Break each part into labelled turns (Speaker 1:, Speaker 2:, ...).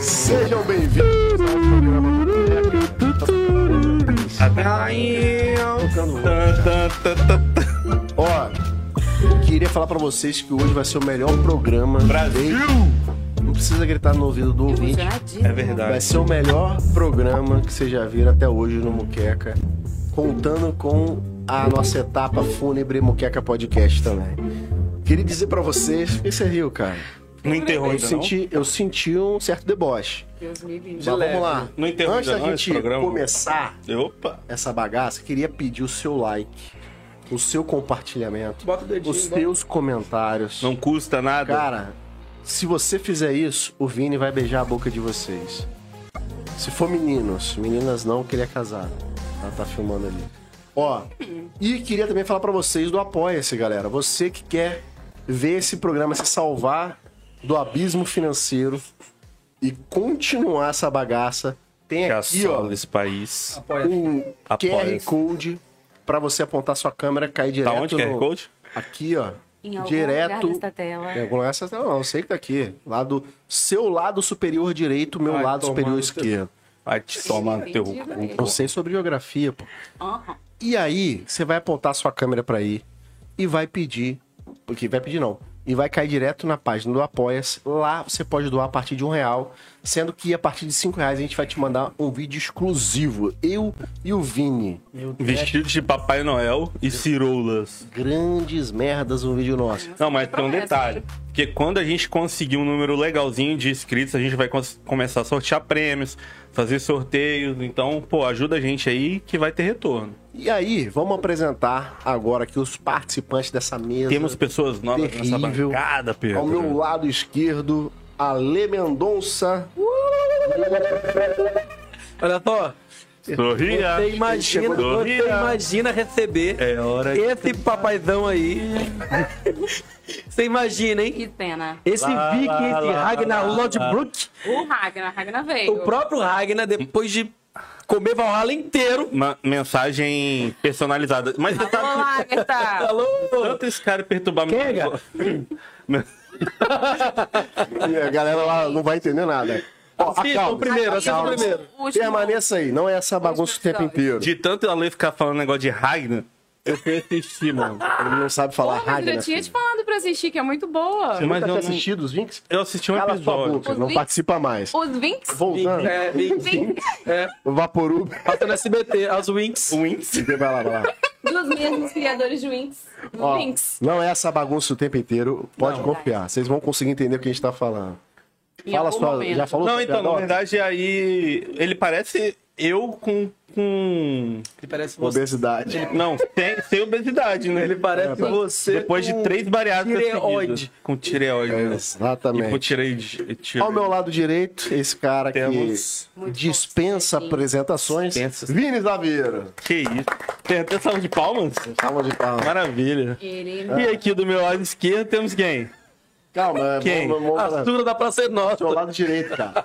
Speaker 1: Sejam bem-vindos ao programa do Tá Boteco. Ó, queria falar pra vocês que hoje vai ser o melhor programa.
Speaker 2: Brasil!
Speaker 1: Não precisa gritar no ouvido do ouvinte.
Speaker 3: Já disse.
Speaker 1: Vai
Speaker 2: É verdade.
Speaker 1: ser o melhor programa que vocês já viram até hoje no Muqueca, contando com a nossa etapa fúnebre Muqueca Podcast também. Queria dizer pra vocês, por que você riu, cara?
Speaker 2: Não enterrou
Speaker 1: Eu
Speaker 2: ainda não?
Speaker 1: senti, eu senti um certo deboche.
Speaker 3: Deus me livre.
Speaker 1: Mas vamos lá.
Speaker 2: Não interrompe
Speaker 1: Antes da
Speaker 2: não esse
Speaker 1: gente
Speaker 2: programa.
Speaker 1: começar
Speaker 2: Opa!
Speaker 1: essa bagaça, queria pedir o seu like, o seu compartilhamento,
Speaker 4: Bota o dedinho,
Speaker 1: os
Speaker 4: bota.
Speaker 1: seus comentários.
Speaker 2: Não custa nada.
Speaker 1: Cara, se você fizer isso, o Vini vai beijar a boca de vocês. Se for meninos, meninas não, que ele é casado. Ela tá filmando ali. Ó, e queria também falar pra vocês do Apoia-se, galera. Você que quer ver esse programa se salvar do abismo financeiro e continuar essa bagaça, tem
Speaker 2: que
Speaker 1: aqui, ó,
Speaker 2: assola esse país.
Speaker 4: Apoia.
Speaker 1: um QR
Speaker 2: Apoia-se.
Speaker 1: Code pra você apontar sua câmera e cair direto
Speaker 2: Tá onde
Speaker 1: no...
Speaker 2: QR Code?
Speaker 1: Aqui, ó.
Speaker 3: Em algum
Speaker 1: direto
Speaker 3: lugar desta tela.
Speaker 1: é, com essa não, eu sei que tá aqui. Lado, seu lado superior direito, meu
Speaker 4: Vai
Speaker 1: lado
Speaker 4: tomar
Speaker 1: superior
Speaker 4: no teu-
Speaker 1: esquerdo.
Speaker 2: Vai te tomar no teu
Speaker 3: Entendi,
Speaker 2: cu.
Speaker 1: Eu sei sobre geografia, pô.
Speaker 3: Aham.
Speaker 1: E aí, você vai apontar sua câmera pra aí e vai pedir. Porque vai pedir não. E vai cair direto na página do Apoia-se. Lá você pode doar a partir de um real. Sendo que a partir de cinco reais a gente vai te mandar um vídeo exclusivo. Eu e o Vini.
Speaker 2: Vestido de Papai Noel e ciroulas.
Speaker 1: Grandes merdas um vídeo nosso.
Speaker 2: Não, mas tem um
Speaker 3: Promessa,
Speaker 2: detalhe.
Speaker 3: hein?
Speaker 2: Porque quando a gente conseguir um número legalzinho de inscritos, a gente vai cons- começar a sortear prêmios, fazer sorteios. Então, pô, ajuda a gente aí que vai ter retorno.
Speaker 1: E aí, vamos apresentar agora aqui os participantes dessa mesa.
Speaker 2: Temos pessoas novas nessa
Speaker 1: Terrível.
Speaker 2: bancada, Pedro.
Speaker 1: Ao meu lado esquerdo, Ale Mendonça.
Speaker 4: Olha só,
Speaker 2: Sorria.
Speaker 4: você imagina, você
Speaker 2: Sorria.
Speaker 4: imagina receber
Speaker 2: É hora de...
Speaker 4: esse papaizão aí. Você imagina, hein?
Speaker 3: Que pena.
Speaker 4: Esse
Speaker 2: Lá,
Speaker 4: Vic,
Speaker 2: lá,
Speaker 4: esse
Speaker 2: lá,
Speaker 4: Ragnar
Speaker 2: lá, lá,
Speaker 4: Lodbrok,
Speaker 3: O Ragnar, Ragnar veio.
Speaker 4: o próprio Ragnar, depois de comer Valhalla inteiro.
Speaker 2: Uma mensagem personalizada. Mas você
Speaker 3: Alô,
Speaker 2: sabe
Speaker 3: Lagertha.
Speaker 4: Alô?
Speaker 2: tanto esse cara perturbar meu-
Speaker 4: Pega.
Speaker 1: E a galera lá não vai entender nada. Ó,
Speaker 4: Assistam o
Speaker 1: acalma.
Speaker 4: primeiro, assistam o
Speaker 3: Calma.
Speaker 4: primeiro.
Speaker 3: O último-
Speaker 1: Permaneça aí, não é essa bagunça o tempo inteiro.
Speaker 2: De tanto a Lê ficar falando negócio de Ragnar, eu fui assistir, mano.
Speaker 1: Ele não sabe falar
Speaker 3: Pô, mas eu
Speaker 1: Ragnar.
Speaker 3: já tinha te
Speaker 1: filho.
Speaker 3: falando pra assistir, que é muito boa.
Speaker 1: Você
Speaker 2: Mas
Speaker 1: nunca
Speaker 2: eu
Speaker 1: tinha
Speaker 2: não-
Speaker 1: assistido os Vinks?
Speaker 2: Eu assisti um
Speaker 1: Cala sua
Speaker 2: episódio.
Speaker 1: boca,
Speaker 3: Os
Speaker 1: não
Speaker 3: Vinx-
Speaker 1: participa mais.
Speaker 3: Os Vinks?
Speaker 1: Voltando,
Speaker 4: É, Vic,
Speaker 3: Vinks.
Speaker 4: é.
Speaker 1: o Vaporub.
Speaker 4: Passa no SBT, as Winx.
Speaker 2: O índice.
Speaker 1: Vai lá, vai lá.
Speaker 3: Dos mesmos criadores de Winx.
Speaker 1: Ó,
Speaker 3: Winx.
Speaker 1: não é essa bagunça o tempo inteiro, pode confiar. Vocês vão conseguir entender o que a gente tá falando.
Speaker 3: Em
Speaker 1: Fala
Speaker 3: algum
Speaker 1: só,
Speaker 3: momento.
Speaker 1: já falou?
Speaker 2: Não,
Speaker 1: sua
Speaker 2: então, na
Speaker 1: piadota?
Speaker 2: verdade, aí ele parece eu com. com...
Speaker 4: Ele
Speaker 2: um
Speaker 4: parece você.
Speaker 1: Obesidade.
Speaker 2: Não, sem, sem obesidade, né?
Speaker 4: Ele parece você.
Speaker 2: Depois de
Speaker 4: com
Speaker 2: três bariátricas
Speaker 4: tireoide.
Speaker 2: seguidas. Com tireoide. né?
Speaker 1: Exatamente.
Speaker 2: Hipotireoide.
Speaker 1: Ao meu lado direito, esse cara
Speaker 2: Temos-
Speaker 1: que dispensa apresentações,
Speaker 2: Dispensa.
Speaker 1: Vini Zaveiro.
Speaker 2: Que isso. Tem até salva de palmas?
Speaker 1: Calma de palma.
Speaker 2: Maravilha.
Speaker 3: Ele...
Speaker 1: É.
Speaker 2: E aqui do meu lado esquerdo temos quem?
Speaker 1: Calma, é
Speaker 2: Quem?
Speaker 1: Vamos, vamos,
Speaker 4: A
Speaker 1: vamos,
Speaker 4: surra da Praça é Nossa.
Speaker 1: Ao né? lado direito, cara.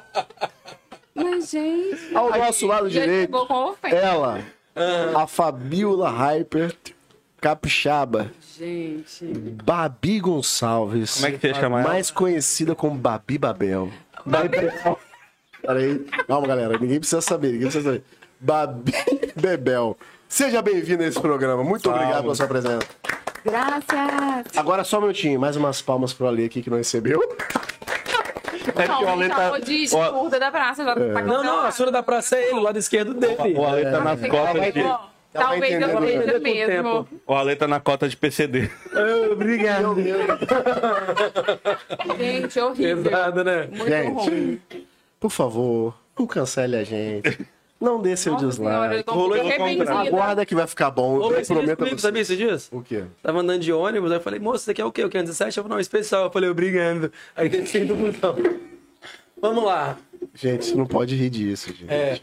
Speaker 3: Mas, gente...
Speaker 1: Ao nosso lado
Speaker 3: Já
Speaker 1: direito, É.
Speaker 3: chegou com ofensa.
Speaker 1: ela,
Speaker 2: Ah.
Speaker 1: a Fabiola Hypert Capixaba,
Speaker 3: Gente...
Speaker 1: Babi Gonçalves.
Speaker 2: Como é que você chama ela?
Speaker 1: Mais conhecida como Babi Babel. Babel. Peraí, calma, galera. Ninguém precisa saber, ninguém precisa saber. Babi Bebel. Seja bem-vindo a esse programa. Muito obrigado pela sua presença.
Speaker 3: Graças.
Speaker 1: Agora só um minutinho, mais umas palmas pro Ale aqui que não recebeu.
Speaker 2: É porque
Speaker 3: Não,
Speaker 2: o
Speaker 3: me
Speaker 2: Ale tá.
Speaker 3: chamou de
Speaker 2: o-
Speaker 3: surda da praça. Já
Speaker 1: É.
Speaker 3: tá
Speaker 4: Não, não, a surda da Praça é ele, o lado esquerdo dele.
Speaker 2: O Ale tá nas
Speaker 3: Fica
Speaker 2: cotas
Speaker 3: bom.
Speaker 2: de.
Speaker 3: Talvez
Speaker 1: entendendo,
Speaker 3: eu
Speaker 1: né?
Speaker 3: seja
Speaker 4: Com o
Speaker 3: mesmo.
Speaker 2: O Ale tá na cota de PCD.
Speaker 4: É,
Speaker 1: Obrigado.
Speaker 3: Gente, horrível.
Speaker 4: Pesado, né?
Speaker 3: Muito
Speaker 1: Gente,
Speaker 3: ruim.
Speaker 1: Por favor, não cancele a gente. Não dê seu
Speaker 3: Nossa senhora, eu
Speaker 1: dislike.
Speaker 3: tô
Speaker 2: Rolou
Speaker 3: muito
Speaker 2: o contrato.
Speaker 3: arrependida.
Speaker 1: Aguarda que vai ficar bom.
Speaker 4: Ô,
Speaker 1: Eu
Speaker 4: esse dia
Speaker 1: prometo a
Speaker 4: comigo,
Speaker 1: você.
Speaker 4: sabia esses dias?
Speaker 1: O quê?
Speaker 4: Tava andando de ônibus, aí eu falei, moço, isso aqui é o quê? O que? 17? Eu falei, não, é especial. Eu falei, obrigado. Aí desci do botão. Vamos lá.
Speaker 1: Gente, você não pode rir disso, gente.
Speaker 4: É.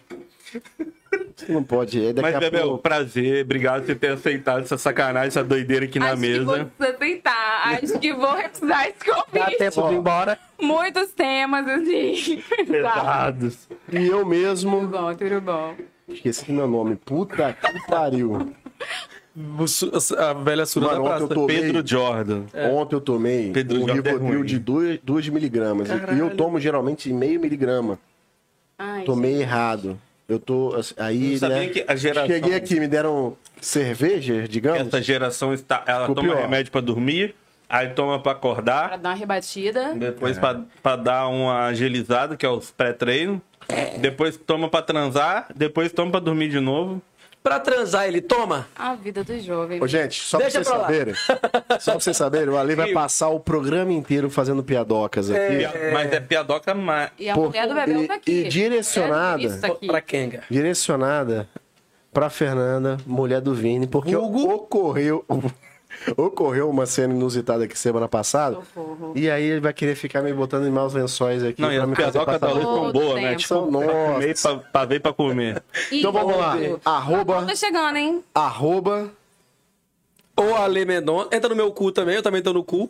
Speaker 1: Você não pode rir. Daqui
Speaker 2: Mas,
Speaker 1: a
Speaker 2: Bebel,
Speaker 1: pouco.
Speaker 2: prazer. Obrigado por ter aceitado essa sacanagem, essa doideira aqui na
Speaker 3: Acho que
Speaker 2: mesa.
Speaker 3: vou tentar. Acho que vou recusar esse
Speaker 4: Dá
Speaker 3: convite.
Speaker 4: tempo de ir embora.
Speaker 3: Muitos temas, assim. Tá.
Speaker 2: Pesados.
Speaker 1: E eu mesmo.
Speaker 3: Tudo bom, tudo bom.
Speaker 1: Esqueci meu nome. Puta que pariu.
Speaker 4: O su- A velha surda
Speaker 1: Mano,
Speaker 4: da
Speaker 1: ontem eu
Speaker 4: praça.
Speaker 1: tomei.
Speaker 2: Pedro Jordan.
Speaker 1: Ontem eu tomei
Speaker 2: Pedro
Speaker 1: um
Speaker 2: Jordan é
Speaker 1: Rivotril
Speaker 2: ruim.
Speaker 1: de 2 miligramas. E- E eu tomo geralmente meio miligrama. Tomei errado. Eu tô. assim, Aí,
Speaker 2: Não sabia
Speaker 1: né,
Speaker 2: que a geração-
Speaker 1: Cheguei aqui, me deram cerveja, digamos.
Speaker 2: Essa geração está, ela
Speaker 1: Ficou
Speaker 2: toma
Speaker 1: pior.
Speaker 2: remédio pra dormir, aí toma pra
Speaker 3: Pra
Speaker 2: acordar,
Speaker 3: dar uma rebatida.
Speaker 2: depois pra, pra dar uma agilizada, que é os pré-treino, depois toma pra transar, depois toma pra dormir de novo.
Speaker 4: Pra transar, ele toma.
Speaker 3: A vida dos jovens.
Speaker 1: Ô, gente, só pra
Speaker 4: Deixa
Speaker 1: vocês
Speaker 4: pra lá.
Speaker 1: saberem. Só pra vocês saberem, o Ale vai passar o programa inteiro fazendo piadocas aqui.
Speaker 2: Pia- Mas é piadoca mais.
Speaker 3: E a
Speaker 1: Pô,
Speaker 3: mulher do bebê
Speaker 1: e-
Speaker 3: tá aqui.
Speaker 1: e direcionada-
Speaker 3: É isso aqui.
Speaker 4: Pra Kenga.
Speaker 1: Direcionada pra Fernanda, mulher do Vini, porque
Speaker 4: Hugo.
Speaker 1: ocorreu. Ocorreu uma cena inusitada aqui semana passada.
Speaker 3: Socorro.
Speaker 1: E aí ele vai querer ficar me botando em maus lençóis aqui.
Speaker 2: Não, e
Speaker 1: pra
Speaker 2: as
Speaker 1: me fazer
Speaker 2: piadocas da
Speaker 1: passar
Speaker 2: luz
Speaker 1: mal.
Speaker 2: são boas, né?
Speaker 3: Todo
Speaker 2: Tipo,
Speaker 1: São
Speaker 2: comer
Speaker 1: nossas.
Speaker 2: pra, pra ver pra comer.
Speaker 1: Então vamos lá.
Speaker 3: Igor,
Speaker 1: Arroba-
Speaker 3: Tá chegando, hein?
Speaker 1: Arroba
Speaker 4: Ou Ale Mendonça. Entra no meu cu também, eu também tô no cu.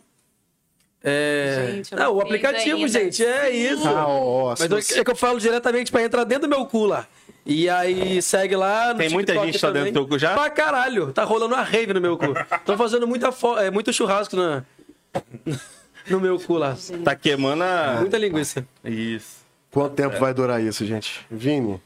Speaker 4: É.
Speaker 3: Gente, eu
Speaker 4: não,
Speaker 3: não
Speaker 4: o
Speaker 3: fiz
Speaker 4: aplicativo,
Speaker 3: ainda.
Speaker 4: gente, é isso.
Speaker 1: Ah, ó, ó, se
Speaker 4: Mas eu-
Speaker 1: você-
Speaker 4: é que eu falo diretamente pra entrar dentro do meu cu lá. E aí segue lá no
Speaker 2: Tem muita
Speaker 4: TikTok
Speaker 2: gente lá dentro
Speaker 4: também.
Speaker 2: do teu cu já?
Speaker 4: Pra caralho. Tá rolando uma rave no meu cu. Tô fazendo muita fo... é, muito churrasco na... no meu cu lá.
Speaker 2: Tá queimando a.
Speaker 4: Muita linguiça.
Speaker 2: Isso.
Speaker 1: Quanto tempo vai durar isso, gente? Vini,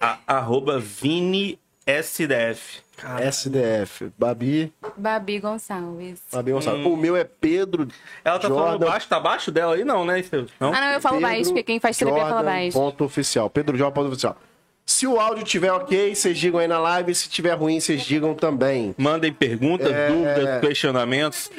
Speaker 2: A- arroba Vini SDF.
Speaker 1: SDF, Babi,
Speaker 3: Babi Gonçalves.
Speaker 1: Babi Gonçalves. O meu é Pedro.
Speaker 2: Hum. Ela tá falando
Speaker 1: Jordan,
Speaker 2: baixo, tá abaixo dela aí? Não, né? Estevam? Não?
Speaker 3: Ah, não, eu falo
Speaker 1: Pedro
Speaker 3: baixo, porque quem faz terapia fala
Speaker 1: Jordan
Speaker 3: baixo.
Speaker 1: Ponto oficial. Pedro Jordan, ponto oficial. Se o áudio tiver ok, vocês digam aí na live. Se tiver ruim, vocês digam também.
Speaker 2: Mandem perguntas,
Speaker 1: É.
Speaker 2: dúvidas, questionamentos.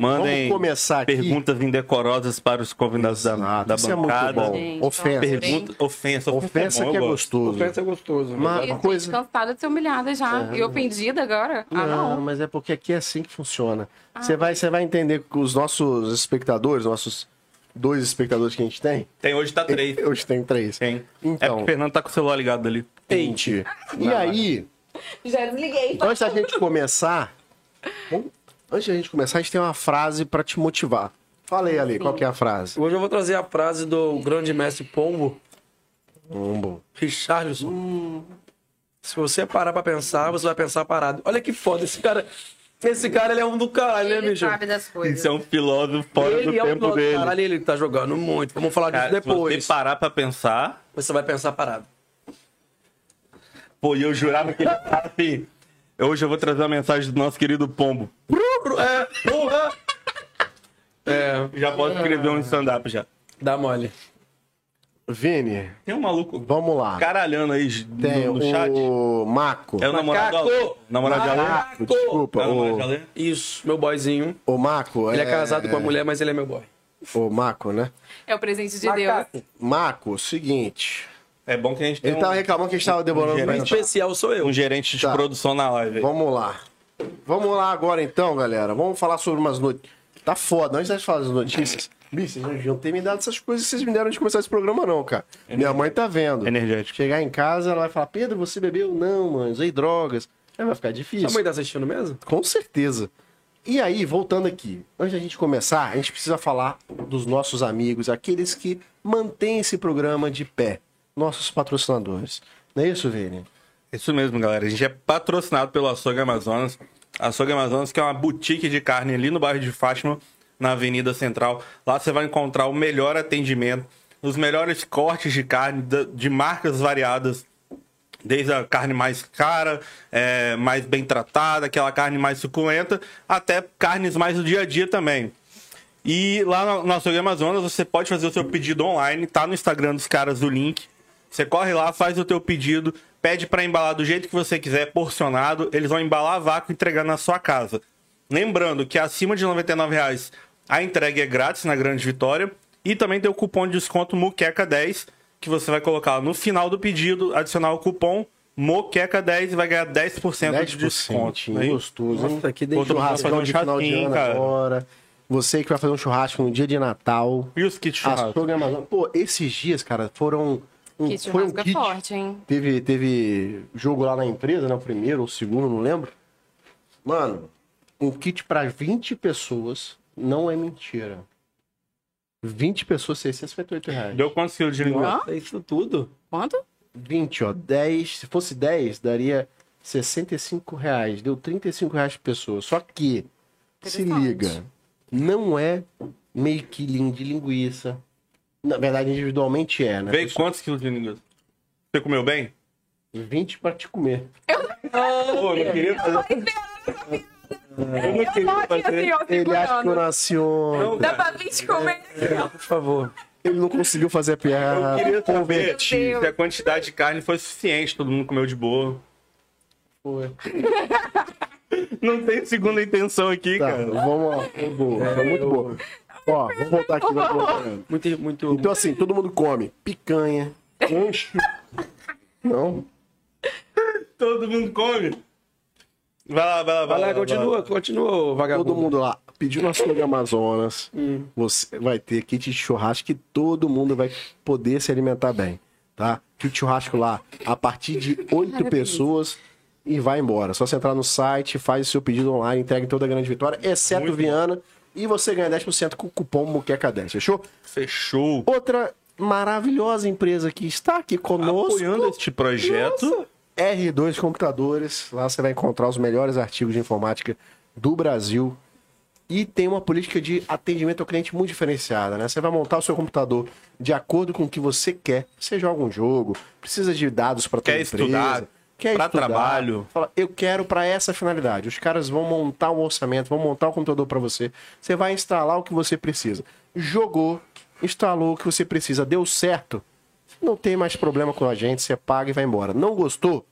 Speaker 2: Mandem
Speaker 1: Vamos começar aqui.
Speaker 2: perguntas indecorosas para os convidados da, da
Speaker 1: Isso é muito
Speaker 2: bancada.
Speaker 1: bom.
Speaker 3: Gente,
Speaker 1: Ofensa.
Speaker 2: Pergunta, ofensa.
Speaker 1: Ofensa
Speaker 2: bom,
Speaker 1: que é
Speaker 2: eu gosto.
Speaker 1: gostoso.
Speaker 4: é gostoso.
Speaker 1: Mas
Speaker 3: Eu
Speaker 1: uma
Speaker 3: tô
Speaker 1: coisa. É,
Speaker 3: cansada de ser humilhada já. E ofendida agora? Ah,
Speaker 1: Não,
Speaker 3: não. Ah,
Speaker 1: mas é porque aqui é assim que funciona. Você vai, você vai entender que os nossos espectadores, nossos dois espectadores que a gente tem.
Speaker 2: Tem hoje tá três.
Speaker 1: Hoje tem três.
Speaker 2: Tem. É
Speaker 1: Então,
Speaker 2: porque o Fernando tá com o celular ligado ali.
Speaker 1: pente. E aí,
Speaker 3: Já desliguei.
Speaker 1: antes da gente começar, bom, antes da gente começar, a gente tem uma frase pra te motivar. Fala aí, Ali, qual que é a frase?
Speaker 4: Hoje eu vou trazer a frase do grande mestre Pombo,
Speaker 1: Hum, bom.
Speaker 4: Richarlison. Hum. Se você parar pra pensar, você vai pensar parado. Olha que foda esse cara. Esse cara, ele é um do caralho, né,
Speaker 3: Ele
Speaker 4: bicho?
Speaker 3: sabe das coisas.
Speaker 2: Isso é um filósofo fora do
Speaker 4: Ele é um
Speaker 2: tempo
Speaker 4: do
Speaker 2: dele.
Speaker 4: caralho, ele tá jogando muito. Vamos falar disso
Speaker 2: Cara, se
Speaker 4: depois.
Speaker 2: você parar pra pensar,
Speaker 4: Você vai pensar parado.
Speaker 2: pô, e eu jurava que ele tava assim. Hoje eu vou trazer a mensagem do nosso querido Pombo.
Speaker 4: É, porra! É,
Speaker 2: Já posso escrever um stand-up já.
Speaker 4: dá mole.
Speaker 1: Vini,
Speaker 2: Tem um maluco
Speaker 1: vamos lá.
Speaker 2: caralhando aí no-
Speaker 1: Tem
Speaker 2: no, chat.
Speaker 1: o Maco.
Speaker 2: É o namorado
Speaker 4: Macaco!
Speaker 2: da Namorado de Alê?
Speaker 4: Macaco!
Speaker 1: Maco, desculpa.
Speaker 2: É o namorado
Speaker 1: O,
Speaker 2: de Alê?
Speaker 4: Isso, meu boyzinho.
Speaker 1: o Maco.
Speaker 4: Ele é casado com a mulher, mas ele é meu boy.
Speaker 1: O Maco, né?
Speaker 3: É o presente de Deus.
Speaker 4: Macaco.
Speaker 1: Maco, seguinte.
Speaker 2: É bom que a gente tem
Speaker 1: Ele tava
Speaker 2: um,
Speaker 1: reclamando que a gente tava demorando pra
Speaker 4: O especial sou eu.
Speaker 2: um gerente de
Speaker 1: Tá.
Speaker 2: produção na live. aí.
Speaker 1: Vamos lá. Vamos lá agora então, galera. Vamos falar sobre umas notícias. Tá foda, antes das falar das notícias. Bicho, vocês não deviam ter me dado essas coisas que vocês me deram antes de começar esse programa, não, cara. Minha mãe tá vendo.
Speaker 2: Energético.
Speaker 1: Chegar em casa, ela vai falar: Pedro, você bebeu? Não, mãe, usei drogas. Aí vai ficar difícil.
Speaker 4: Sua mãe tá assistindo mesmo?
Speaker 1: Com certeza. E aí, voltando aqui, antes da gente começar, a gente precisa falar dos nossos amigos, aqueles que mantêm esse programa de pé, nossos patrocinadores. Não é isso, Vini?
Speaker 2: É Isso mesmo, galera. A gente é patrocinado pelo Açougue Amazonas. Açougue Amazonas, que é uma boutique de carne ali no bairro de Fátima, na Avenida Central. Lá você vai encontrar o melhor atendimento, os melhores cortes de carne da- de marcas variadas. Desde a carne mais cara, é, mais bem tratada, aquela carne mais suculenta, até carnes mais do dia a dia também. E lá no- no Açougue Amazonas você pode fazer o seu pedido online, tá no Instagram dos caras o link. Você corre lá, faz o teu pedido, pede para embalar do jeito que você quiser, porcionado. Eles vão embalar a vácuo e entregar na sua casa. Lembrando que acima de R$ 99,00 a entrega é grátis na Grande Vitória. E também tem o cupom de desconto Muqueca10, que você vai colocar no final do pedido, adicionar o cupom Moqueca10 e vai ganhar 10%, de desconto. né? Aí,
Speaker 1: gostoso. hein?
Speaker 4: Nossa, que
Speaker 1: Pô, tô
Speaker 4: delícia.
Speaker 1: churrascão
Speaker 2: Fazer um
Speaker 1: de final de
Speaker 2: churrasquinho,
Speaker 1: ano
Speaker 2: cara.
Speaker 1: agora. Você que vai fazer um churrasco no dia de Natal.
Speaker 2: E os kits
Speaker 1: As
Speaker 2: churrasco?
Speaker 1: programações. Pô, esses dias, cara, foram. Um,
Speaker 3: Kit
Speaker 1: foi um
Speaker 3: churrasco é
Speaker 1: kit.
Speaker 3: forte, hein?
Speaker 1: Teve, teve jogo lá na empresa, né? O primeiro ou o segundo, não lembro. Mano, um kit pra 20 pessoas não é mentira. 20 pessoas, 658 reais.
Speaker 2: Deu quantos quilos de linguiça?
Speaker 3: Hã?
Speaker 4: É Isso tudo.
Speaker 3: Quanto?
Speaker 1: 20, ó. 10. Se fosse 10, daria 65 reais. Deu 35 reais por pessoa. Só que, se
Speaker 3: Interessante.
Speaker 1: liga, não é meio quilinho de linguiça. Na verdade, individualmente é, né?
Speaker 2: Veio quantos quilos de linguiça? Você comeu bem?
Speaker 1: 20 pra te comer.
Speaker 2: Pô, eu não queria fazer. Eu não
Speaker 3: Eu tô
Speaker 2: queria
Speaker 3: aqui
Speaker 2: fazer.
Speaker 3: assim, ó,
Speaker 1: Ele acha que eu
Speaker 3: segurando.
Speaker 1: nasci ontem.
Speaker 2: Não,
Speaker 3: Dá
Speaker 2: cara,
Speaker 3: pra vir te comer?
Speaker 4: Por favor.
Speaker 1: Ele não conseguiu fazer a
Speaker 2: eu
Speaker 1: piada.
Speaker 2: queria saber
Speaker 1: Converti.
Speaker 3: Meu Deus.
Speaker 2: se a quantidade de carne foi suficiente, todo mundo comeu de boa.
Speaker 1: Foi.
Speaker 2: Não tem segunda intenção aqui,
Speaker 1: Tá,
Speaker 2: cara.
Speaker 1: vamos lá. Foi boa.
Speaker 2: É,
Speaker 1: Foi muito boa. Ó, vamos voltar aqui. Vamos voltar.
Speaker 4: Muito, muito.
Speaker 1: Então, assim, todo mundo come picanha, ancho. Não.
Speaker 2: Todo mundo come. Vai lá, vai lá, vai,
Speaker 4: vai lá,
Speaker 2: vai
Speaker 4: continua, continua, ô vagabundo.
Speaker 1: Todo mundo lá pediu no açougue Amazonas. Você vai ter kit de churrasco que todo mundo vai poder se alimentar bem, tá? Kit de churrasco lá a partir de oito pessoas e vai embora. Só você entrar no site, faz o seu pedido online, entrega em toda a grande vitória, exceto
Speaker 2: Muito bom.
Speaker 1: Viana. E você ganha 10% com o cupom Muqueca10, fechou?
Speaker 2: Fechou.
Speaker 1: Outra maravilhosa empresa que está aqui conosco.
Speaker 2: Apoiando este projeto.
Speaker 1: R2 Computadores. Lá você vai encontrar os melhores artigos de informática do Brasil. E tem uma política de atendimento ao cliente muito diferenciada, né? Você vai montar o seu computador de acordo com o que você quer. Você joga um jogo, precisa de dados para
Speaker 2: Quer estudar, pra trabalho.
Speaker 1: Fala, eu quero para essa finalidade. Os caras vão montar um orçamento, vão montar o computador para você. Você vai instalar o que você precisa. Jogou, instalou o que você precisa, deu certo. Não tem mais problema com a gente, você paga e vai embora. Não gostou?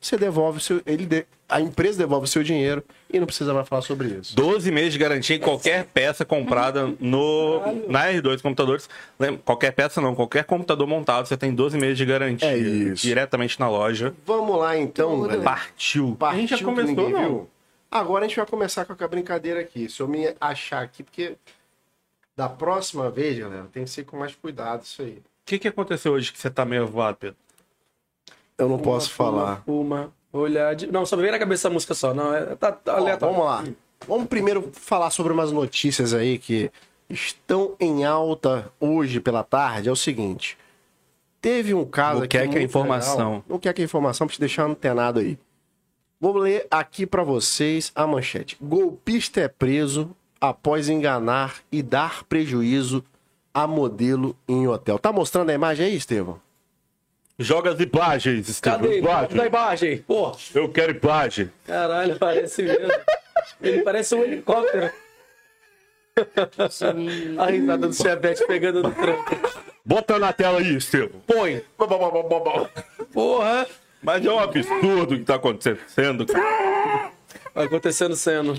Speaker 1: Você devolve o seu. Ele de- a empresa devolve o seu dinheiro e não precisa mais falar sobre isso.
Speaker 2: 12 meses de garantia em qualquer peça comprada no, na R2 Computadores. Lembra, qualquer peça não, qualquer computador montado, você tem 12 meses de garantia.
Speaker 1: É isso.
Speaker 2: Diretamente na loja.
Speaker 1: Vamos lá então,
Speaker 3: Tudo.
Speaker 1: galera.
Speaker 2: Partiu.
Speaker 1: Partiu
Speaker 2: a gente já
Speaker 1: que
Speaker 2: começou,
Speaker 1: ninguém
Speaker 2: não.
Speaker 1: viu. Agora a gente vai começar com a brincadeira aqui. Se eu me achar aqui, porque da próxima vez, galera, tem que ser com mais cuidado isso aí.
Speaker 2: O que, que aconteceu hoje que você tá meio voado, Pedro?
Speaker 1: Eu não
Speaker 4: Fuma,
Speaker 1: posso
Speaker 4: fuma,
Speaker 1: falar.
Speaker 4: Fuma, olhar de. Não, só vem na cabeça a música só. Não, é, tá, tá
Speaker 1: Ó,
Speaker 4: aleatório.
Speaker 1: vamos lá. Vamos primeiro falar sobre umas notícias aí que estão em alta hoje pela tarde. É o seguinte. Teve um caso
Speaker 2: Não
Speaker 1: aqui.
Speaker 2: quer que é a
Speaker 1: muito
Speaker 2: informação.
Speaker 1: legal. Não quer que é a informação pra te deixar antenado aí. Vou ler aqui pra vocês a manchete. Golpista é preso após enganar e dar prejuízo a modelo em hotel. Tá mostrando a imagem aí, Estevão?
Speaker 2: Joga as imagens,
Speaker 4: Cadê?
Speaker 2: Ah, Estevam.
Speaker 4: Cadê a
Speaker 2: Imagem.
Speaker 4: imagem? Pô,
Speaker 2: Eu quero imagem.
Speaker 4: caralho, parece mesmo. Ele parece um helicóptero. a risada do Chevette pegando no tranco.
Speaker 2: Bota na tela aí, Estevam.
Speaker 4: Põe. Porra.
Speaker 2: Mas é um absurdo o que tá acontecendo. cara.
Speaker 4: Acontecendo sendo.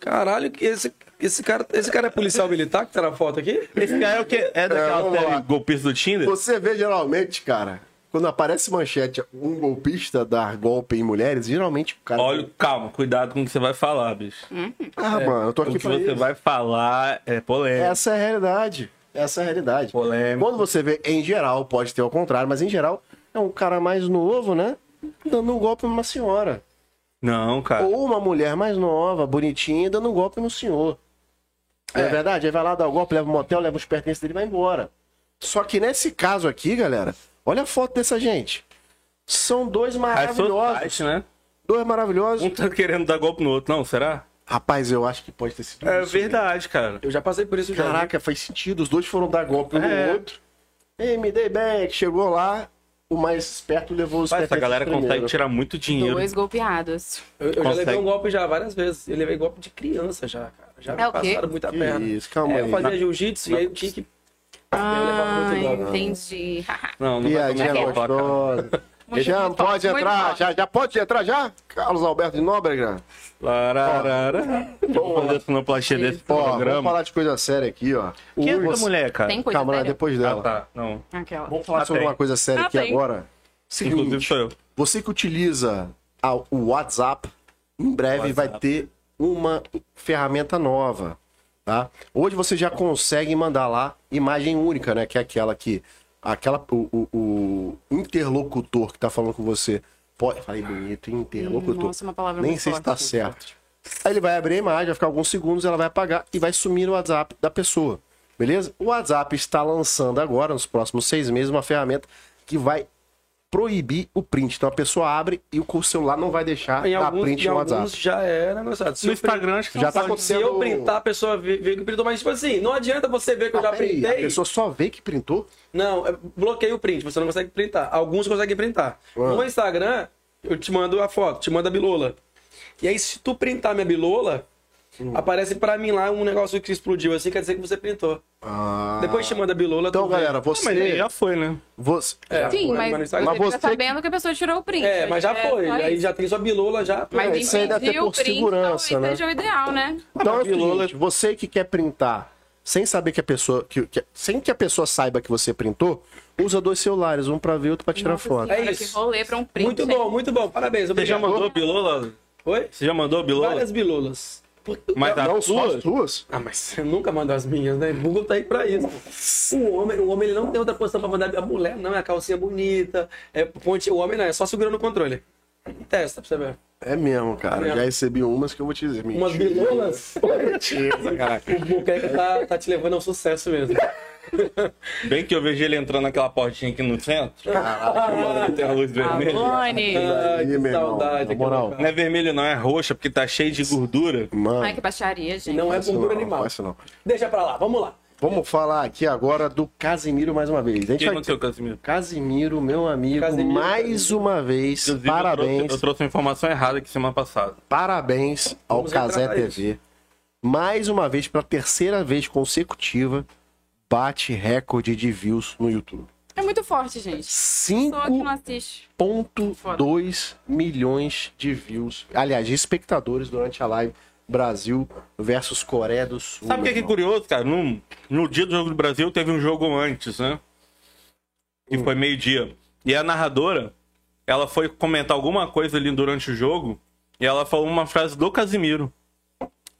Speaker 4: Caralho, que esse, esse, cara, esse cara é policial militar que tá na foto aqui?
Speaker 2: Esse cara é o quê? É
Speaker 1: É,
Speaker 2: daquela
Speaker 1: vamos lá.
Speaker 2: série golpista do Tinder?
Speaker 1: Você vê geralmente, cara, quando aparece manchete, um golpista dar golpe em mulheres, geralmente o cara.
Speaker 2: Olha, calma, cuidado com o que você vai falar, bicho.
Speaker 1: Ah, mano, eu tô
Speaker 2: É. O
Speaker 1: aqui
Speaker 2: que
Speaker 1: pra
Speaker 2: você
Speaker 1: isso.
Speaker 2: vai falar é polêmico.
Speaker 1: Essa é a realidade. Essa é a realidade.
Speaker 2: Polêmico.
Speaker 1: Quando você vê, em geral, pode ter ao contrário, mas em geral, é um cara mais novo, né? Dando um golpe numa senhora.
Speaker 2: Não, cara.
Speaker 1: Ou uma mulher mais nova, bonitinha, dando um golpe no senhor. Não É, verdade? Aí vai lá, dá o golpe, leva o motel, leva os pertences dele e vai embora. Só que nesse caso aqui, galera, olha a foto dessa gente. São dois
Speaker 2: High
Speaker 1: maravilhosos.
Speaker 2: Society, né?
Speaker 1: Dois
Speaker 2: Um
Speaker 1: maravilhosos.
Speaker 2: tá querendo dar golpe no outro, não, será?
Speaker 1: Rapaz, eu acho que pode ter sido um
Speaker 2: É
Speaker 1: isso.
Speaker 2: verdade, cara.
Speaker 4: Eu já passei por isso já.
Speaker 1: Caraca, faz sentido. Os dois foram dar golpe um
Speaker 2: É.
Speaker 1: no outro. Ei, me dei bem. que Chegou lá, o mais esperto levou os
Speaker 2: Mas essa
Speaker 1: pertences
Speaker 2: galera consegue
Speaker 1: primeiro.
Speaker 2: tirar muito dinheiro.
Speaker 3: Dois golpeados.
Speaker 4: Eu, eu já
Speaker 2: Consegue.
Speaker 4: levei um golpe já várias vezes. Eu levei golpe de criança já, cara. Já
Speaker 3: É o
Speaker 4: me
Speaker 3: quê?
Speaker 4: passaram muita
Speaker 1: Que
Speaker 4: perna.
Speaker 1: isso, calma
Speaker 4: É,
Speaker 1: aí.
Speaker 4: Eu fazia jiu-jitsu e aí eu tinha que. eu levava
Speaker 3: Ah,
Speaker 4: muito golpe.
Speaker 3: entendi.
Speaker 2: Não, não vai
Speaker 1: Piadinha
Speaker 2: tomar né? golpe, cara.
Speaker 1: gostosa.
Speaker 3: Muito
Speaker 1: é Já
Speaker 3: bom,
Speaker 1: pode
Speaker 3: muito
Speaker 1: entrar,
Speaker 3: bom.
Speaker 1: já, já pode entrar já? Carlos Alberto de Nóbrega.
Speaker 2: Lararara. Vamos fazer a sonoplastia desse
Speaker 1: Ó, vamos
Speaker 2: programa.
Speaker 1: falar de coisa séria aqui, ó.
Speaker 2: Quem é
Speaker 1: Os-
Speaker 2: essa mulher, cara?
Speaker 3: Tem coisa
Speaker 1: Calma, não, é
Speaker 3: séria?
Speaker 1: depois
Speaker 2: Ah,
Speaker 1: dela.
Speaker 2: tá. Não.
Speaker 3: Aquela.
Speaker 1: Vamos falar
Speaker 2: Ah,
Speaker 1: sobre
Speaker 2: tem.
Speaker 1: uma coisa séria
Speaker 3: Ah,
Speaker 1: aqui
Speaker 3: tem.
Speaker 1: agora.
Speaker 2: Inclusive
Speaker 1: Seguinte,
Speaker 2: sou eu.
Speaker 1: Você que utiliza a- o WhatsApp, em breve vai
Speaker 2: WhatsApp.
Speaker 1: ter uma ferramenta nova, tá? Hoje você já consegue mandar lá imagem única, né? Que é aquela que aquela o, o- o interlocutor que tá falando com você pode, falei bonito, interlocutor.
Speaker 3: Nossa, uma palavra
Speaker 1: Nem
Speaker 3: muito
Speaker 1: sei se tá
Speaker 3: forte.
Speaker 1: certo. Aí ele vai abrir a imagem, vai ficar alguns segundos, ela vai apagar e vai sumir o WhatsApp da pessoa. Beleza? O WhatsApp está lançando agora, nos próximos seis meses, uma ferramenta que vai proibir o print. Então a pessoa abre e o celular não vai deixar
Speaker 4: Ah, Em
Speaker 1: dar
Speaker 4: alguns,
Speaker 1: print
Speaker 4: em
Speaker 1: no
Speaker 4: alguns
Speaker 1: WhatsApp.
Speaker 4: já é negociado. Se
Speaker 2: No
Speaker 4: eu print-
Speaker 2: Instagram, acho que
Speaker 1: Já
Speaker 2: não
Speaker 1: tá
Speaker 2: pode.
Speaker 1: acontecendo.
Speaker 4: Se eu printar, a pessoa vê, vê que printou, mas tipo assim, não adianta você ver que eu já
Speaker 1: Ah, peraí,
Speaker 4: printei.
Speaker 1: a pessoa só vê que printou?
Speaker 4: Não, é- bloqueia o print, você não consegue printar. Alguns conseguem printar.
Speaker 1: Ah.
Speaker 4: No Instagram, eu te mando a foto, te mando a bilola. E aí, se tu printar minha bilola,
Speaker 1: Hum.
Speaker 4: aparece pra mim lá um negócio que explodiu assim, quer dizer que você printou.
Speaker 1: Ah.
Speaker 4: Depois te manda a bilola.
Speaker 1: Então,
Speaker 4: tu vê.
Speaker 1: galera,
Speaker 2: Ah, mas aí
Speaker 1: você.
Speaker 2: já foi, né?
Speaker 1: você
Speaker 4: É,
Speaker 3: Sim,
Speaker 4: foi,
Speaker 3: mas,
Speaker 4: no
Speaker 3: você
Speaker 4: Instagram-
Speaker 1: Mas
Speaker 3: fica
Speaker 1: você que-
Speaker 3: sabendo que a pessoa tirou o print.
Speaker 4: É, mas já
Speaker 3: só
Speaker 4: foi. Aí
Speaker 3: isso.
Speaker 4: já tem sua bilola já.
Speaker 3: Mas
Speaker 1: É,
Speaker 3: impedir
Speaker 1: isso ainda até
Speaker 3: o
Speaker 1: por
Speaker 3: print
Speaker 1: segurança,
Speaker 3: talvez
Speaker 1: né?
Speaker 3: seja o ideal, né?
Speaker 1: Então, é o
Speaker 2: Bilola-
Speaker 1: seguinte, você que quer printar sem saber que a pessoa. Que, que- sem que a pessoa saiba que você printou, usa dois celulares, um pra ver e outro pra tirar
Speaker 3: Nossa
Speaker 1: foto.
Speaker 3: Senhora,
Speaker 4: É isso.
Speaker 3: Que rolê pra um print.
Speaker 4: muito
Speaker 3: né?
Speaker 4: bom, muito bom. Parabéns.
Speaker 2: Você já
Speaker 4: Obrigado.
Speaker 2: mandou bilola?
Speaker 4: Oi?
Speaker 2: Você já mandou bilola?
Speaker 4: Várias bilolas. Por-
Speaker 2: Mas a
Speaker 1: Não só
Speaker 2: sua?
Speaker 1: as duas?
Speaker 4: Ah, mas você nunca mandou as minhas, né? O Google tá aí pra isso. O homem, o homem ele não tem outra posição pra mandar. A mulher não, é a calcinha bonita. É ponte. O homem não, é só segurando o controle. Testa pra você ver.
Speaker 1: É mesmo, cara.
Speaker 4: É.
Speaker 1: Já recebi umas que eu vou te dizer.
Speaker 4: Umas
Speaker 1: Mentira.
Speaker 4: bilolas.
Speaker 1: Mentira, cara.
Speaker 4: o Buqueca tá, tá te levando ao sucesso mesmo.
Speaker 2: Bem que eu vejo ele entrando naquela portinha aqui no centro. que tem a luz vermelha.
Speaker 3: Alone.
Speaker 4: Ai,
Speaker 1: Ih, meu
Speaker 4: que
Speaker 1: irmão,
Speaker 4: saudade.
Speaker 1: na moral.
Speaker 4: aquela
Speaker 2: Não é vermelho, não, é roxa, porque tá cheio de gordura.
Speaker 1: Mano.
Speaker 3: Ai, que baixaria, gente.
Speaker 4: Não é
Speaker 1: isso
Speaker 4: gordura
Speaker 1: não,
Speaker 4: animal.
Speaker 1: isso não.
Speaker 4: Deixa pra lá, vamos lá.
Speaker 1: Vamos falar aqui agora do Casimiro mais uma vez. A
Speaker 2: O que
Speaker 1: gente vai...
Speaker 2: aconteceu, Casimiro?
Speaker 1: Casimiro, meu amigo,
Speaker 4: Casimiro,
Speaker 1: mais uma vez,
Speaker 2: Inclusive, Eu
Speaker 1: parabéns.
Speaker 2: trouxe, eu trouxe uma informação errada aqui semana passada.
Speaker 1: Parabéns ao
Speaker 4: Vamos entrar
Speaker 1: Casé
Speaker 4: nisso.
Speaker 1: TV. Mais uma vez, pela terceira vez consecutiva, bate recorde de views no YouTube.
Speaker 3: É muito forte, gente. Só que
Speaker 1: 5.2
Speaker 3: não assiste.
Speaker 1: milhões de views. Aliás, de espectadores durante a live Brasil versus Coreia do Sul.
Speaker 2: Sabe o que, é que é
Speaker 1: meu irmão.
Speaker 2: curioso, cara? No, no dia do Jogo do Brasil teve um jogo antes, né? Que foi meio-dia. E a narradora, ela foi comentar alguma coisa ali durante o jogo e ela falou uma frase do Casimiro.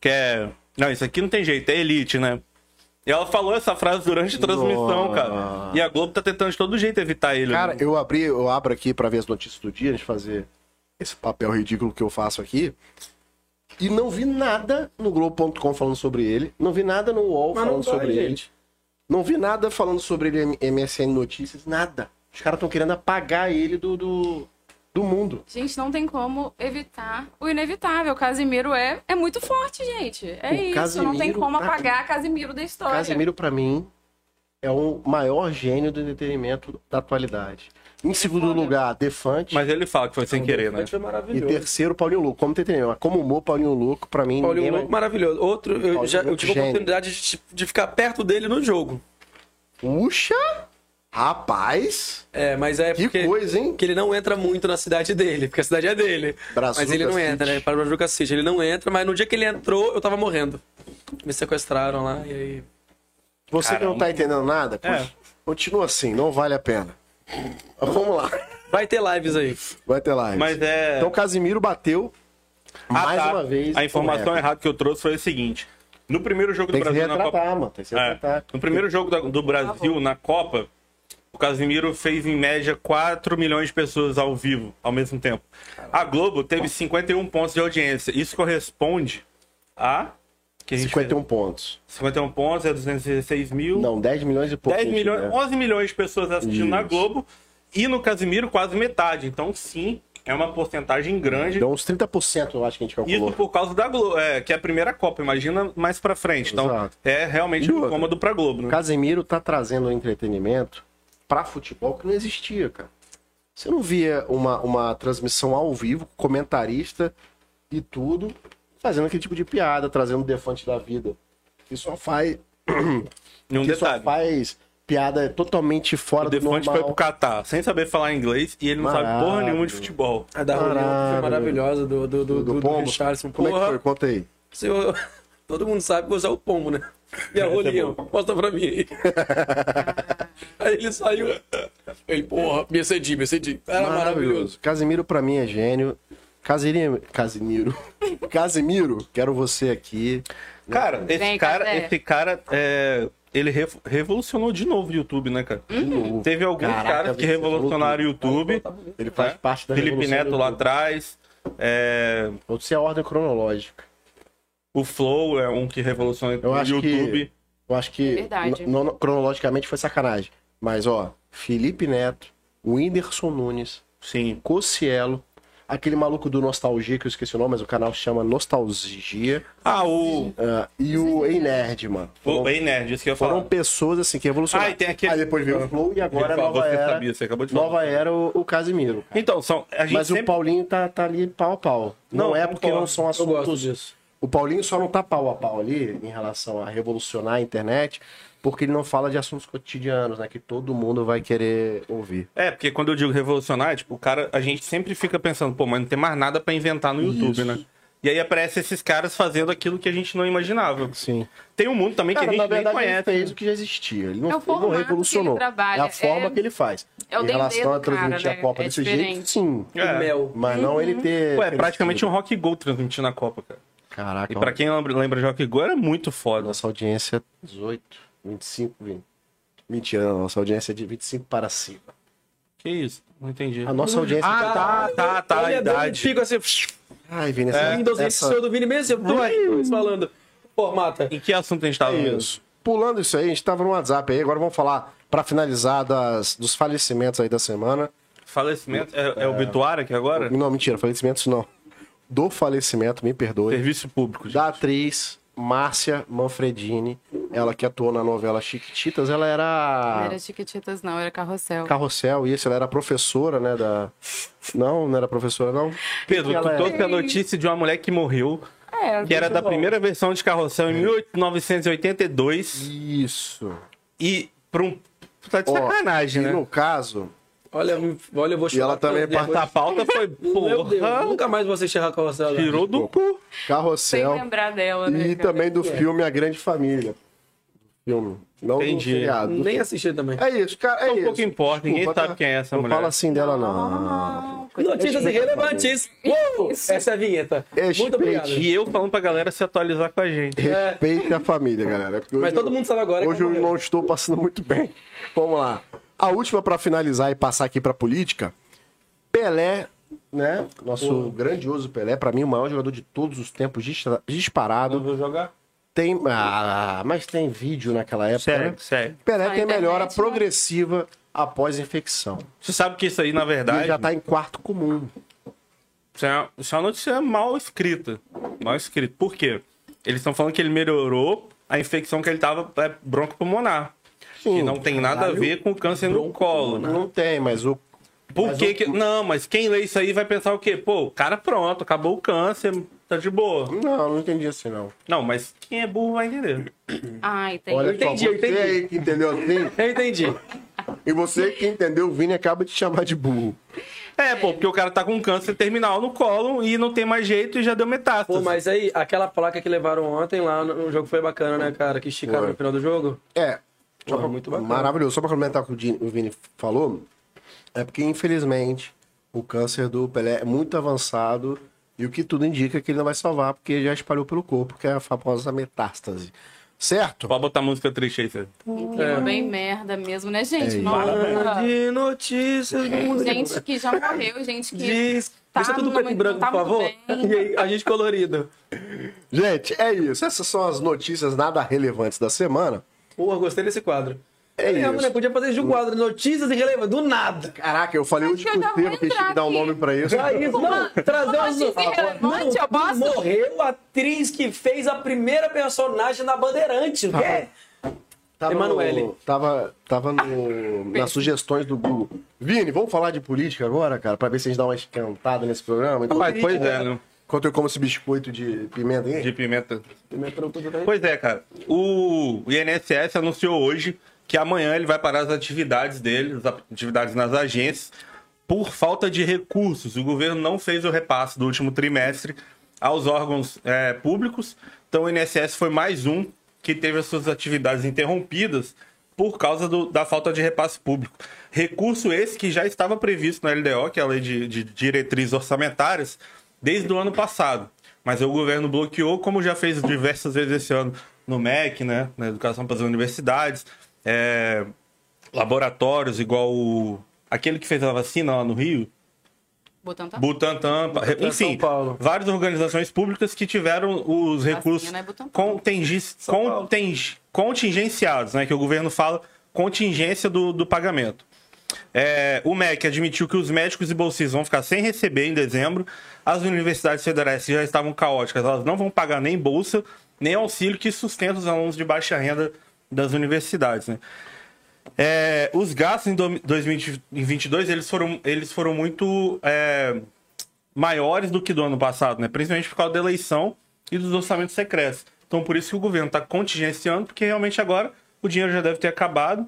Speaker 2: Que é. Não, isso aqui não tem jeito, é elite, né? E ela falou essa frase durante a transmissão,
Speaker 1: Nossa.
Speaker 2: cara. E a Globo tá tentando de todo jeito evitar ele.
Speaker 1: Cara,
Speaker 2: né?
Speaker 1: eu abri, eu abro aqui pra ver as notícias do dia, a gente fazer esse papel ridículo que eu faço aqui. E não vi nada no Globo.com falando sobre ele. Não vi nada no UOL
Speaker 4: Mas não
Speaker 1: falando sobre
Speaker 4: sobre
Speaker 1: ele.
Speaker 4: gente.
Speaker 1: Não vi nada falando sobre ele em MSN Notícias, nada. Os caras estão querendo apagar ele do, do, do mundo.
Speaker 3: Gente, não tem como evitar o inevitável. Casimiro é, é muito forte, gente. É
Speaker 1: O
Speaker 3: isso. não tem
Speaker 1: Casimiro
Speaker 3: como
Speaker 1: tá-
Speaker 3: apagar Casimiro da história.
Speaker 1: Casimiro, pra mim, é o maior gênio do entretenimento da atualidade. Em segundo
Speaker 3: Foda.
Speaker 1: lugar, Defante.
Speaker 2: Mas ele fala que foi sem querer, né?
Speaker 4: Mas Foi
Speaker 1: E
Speaker 4: maravilhoso.
Speaker 1: terceiro, Paulinho Louco. Como entretenimento, mas como humor, Paulinho Louco, pra mim,
Speaker 4: Paulinho
Speaker 1: ninguém vai-
Speaker 4: Louco, maravilhoso. Outro, eu,
Speaker 1: Paulinho
Speaker 4: já, eu
Speaker 1: Louco,
Speaker 4: tive a
Speaker 1: gênio.
Speaker 4: oportunidade de, de ficar perto dele no jogo.
Speaker 1: Puxa! Rapaz!
Speaker 4: É, mas é
Speaker 1: Que
Speaker 4: porque...
Speaker 1: coisa, hein?
Speaker 4: Que ele não entra muito na cidade dele, porque a cidade é dele.
Speaker 1: Brazuca
Speaker 4: mas ele não
Speaker 1: City.
Speaker 4: entra, né? Para Brazuca City, ele não entra, mas no dia que ele entrou, eu tava morrendo. Me sequestraram lá e aí.
Speaker 1: Você que não tá entendendo nada,
Speaker 2: É.
Speaker 1: poxa, continua assim, não vale a pena. Mas Vamos lá.
Speaker 4: Vai ter lives aí.
Speaker 1: Vai ter live.
Speaker 2: Mas é-
Speaker 1: Então, Casimiro bateu
Speaker 2: Ah,
Speaker 1: mais
Speaker 2: tá.
Speaker 1: uma vez.
Speaker 2: A informação
Speaker 1: é.
Speaker 2: errada que eu trouxe foi o seguinte: no primeiro jogo
Speaker 1: Tem
Speaker 2: do
Speaker 1: que se
Speaker 2: Brasil na Copa.
Speaker 1: retratar, mano. Tem que se
Speaker 2: É,
Speaker 1: retratar.
Speaker 2: No primeiro jogo da- do Brasil na Copa, o Casimiro fez em média 4 milhões de pessoas ao vivo, ao mesmo tempo. A Globo teve 51 pontos de audiência. Isso corresponde a. Que a gente
Speaker 1: 51 pontos.
Speaker 2: fez? 51 pontos é 216 mil.
Speaker 1: um. Não, 10 milhões e pouco.
Speaker 2: 10 milhões,
Speaker 1: né?
Speaker 2: 11 milhões de pessoas assistindo na
Speaker 1: Isso.
Speaker 2: Globo e no Casimiro quase metade. Então, sim, é uma porcentagem grande.
Speaker 1: Deu um uns 30%, eu acho que a gente calculou.
Speaker 2: Isso por causa da Globo, é, que é a primeira Copa, imagina mais pra frente. Então,
Speaker 1: Exato.
Speaker 2: é realmente
Speaker 1: E
Speaker 2: um
Speaker 1: outra?
Speaker 2: cômodo pra Globo, né?
Speaker 1: Casemiro tá trazendo um entretenimento pra futebol que não existia, cara. Você não via uma, uma transmissão ao vivo, comentarista e tudo, fazendo aquele tipo de piada, trazendo o defante da vida. Que só faz,
Speaker 2: E um
Speaker 1: que só
Speaker 2: detalhe.
Speaker 1: faz piada totalmente fora
Speaker 2: O
Speaker 1: do
Speaker 2: Defante foi pro
Speaker 1: normal.
Speaker 2: Catar, sem saber falar inglês, e ele não sabe porra
Speaker 1: Maravilha.
Speaker 2: nenhuma de futebol.
Speaker 4: A da
Speaker 1: Caralho.
Speaker 4: Roleta foi maravilhosa do, do, do, do, do
Speaker 1: Pombo?
Speaker 4: Richarlison.
Speaker 1: Como é que
Speaker 4: Porra,
Speaker 1: foi? Conta aí.
Speaker 4: senhor, todo mundo sabe que você é o pombo, né? E a
Speaker 1: é
Speaker 4: Rolinha, mostra pra mim aí. aí ele saiu. Ele, porra, me excedi, me excedi. Era
Speaker 1: maravilhoso.
Speaker 4: maravilhoso.
Speaker 1: Casimiro pra mim é gênio. Casimiro, Casimiro, Casimiro, quero você aqui.
Speaker 2: Cara, esse
Speaker 3: Vem,
Speaker 2: cara,
Speaker 3: Cazé.
Speaker 2: esse cara, é, ele revo- revolucionou de novo o YouTube, né, cara?
Speaker 1: novo.
Speaker 2: Teve alguns
Speaker 1: Caraca,
Speaker 2: caras que
Speaker 1: velho,
Speaker 2: revolucionaram o YouTube.
Speaker 1: Ele faz
Speaker 2: né?
Speaker 1: parte da
Speaker 2: Felipe
Speaker 1: revolução
Speaker 2: Neto
Speaker 1: do
Speaker 2: lá
Speaker 1: YouTube.
Speaker 2: atrás. é,
Speaker 1: Ou se é a ordem cronológica.
Speaker 2: o Flow é um que revolucionou
Speaker 1: Eu
Speaker 2: o
Speaker 1: acho que-
Speaker 2: YouTube.
Speaker 1: Eu acho que
Speaker 3: Verdade.
Speaker 1: n- não- cronologicamente foi sacanagem. Mas, ó, Felipe Neto, o Whindersson Nunes,
Speaker 2: Sim.
Speaker 1: Cocielo, aquele maluco do Nostalgia, que eu esqueci o nome, mas o canal se chama Nostalgia,
Speaker 2: Ah, o.
Speaker 1: ah, e o Ei Nerd, mano.
Speaker 2: O Ei Nerd, isso que eu ia falar.
Speaker 1: Foram pessoas assim que evolucionaram.
Speaker 2: Ah, e tem aquele-
Speaker 1: Aí depois veio o Flow e agora
Speaker 2: Ele falou,
Speaker 1: nova
Speaker 2: você
Speaker 1: era.
Speaker 2: sabia, você acabou de falar.
Speaker 1: nova era o, o Casimiro. cara.
Speaker 2: Então, são. A gente
Speaker 1: Mas
Speaker 2: sempre...
Speaker 1: o Paulinho tá, tá ali pau a pau. Não,
Speaker 2: Não,
Speaker 1: é
Speaker 2: concordo.
Speaker 1: porque não são
Speaker 4: Eu gosto
Speaker 1: assuntos.
Speaker 4: disso.
Speaker 1: O Paulinho só não tá pau a pau ali em relação a revolucionar a internet, porque ele não fala de assuntos cotidianos, né? Que todo mundo vai querer ouvir.
Speaker 2: É, porque quando eu digo revolucionar, é, tipo, o cara, a gente sempre fica pensando, pô, mas não tem mais nada pra inventar no YouTube,
Speaker 1: Isso.
Speaker 2: né? E aí aparece esses caras fazendo aquilo que a gente não imaginava.
Speaker 1: Sim.
Speaker 2: Tem um mundo também que
Speaker 1: Cara,
Speaker 2: a gente
Speaker 1: na
Speaker 2: nem
Speaker 1: verdade, ele
Speaker 2: conhece. né?
Speaker 1: fez o que já existia. Ele não, ele
Speaker 3: É o
Speaker 1: não
Speaker 3: formato que ele
Speaker 1: revolucionou.
Speaker 3: trabalha,
Speaker 1: É a forma
Speaker 3: é-
Speaker 1: que ele faz.
Speaker 3: é o
Speaker 1: em
Speaker 3: D&D
Speaker 1: relação
Speaker 3: do
Speaker 1: a transmitir
Speaker 3: cara,
Speaker 1: a
Speaker 3: né?
Speaker 1: Copa
Speaker 3: É
Speaker 1: desse jeito,
Speaker 3: diferente. Uhum.
Speaker 1: sim.
Speaker 2: É.
Speaker 4: O mel.
Speaker 1: Mas não ele ter.
Speaker 2: Pô, é praticamente um rock go transmitindo a Copa, cara.
Speaker 1: Caraca,
Speaker 2: E pra quem lembra, lembra de rock go, era muito foda.
Speaker 1: Nossa audiência é 18, 25, 20. Mentira, não, nossa audiência é de 25 para cima.
Speaker 2: Que isso? Não entendi.
Speaker 1: A nossa audiência. é
Speaker 2: Ah, tá, tá, tá, a
Speaker 4: Ele abriu um
Speaker 2: idade.
Speaker 4: pico assim.
Speaker 1: Ai, Vini, essa.
Speaker 4: É, Windows, esse
Speaker 1: essa-
Speaker 4: senhor do Vini mesmo, eu tô aí falando. Formata.
Speaker 2: Em que assunto a gente tava
Speaker 1: É
Speaker 2: mesmo?
Speaker 1: isso. Pulando isso aí, a gente tava no WhatsApp aí, agora vamos falar, pra finalizar, das, dos falecimentos aí da semana.
Speaker 2: Falecimento? É, é obituário aqui agora?
Speaker 1: Não, mentira, falecimentos não. Do falecimento, me perdoe.
Speaker 2: Serviço público. gente.
Speaker 1: Da atriz Márcia Manfredini, ela que atuou na novela Chiquititas, ela
Speaker 3: Não
Speaker 1: era
Speaker 3: era Chiquititas, não, era Carrossel.
Speaker 1: carrossel, isso, ela era professora, né, da... Não, não era professora, não.
Speaker 2: Pedro,
Speaker 1: Ela
Speaker 2: tu
Speaker 1: é-
Speaker 2: trouxe a notícia de uma mulher que morreu,
Speaker 3: É,
Speaker 2: que era da primeira versão de Carrossel em 1982
Speaker 1: Isso.
Speaker 2: e pra um... Tá de
Speaker 1: Ó,
Speaker 2: sacanagem,
Speaker 1: e
Speaker 2: né?
Speaker 1: no caso,
Speaker 4: Olha, olha, eu vou
Speaker 1: ela também é
Speaker 4: depois.
Speaker 2: Essa pauta foi,
Speaker 4: Meu Deus,
Speaker 2: porra,
Speaker 4: nunca mais você enxergar com a Rosela.
Speaker 2: tirou do cu.
Speaker 3: sem
Speaker 1: Carrossel
Speaker 3: lembrar dela, né?
Speaker 1: e
Speaker 3: cara?
Speaker 1: também
Speaker 4: É.
Speaker 1: do filme A Grande Família. Filme. Não
Speaker 2: Entendi.
Speaker 1: do seriado. do
Speaker 4: Nem assisti também.
Speaker 1: É isso, cara. É
Speaker 2: Então,
Speaker 1: isso.
Speaker 2: pouco importa, ninguém sabe quem é essa
Speaker 1: não
Speaker 2: mulher.
Speaker 1: Não fala assim dela, não.
Speaker 4: Ah, Notícias irrelevantes. Uou! Essa é a vinheta.
Speaker 1: Respeite.
Speaker 4: Muito obrigado.
Speaker 2: E eu falando pra galera se atualizar com a gente.
Speaker 1: Respeite a família, galera. é porque
Speaker 4: é. Mas
Speaker 1: hoje
Speaker 4: todo
Speaker 1: eu-
Speaker 4: mundo sabe agora.
Speaker 1: Hoje eu
Speaker 4: como é.
Speaker 1: não estou passando muito bem. Vamos lá. A última pra finalizar e passar aqui pra política. Pelé, né? Nosso
Speaker 4: Hum.
Speaker 1: grandioso Pelé, pra mim o maior jogador de todos os tempos, dis- disparado.
Speaker 4: Uhum.
Speaker 2: vou jogar?
Speaker 1: Tem, ah, mas tem vídeo naquela época. né?
Speaker 2: Sério, sério.
Speaker 1: Pelé
Speaker 3: Na
Speaker 1: tem
Speaker 3: internet,
Speaker 1: melhora
Speaker 3: né?
Speaker 1: progressiva após infecção.
Speaker 2: Você sabe que isso aí, na
Speaker 1: E ele
Speaker 2: verdade,
Speaker 1: já tá em quarto comum.
Speaker 2: isso, é uma, isso é uma notícia mal escrita. Mal escrita. Por quê? Eles estão falando que ele melhorou a infecção que ele tava é, broncopulmonar.
Speaker 1: Sim.
Speaker 2: que não tem nada a ver com câncer no colo. né?
Speaker 1: Não tem, mas o
Speaker 2: Por
Speaker 1: Mas
Speaker 2: que
Speaker 1: eu-
Speaker 2: que... Não, mas quem lê isso aí vai pensar o quê? Pô, o cara pronto, acabou o câncer, tá de boa.
Speaker 1: Não, não entendi assim, não.
Speaker 2: Não, mas quem é burro vai entender.
Speaker 3: Ah, entendi.
Speaker 1: Olha
Speaker 4: entendi,
Speaker 1: só,
Speaker 4: eu entendi.
Speaker 1: você aí que entendeu assim,
Speaker 4: Eu entendi.
Speaker 1: e você que entendeu, o Vini acaba de chamar de burro.
Speaker 2: É, pô, porque o cara tá com câncer terminal no colo e não tem mais jeito e já deu metástase.
Speaker 4: Pô, mas aí, aquela placa que levaram ontem lá no no jogo foi bacana, né, cara? Que esticaram
Speaker 1: Foi.
Speaker 4: no final do jogo.
Speaker 1: É.
Speaker 4: Porra, muito bacana.
Speaker 1: Maravilhoso. Só pra complementar o que o Di- o Vini falou, é porque, infelizmente, o câncer do Pelé é muito avançado e o que tudo indica é que ele não vai salvar, porque já espalhou pelo corpo, que é a famosa metástase. Certo?
Speaker 2: Pode botar música triste aí, César.
Speaker 3: Um clima bem merda mesmo, né, gente?
Speaker 1: É,
Speaker 3: Nossa.
Speaker 4: De notícias do mundo.
Speaker 3: Gente que já morreu, gente que.
Speaker 4: Diz.
Speaker 3: tá
Speaker 4: Deixa tudo
Speaker 3: no
Speaker 4: preto e
Speaker 3: momento-
Speaker 4: branco,
Speaker 3: tá
Speaker 4: por favor.
Speaker 3: muito bem.
Speaker 4: E aí, a gente colorido.
Speaker 1: Gente, é isso. Essas são as notícias nada relevantes da semana.
Speaker 4: Porra, gostei desse quadro.
Speaker 1: É
Speaker 4: mesmo,
Speaker 1: isso.
Speaker 4: né? Podia fazer isso de um quadro. Notícias irrelevantes, do nada.
Speaker 1: Caraca, eu falei o
Speaker 3: Acho que eu já vou
Speaker 1: discutivo que a gente tinha que dar um
Speaker 3: entrar
Speaker 1: nome pra isso.
Speaker 4: Pra isso, não, trazer
Speaker 3: Como
Speaker 4: um...
Speaker 3: assim, irrelevante? Eu posso?
Speaker 4: Morreu a atriz que fez a primeira personagem na Bandeirante. O quê?
Speaker 1: Tava
Speaker 4: Emanuele.
Speaker 1: no- tava, tava no, nas sugestões do Google. Vini, vamos falar de política agora, cara, pra ver se a gente dá uma esquentada nesse programa. Então,
Speaker 2: Rapaz, pois é, né?
Speaker 1: Enquanto eu como esse biscoito de pimenta aí.
Speaker 2: De pimenta.
Speaker 1: Né?
Speaker 4: Pois
Speaker 2: Pois é, cara. O INSS anunciou hoje que amanhã ele vai parar as atividades dele, as atividades nas agências, por falta de recursos. O governo não fez o repasse do último trimestre aos órgãos eh, públicos. Então o INSS foi mais um que teve as suas atividades interrompidas por causa do- da falta de repasse público. Recurso esse que já estava previsto na LDO, que é a Lei de, de Diretrizes Orçamentárias, desde o ano passado. Mas o governo bloqueou, como já fez diversas vezes esse ano no MEC, né? Na educação para as universidades, é, laboratórios, igual o, aquele que fez a vacina lá no Rio,
Speaker 3: Botando tá.
Speaker 2: Butantan, pa-
Speaker 4: Ah. Butantan,
Speaker 2: enfim,
Speaker 4: São Paulo.
Speaker 2: várias organizações públicas que tiveram os recursos
Speaker 3: né, Butantan?
Speaker 2: contingi- conting- contingenciados, né? Que o governo fala contingência do, do pagamento. É, o MEC admitiu que os médicos e bolsistas vão ficar sem receber em dezembro. As universidades federais que já estavam caóticas, elas não vão pagar nem bolsa, nem auxílio que sustenta os alunos de baixa renda das universidades. Né? É, os gastos em do- 2022 eles foram, eles foram muito é, maiores do que do ano passado, né? principalmente por causa da eleição e dos orçamentos secretos. Então, por isso que o governo está contingenciando, porque realmente agora o dinheiro já deve ter acabado,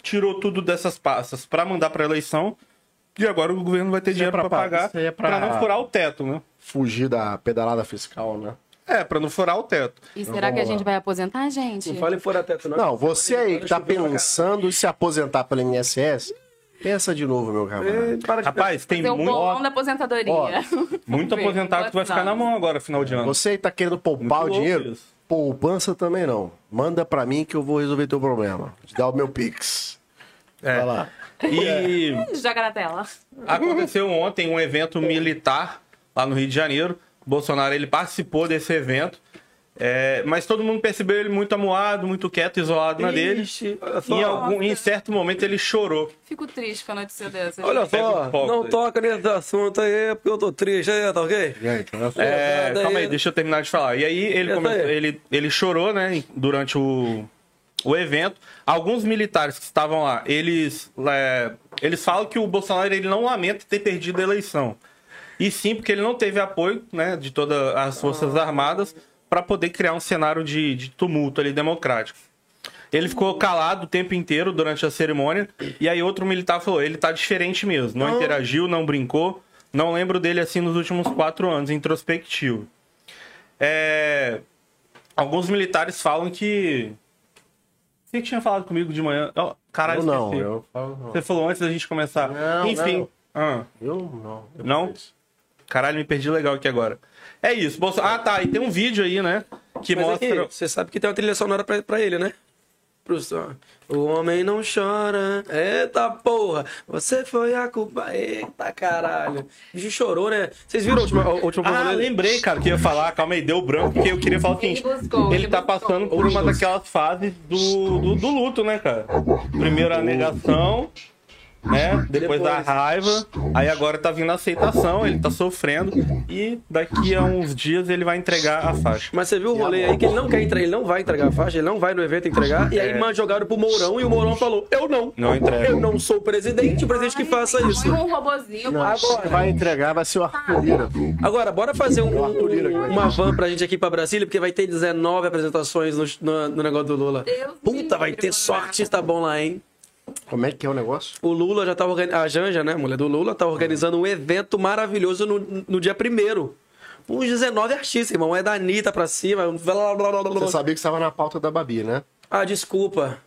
Speaker 2: tirou tudo dessas pastas para mandar para eleição, e agora o governo vai ter dinheiro
Speaker 1: pra
Speaker 2: para
Speaker 1: pa-
Speaker 2: pagar,
Speaker 1: isso aí é pra-
Speaker 2: para não furar o teto, né?
Speaker 1: Fugir da pedalada fiscal, né?
Speaker 2: É, para não furar o teto.
Speaker 3: E será
Speaker 1: vamos
Speaker 3: que a
Speaker 1: lá.
Speaker 3: gente vai aposentar, gente?
Speaker 4: Não fale fora teto, não.
Speaker 1: Não, você aí que tá
Speaker 4: Choveu pra caralho.
Speaker 1: pensando em se aposentar pelo INSS, pensa de novo, meu camarada.
Speaker 4: É, para de
Speaker 2: Rapaz, tem
Speaker 3: Fazer um
Speaker 2: muito,
Speaker 3: bolão da aposentadoria.
Speaker 1: Ó,
Speaker 2: muito
Speaker 3: Vê,
Speaker 2: aposentado que vai ficar
Speaker 3: é
Speaker 2: na mão agora, final de ano.
Speaker 1: Você aí tá querendo poupar
Speaker 2: Muito
Speaker 1: o dinheiro?
Speaker 2: louco isso.
Speaker 1: Poupança também não. Manda pra mim que eu vou resolver teu problema. Te dá o meu Pix.
Speaker 2: É.
Speaker 1: Vai lá.
Speaker 2: E
Speaker 3: Joga na tela.
Speaker 2: Aconteceu ontem um evento militar lá no Rio de Janeiro. Bolsonaro ele participou desse evento, É, mas todo mundo percebeu ele muito amuado, muito quieto, isolado na dele.
Speaker 4: Triste, olha
Speaker 2: Em,
Speaker 4: só.
Speaker 2: algum, em certo momento ele chorou.
Speaker 3: Fico triste com a notícia dessa.
Speaker 4: Olha
Speaker 3: gente.
Speaker 2: Pega
Speaker 4: só,
Speaker 2: um pouco
Speaker 4: não
Speaker 2: aí.
Speaker 4: toca nesse assunto aí, porque eu tô triste aí, tá ok?
Speaker 1: Gente, olha só.
Speaker 2: É,
Speaker 4: Nada
Speaker 2: calma
Speaker 4: aí.
Speaker 2: aí, deixa eu terminar de falar. E aí ele,
Speaker 4: Essa
Speaker 2: começou-
Speaker 4: aí.
Speaker 2: ele, ele chorou, né, em- durante o, o evento. Alguns militares que estavam lá, eles, é, eles falam que o Bolsonaro ele não lamenta ter perdido a eleição. E sim, porque ele não teve apoio né, de todas as Forças
Speaker 4: Ah.
Speaker 2: Armadas para poder criar um cenário de, de tumulto ali democrático. Ele ficou
Speaker 4: Hum.
Speaker 2: calado o tempo inteiro durante a cerimônia. E aí outro militar falou: ele tá diferente mesmo. Não, interagiu, não brincou. Não lembro dele assim nos últimos quatro anos, introspectivo. É, Alguns militares falam que. Você tinha falado comigo de manhã. Ó, caralho,
Speaker 1: eu não,
Speaker 2: esqueci.
Speaker 1: eu falo não.
Speaker 2: Você falou antes da gente começar.
Speaker 1: Não,
Speaker 2: Enfim.
Speaker 1: não.
Speaker 2: Ah.
Speaker 1: Eu não. eu
Speaker 2: Não?
Speaker 1: fiz.
Speaker 2: Caralho, me perdi legal aqui agora. É isso. Bolso... Ah, tá. E tem um vídeo aí, né? Que
Speaker 4: Mas é que
Speaker 2: mostra.
Speaker 4: você sabe que tem uma trilha sonora pra, pra ele, né? Pro som. O homem não chora. Eita porra! Você foi a culpa. Eita caralho. O bicho chorou, né? Vocês viram a última, a última
Speaker 2: Ah,
Speaker 4: promo dele?
Speaker 2: lembrei, cara, que eu ia falar. Calma aí, deu branco, porque eu queria falar o seguinte.
Speaker 3: Ele buscou,
Speaker 2: Ele
Speaker 3: ele
Speaker 2: tá
Speaker 3: buscou.
Speaker 2: passando por uma daquelas fases do, do, do luto, né, cara? Primeiro a negação, né? Depois a
Speaker 4: Depois.
Speaker 2: raiva. Aí agora tá vindo a aceitação, ele tá sofrendo. E daqui a uns dias ele vai entregar a faixa.
Speaker 4: Mas você viu o rolê aí que ele não quer entregar, ele não vai entregar a faixa, ele não vai no evento entregar. E aí
Speaker 2: É.
Speaker 4: mano, jogaram pro Mourão e o Mourão falou: Eu não.
Speaker 2: Não entrega.
Speaker 4: Eu não sou o presidente, o presidente que faça
Speaker 3: Ai,
Speaker 4: isso.
Speaker 3: põe um robozinho.
Speaker 1: Não,
Speaker 3: pô.
Speaker 1: você vai entregar, vai ser o Arthurira.
Speaker 4: Agora, bora fazer um- um- uma van pra gente aqui pra Brasília, porque vai ter 19 apresentações no, no- no negócio do Lula.
Speaker 3: Deus me
Speaker 4: Puta,
Speaker 3: livre,
Speaker 4: vai ter
Speaker 3: mano.
Speaker 4: só artista bom lá, hein?
Speaker 1: Como é que é o negócio?
Speaker 4: O Lula já tá organizando. A Janja, né, mulher do Lula, tá organizando um evento maravilhoso no, no dia primeiro. Uns 19 artistas, irmão. É da Anitta pra cima. Blá, blá, blá, blá, blá.
Speaker 1: Você sabia que estava na pauta da Babi, né?
Speaker 4: Ah, desculpa.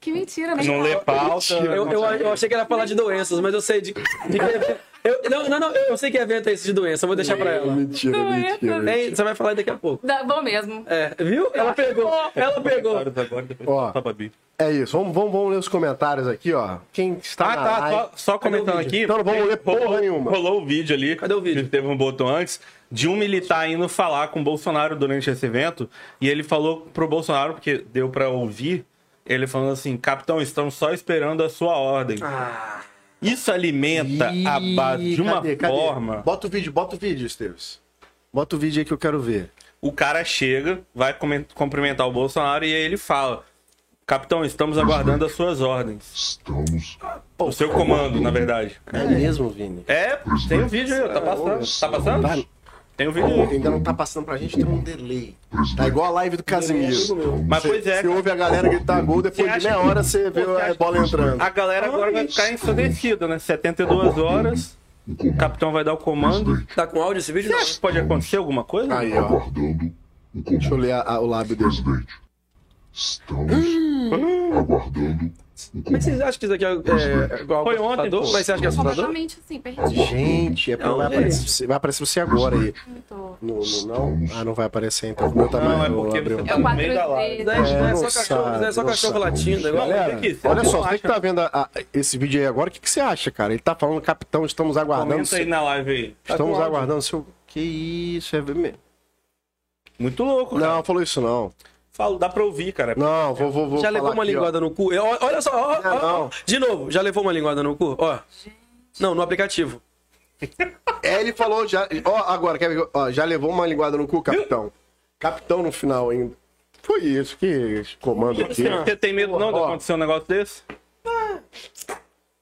Speaker 3: Que mentira, né?
Speaker 2: Não lê pauta. né?
Speaker 4: Eu, eu, eu achei que era falar de doenças, mas eu sei de. de que evento- eu- não, não, não. Eu sei que evento é esse de doença. Eu vou deixar pra ela.
Speaker 1: Mentira,
Speaker 3: Não é,
Speaker 1: mentira.
Speaker 3: também.
Speaker 4: Tem- você vai falar daqui a pouco.
Speaker 3: Dá- Bom mesmo.
Speaker 1: Tá
Speaker 4: É, viu? Ela pegou. Ela pegou.
Speaker 2: Agora, depois
Speaker 1: Ó.
Speaker 2: tá, Babi.
Speaker 1: É isso. Vamos, vamos, vamos ler os comentários aqui, ó. Quem está
Speaker 2: Ah,
Speaker 1: na
Speaker 2: tá.
Speaker 1: live-
Speaker 2: Só, só comentando aqui.
Speaker 1: Então não vamos ler porra
Speaker 2: rolou,
Speaker 1: nenhuma.
Speaker 2: rolou o vídeo ali.
Speaker 4: Cadê o vídeo?
Speaker 2: que Teve um botão antes de um militar indo falar com o Bolsonaro durante esse evento. E ele falou pro Bolsonaro, porque deu pra ouvir, ele falando assim: Capitão, estamos só esperando a sua ordem. Isso alimenta Tá, a
Speaker 1: Ah. Ih,
Speaker 2: base de uma
Speaker 1: cadê, cadê?
Speaker 2: forma.
Speaker 1: Bota o vídeo, bota o vídeo, Esteves. Bota o vídeo aí que eu quero ver.
Speaker 2: O cara chega, vai comen- cumprimentar o Bolsonaro e aí ele fala: Capitão, estamos aguardando as suas ordens.
Speaker 5: Estamos.
Speaker 2: O seu comando, na verdade.
Speaker 1: É mesmo, Vini?
Speaker 2: É, tem o vídeo aí, tá passando. Tá passando?
Speaker 1: Tá-
Speaker 2: Tem o vídeo aí.
Speaker 1: Ainda não tá passando pra gente, tem um delay. Tá igual a live do Casimiro.
Speaker 2: Mas pois é,
Speaker 1: Você ouve a galera gritar gol, depois de
Speaker 2: acha
Speaker 1: meia
Speaker 2: que-
Speaker 1: hora você vê
Speaker 2: Você
Speaker 1: a
Speaker 2: acha-
Speaker 1: bola entrando.
Speaker 2: a galera agora vai ficar ensurdecida, né? 72 horas, o capitão vai dar o comando.
Speaker 4: Tá com áudio esse vídeo?
Speaker 2: Você acha que pode acontecer alguma coisa?
Speaker 1: Aí, ó.
Speaker 5: Aguardando o
Speaker 1: Deixa eu
Speaker 5: comando,
Speaker 1: ler a- a- o lábio dele.
Speaker 5: presidente. Estamos
Speaker 1: Hum.
Speaker 5: aguardando o
Speaker 4: Mas
Speaker 5: comando.
Speaker 4: vocês acham que isso aqui é, é igual
Speaker 2: Foi
Speaker 4: ao
Speaker 2: ontem,
Speaker 4: assustador?
Speaker 2: pô.
Speaker 4: Mas você acha que é assustador?
Speaker 3: Completamente assim, perdido.
Speaker 1: Gente, é pra...
Speaker 4: Não,
Speaker 1: vai,
Speaker 4: gente.
Speaker 1: aparecer, você- vai aparecer você agora aí.
Speaker 3: Muito.
Speaker 1: No, no- não? Ah, não vai aparecer então. O meu tamanho,
Speaker 2: Não, é
Speaker 1: eu
Speaker 2: porque
Speaker 1: abri
Speaker 2: você
Speaker 1: um.
Speaker 3: É
Speaker 2: tá
Speaker 3: o
Speaker 2: no
Speaker 3: 4
Speaker 2: meio da live.
Speaker 4: Não é, não é só
Speaker 1: não
Speaker 4: cachorro, não é só
Speaker 1: sabe,
Speaker 4: cachorro
Speaker 1: não
Speaker 4: latindo.
Speaker 2: sabe.
Speaker 4: Não,
Speaker 1: Galera,
Speaker 2: Olha aqui, você
Speaker 1: olha
Speaker 2: não
Speaker 1: só, você
Speaker 2: acha?
Speaker 1: que tá vendo a- a- esse vídeo aí agora, o que, que você acha, cara? Ele tá falando, capitão, estamos aguardando.
Speaker 2: Comenta aí
Speaker 1: seu-
Speaker 2: na live aí.
Speaker 4: com
Speaker 1: Estamos
Speaker 4: áudio.
Speaker 1: aguardando seu. Que isso, é. me-
Speaker 2: Muito louco, cara.
Speaker 1: Não, falou isso não.
Speaker 2: Falo, dá pra ouvir, cara.
Speaker 1: Não, vou, vou, vou
Speaker 4: Já levou
Speaker 1: falar
Speaker 4: uma
Speaker 1: aqui, ó.
Speaker 4: linguada no cu? Eu- ó, olha só, ó,
Speaker 1: Não,
Speaker 4: ó, ó.
Speaker 1: não.
Speaker 4: De novo, já levou uma linguada no cu? Ó. Não, no aplicativo.
Speaker 1: É, ele falou já. Ó, agora, quer ver? Ó, já levou uma linguada no cu, capitão. Capitão no final ainda. Foi isso que esse comando aqui. O
Speaker 2: Você tem medo não de
Speaker 1: Ó.
Speaker 2: acontecer um negócio desse?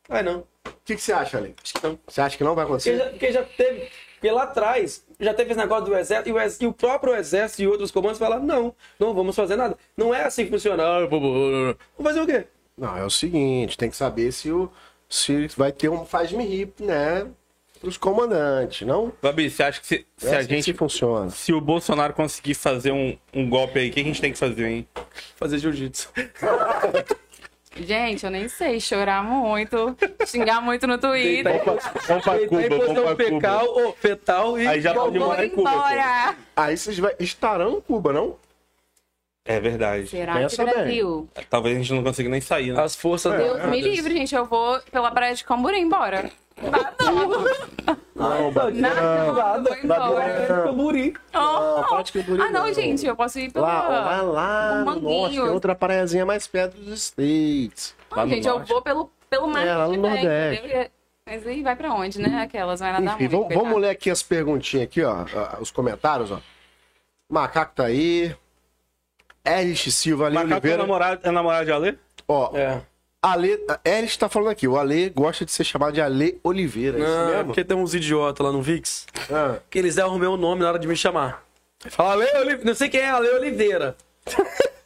Speaker 4: Ai, não.
Speaker 1: que, que você acha, Ale?
Speaker 4: Acho que não.
Speaker 1: Você acha que não vai
Speaker 4: Porque
Speaker 1: acontecer?
Speaker 4: já, porque já teve, porque lá atrás, já teve esse negócio do exército, e o, ex- e o próprio exército e outros comandos falaram, não, não vamos fazer nada. Não é assim que funciona. Ah, eu vou- vou- vou- vou. Vamos fazer o quê?
Speaker 1: Não, é o seguinte, tem que saber se o. Se vai ter um faz-me rir, né? Pros comandantes, não?
Speaker 2: Babi, você acha que se, se
Speaker 1: É
Speaker 2: a
Speaker 1: assim que
Speaker 2: gente.
Speaker 1: funciona.
Speaker 2: Se o Bolsonaro conseguir fazer um, um golpe aí, o que a gente tem que fazer, hein?
Speaker 4: Fazer jiu-jitsu.
Speaker 3: Gente, eu nem sei chorar muito, xingar muito no Twitter.
Speaker 2: Vamos pra
Speaker 4: Deitar em posição um fecal, ou fetal e...
Speaker 2: Aí já pode
Speaker 3: Vou
Speaker 2: morar em Cuba. pô.
Speaker 3: embora.
Speaker 1: Aí vocês vai- estarão em Cuba, não?
Speaker 2: É verdade.
Speaker 3: Será que
Speaker 1: Pensa bem.
Speaker 3: Brasil?
Speaker 2: Talvez a gente não consiga nem sair, né?
Speaker 4: As forças...
Speaker 3: Deus me livre, gente. Eu vou pela praia de Camburi embora. Nada,
Speaker 1: Não,
Speaker 3: nada,
Speaker 1: não.
Speaker 3: nada. Vou embora.
Speaker 4: Fica buri.
Speaker 3: Oh.
Speaker 1: Não, pode Camburi
Speaker 3: Ah, não,
Speaker 1: não.
Speaker 3: gente. Eu posso ir pela...
Speaker 1: Lá, ó, lá, lá
Speaker 3: Um
Speaker 1: no norte,
Speaker 3: manguinho.
Speaker 1: tem outra praiazinha mais perto dos States.
Speaker 3: Não, Ah, gente, eu vou pelo, pelo mar.
Speaker 1: É, lá no
Speaker 3: que vem,
Speaker 1: Nordeste.
Speaker 3: entendeu? E- Mas aí vai pra onde, né? Aquelas, vai nadar
Speaker 1: Enfim,
Speaker 3: muito.
Speaker 1: vamos,
Speaker 3: coitado.
Speaker 1: vamos ler aqui as perguntinhas aqui, ó. ah, Os comentários, ó. Macaco tá aí. Erich Silva, Ale
Speaker 2: Macaco é
Speaker 1: Oliveira.
Speaker 2: namorado, é namorado de Alê?
Speaker 1: Ó,
Speaker 4: tá É.
Speaker 1: Ale, Erich tá falando aqui. O Ale gosta de ser chamado de Ale Oliveira. é isso
Speaker 4: Não, é
Speaker 1: mesmo?
Speaker 4: porque tem uns idiotas lá no VIX
Speaker 1: Ah,
Speaker 4: que eles derram meu nome na hora de me chamar. Fala, Ale Oliveira. Não sei quem é, Ale Oliveira.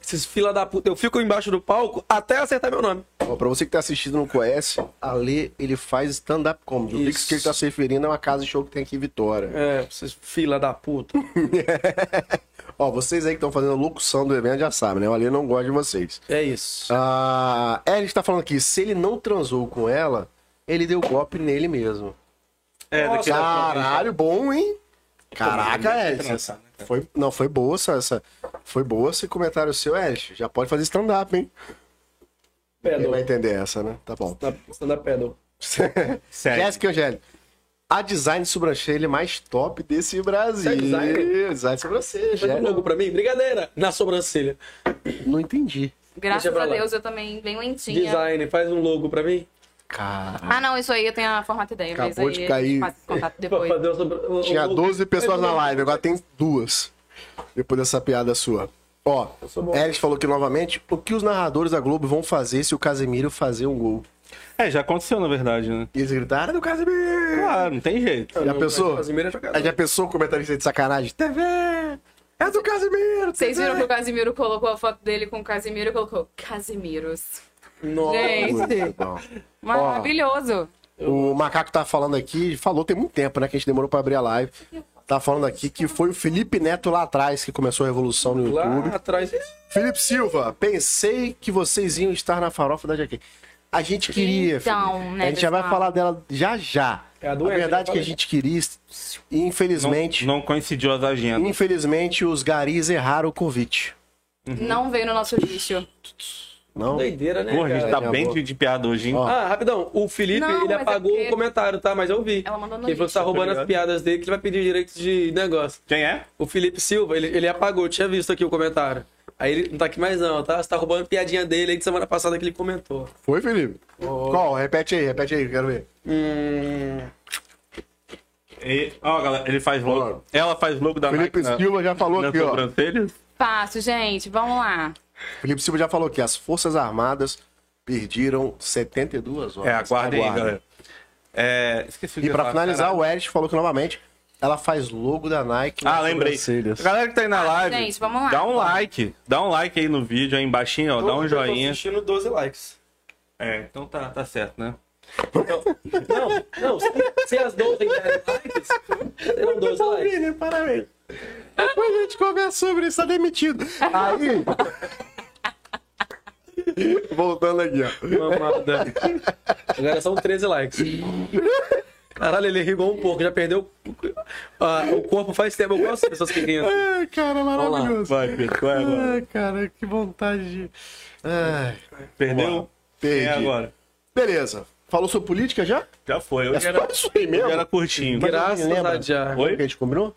Speaker 4: Esses fila da puta. Eu fico embaixo do palco até acertar meu nome.
Speaker 1: ó, pra você que tá assistindo e não conhece, Ale, ele faz stand-up comedy. O Vix
Speaker 4: Isso.
Speaker 1: que ele tá se referindo é uma casa de show que tem aqui em Vitória.
Speaker 4: É, esses fila da puta.
Speaker 1: Ó, vocês aí que estão fazendo locução do evento já sabem, né? O Ale não gosta de vocês.
Speaker 4: É isso.
Speaker 1: Ah, é, ele está falando aqui, se ele não transou com ela, ele deu golpe nele mesmo.
Speaker 2: É,
Speaker 4: Nossa,
Speaker 2: daqui
Speaker 1: Caralho, bom, hein? Caraca,
Speaker 2: Tem que
Speaker 1: Eric.
Speaker 2: transar, né, cara?
Speaker 1: Foi, não, foi boa essa, essa- Foi boa esse comentário seu, Eric. Já pode fazer stand-up, hein? Ele
Speaker 2: É,
Speaker 4: Pedro.
Speaker 1: vai entender essa, né? Tá bom.
Speaker 4: Stand-up pedal.
Speaker 2: Sério.
Speaker 1: Jéssica Angélica. A design de sobrancelha mais top desse Brasil.
Speaker 4: Você é designer?
Speaker 1: Design de sobrancelha,
Speaker 4: Faz um
Speaker 1: Jéssica.
Speaker 4: logo pra mim? Brincadeira. Na sobrancelha.
Speaker 1: Não entendi.
Speaker 3: Graças
Speaker 4: Deixa pra
Speaker 3: a
Speaker 4: lá.
Speaker 3: Deus, eu também bem lentinha.
Speaker 4: Design, faz um logo pra mim.
Speaker 1: Cara.
Speaker 3: Ah, não, isso aí eu tenho a formata ideia, mas
Speaker 1: Acabou
Speaker 3: aí
Speaker 1: de
Speaker 3: eu
Speaker 1: cair.
Speaker 3: faço contato depois.
Speaker 4: Pra fazer o sobra- o-
Speaker 1: Tinha
Speaker 4: o-
Speaker 1: 12 pessoas
Speaker 4: Faz um
Speaker 1: na
Speaker 4: logo.
Speaker 1: live, agora tem duas. Depois dessa piada sua. Ó,
Speaker 4: sou bom.
Speaker 1: Elis falou aqui novamente: o que os narradores da Globo vão fazer se o Casemiro fazer um gol?
Speaker 2: É, já aconteceu, na verdade, né?
Speaker 1: E eles gritaram "É do Casemiro!
Speaker 2: Claro, não tem jeito.
Speaker 1: Já pensou?
Speaker 4: Casimiro é jogador.
Speaker 1: Aí já pensou o comentarista de sacanagem? TV! É do Casemiro!
Speaker 3: Vocês
Speaker 1: TV!
Speaker 3: viram que o Casimiro colocou a foto dele com o Casimiro e colocou Casimiros.
Speaker 1: Muito
Speaker 3: Gente,
Speaker 1: bom.
Speaker 3: maravilhoso.
Speaker 1: O Macaco tá falando aqui, falou tem muito tempo, né? Que a gente demorou pra abrir a live. Tá falando aqui que foi o Felipe Neto lá atrás que começou a revolução no YouTube.
Speaker 4: Lá atrás. é
Speaker 1: Felipe Silva, pensei que vocês iam estar na farofa da Jaque. A gente queria.
Speaker 3: Então,
Speaker 1: Felipe.
Speaker 3: né,
Speaker 1: a gente já vai
Speaker 3: pessoal?
Speaker 1: falar dela já já.
Speaker 4: É a
Speaker 1: a,
Speaker 4: doença,
Speaker 1: verdade é que a
Speaker 4: eu falei.
Speaker 1: gente queria, e
Speaker 2: Não,
Speaker 1: infelizmente,
Speaker 2: não coincidiu as agendas.
Speaker 1: infelizmente os garis erraram o convite.
Speaker 2: Uhum.
Speaker 3: Não veio no nosso lixo.
Speaker 1: Não?
Speaker 4: Doideira, né?
Speaker 2: Porra, a gente
Speaker 4: cara?
Speaker 2: tá bem de, de piada hoje, hein?
Speaker 1: Ó.
Speaker 4: Ah, rapidão. O Felipe,
Speaker 3: Não,
Speaker 4: ele
Speaker 3: mas é
Speaker 4: apagou
Speaker 3: porque-
Speaker 4: o comentário, tá? Mas eu vi.
Speaker 3: Ela mandou no
Speaker 4: Ele falou que tá
Speaker 3: lixo.
Speaker 4: roubando as piadas dele, que ele vai pedir direitos de negócio.
Speaker 2: Quem é?
Speaker 4: O Felipe Silva, ele, ele apagou. Eu tinha visto aqui o comentário. Aí ele não tá aqui mais não, tá? Você tá roubando piadinha dele aí de semana passada que ele comentou.
Speaker 1: Foi, Felipe? Qual? Repete aí, repete aí, quero ver.
Speaker 4: Hum...
Speaker 2: E- Ó, galera, ele faz
Speaker 1: Bora.
Speaker 2: logo. Ela faz logo da
Speaker 1: Felipe
Speaker 2: Nike Tá na-
Speaker 1: Silva já falou
Speaker 2: na
Speaker 1: aqui, ó.
Speaker 2: sobrancelha.
Speaker 3: Fácil, gente. Vamos lá.
Speaker 1: Felipe Silva já falou que as Forças Armadas perderam 72 horas.
Speaker 2: É, aguardem aí,
Speaker 1: Aguardem.
Speaker 2: galera. É, esqueci o que
Speaker 1: E
Speaker 2: eu ia
Speaker 1: pra
Speaker 2: falar,
Speaker 1: finalizar,
Speaker 2: caralho.
Speaker 1: o Eric falou que novamente ela faz logo da Nike.
Speaker 2: Ah,
Speaker 1: nas
Speaker 2: lembrei.
Speaker 1: sobrancelhas.
Speaker 2: Galera que tá aí na live,
Speaker 3: Ah, gente, vamos lá.
Speaker 2: dá um like. Dá um like aí no vídeo, aí embaixo, ó. Dá um
Speaker 4: Eu tô
Speaker 2: joinha.
Speaker 4: assistindo 12 likes.
Speaker 2: É, então tá, tá certo, né?
Speaker 4: Então, não, não, se, se as 12 tem 10 likes, serão 12 likes.
Speaker 1: Vini, parabéns. Depois a gente conversa sobre isso, tá demitido. Aí. Voltando aqui, ó.
Speaker 4: Mamada. Agora são 13 likes. Caralho, ele riu igual um pouco, já perdeu ah, o corpo faz tempo. Eu gosto de pessoas que riem. assim.
Speaker 1: Ai, cara, maravilhoso.
Speaker 2: Vai, Pedro, vai agora.
Speaker 1: Ai, cara, que vontade de. Ai,
Speaker 2: Perdeu?
Speaker 1: perdi.
Speaker 2: É agora.
Speaker 1: Beleza. Falou sobre política já?
Speaker 2: Já foi. Hoje
Speaker 1: É
Speaker 2: era,
Speaker 1: só isso aí mesmo?
Speaker 2: hoje era curtinho.
Speaker 1: Mas eu nem
Speaker 4: Graças
Speaker 1: lembro.
Speaker 4: a Deus.
Speaker 1: O que a gente combinou?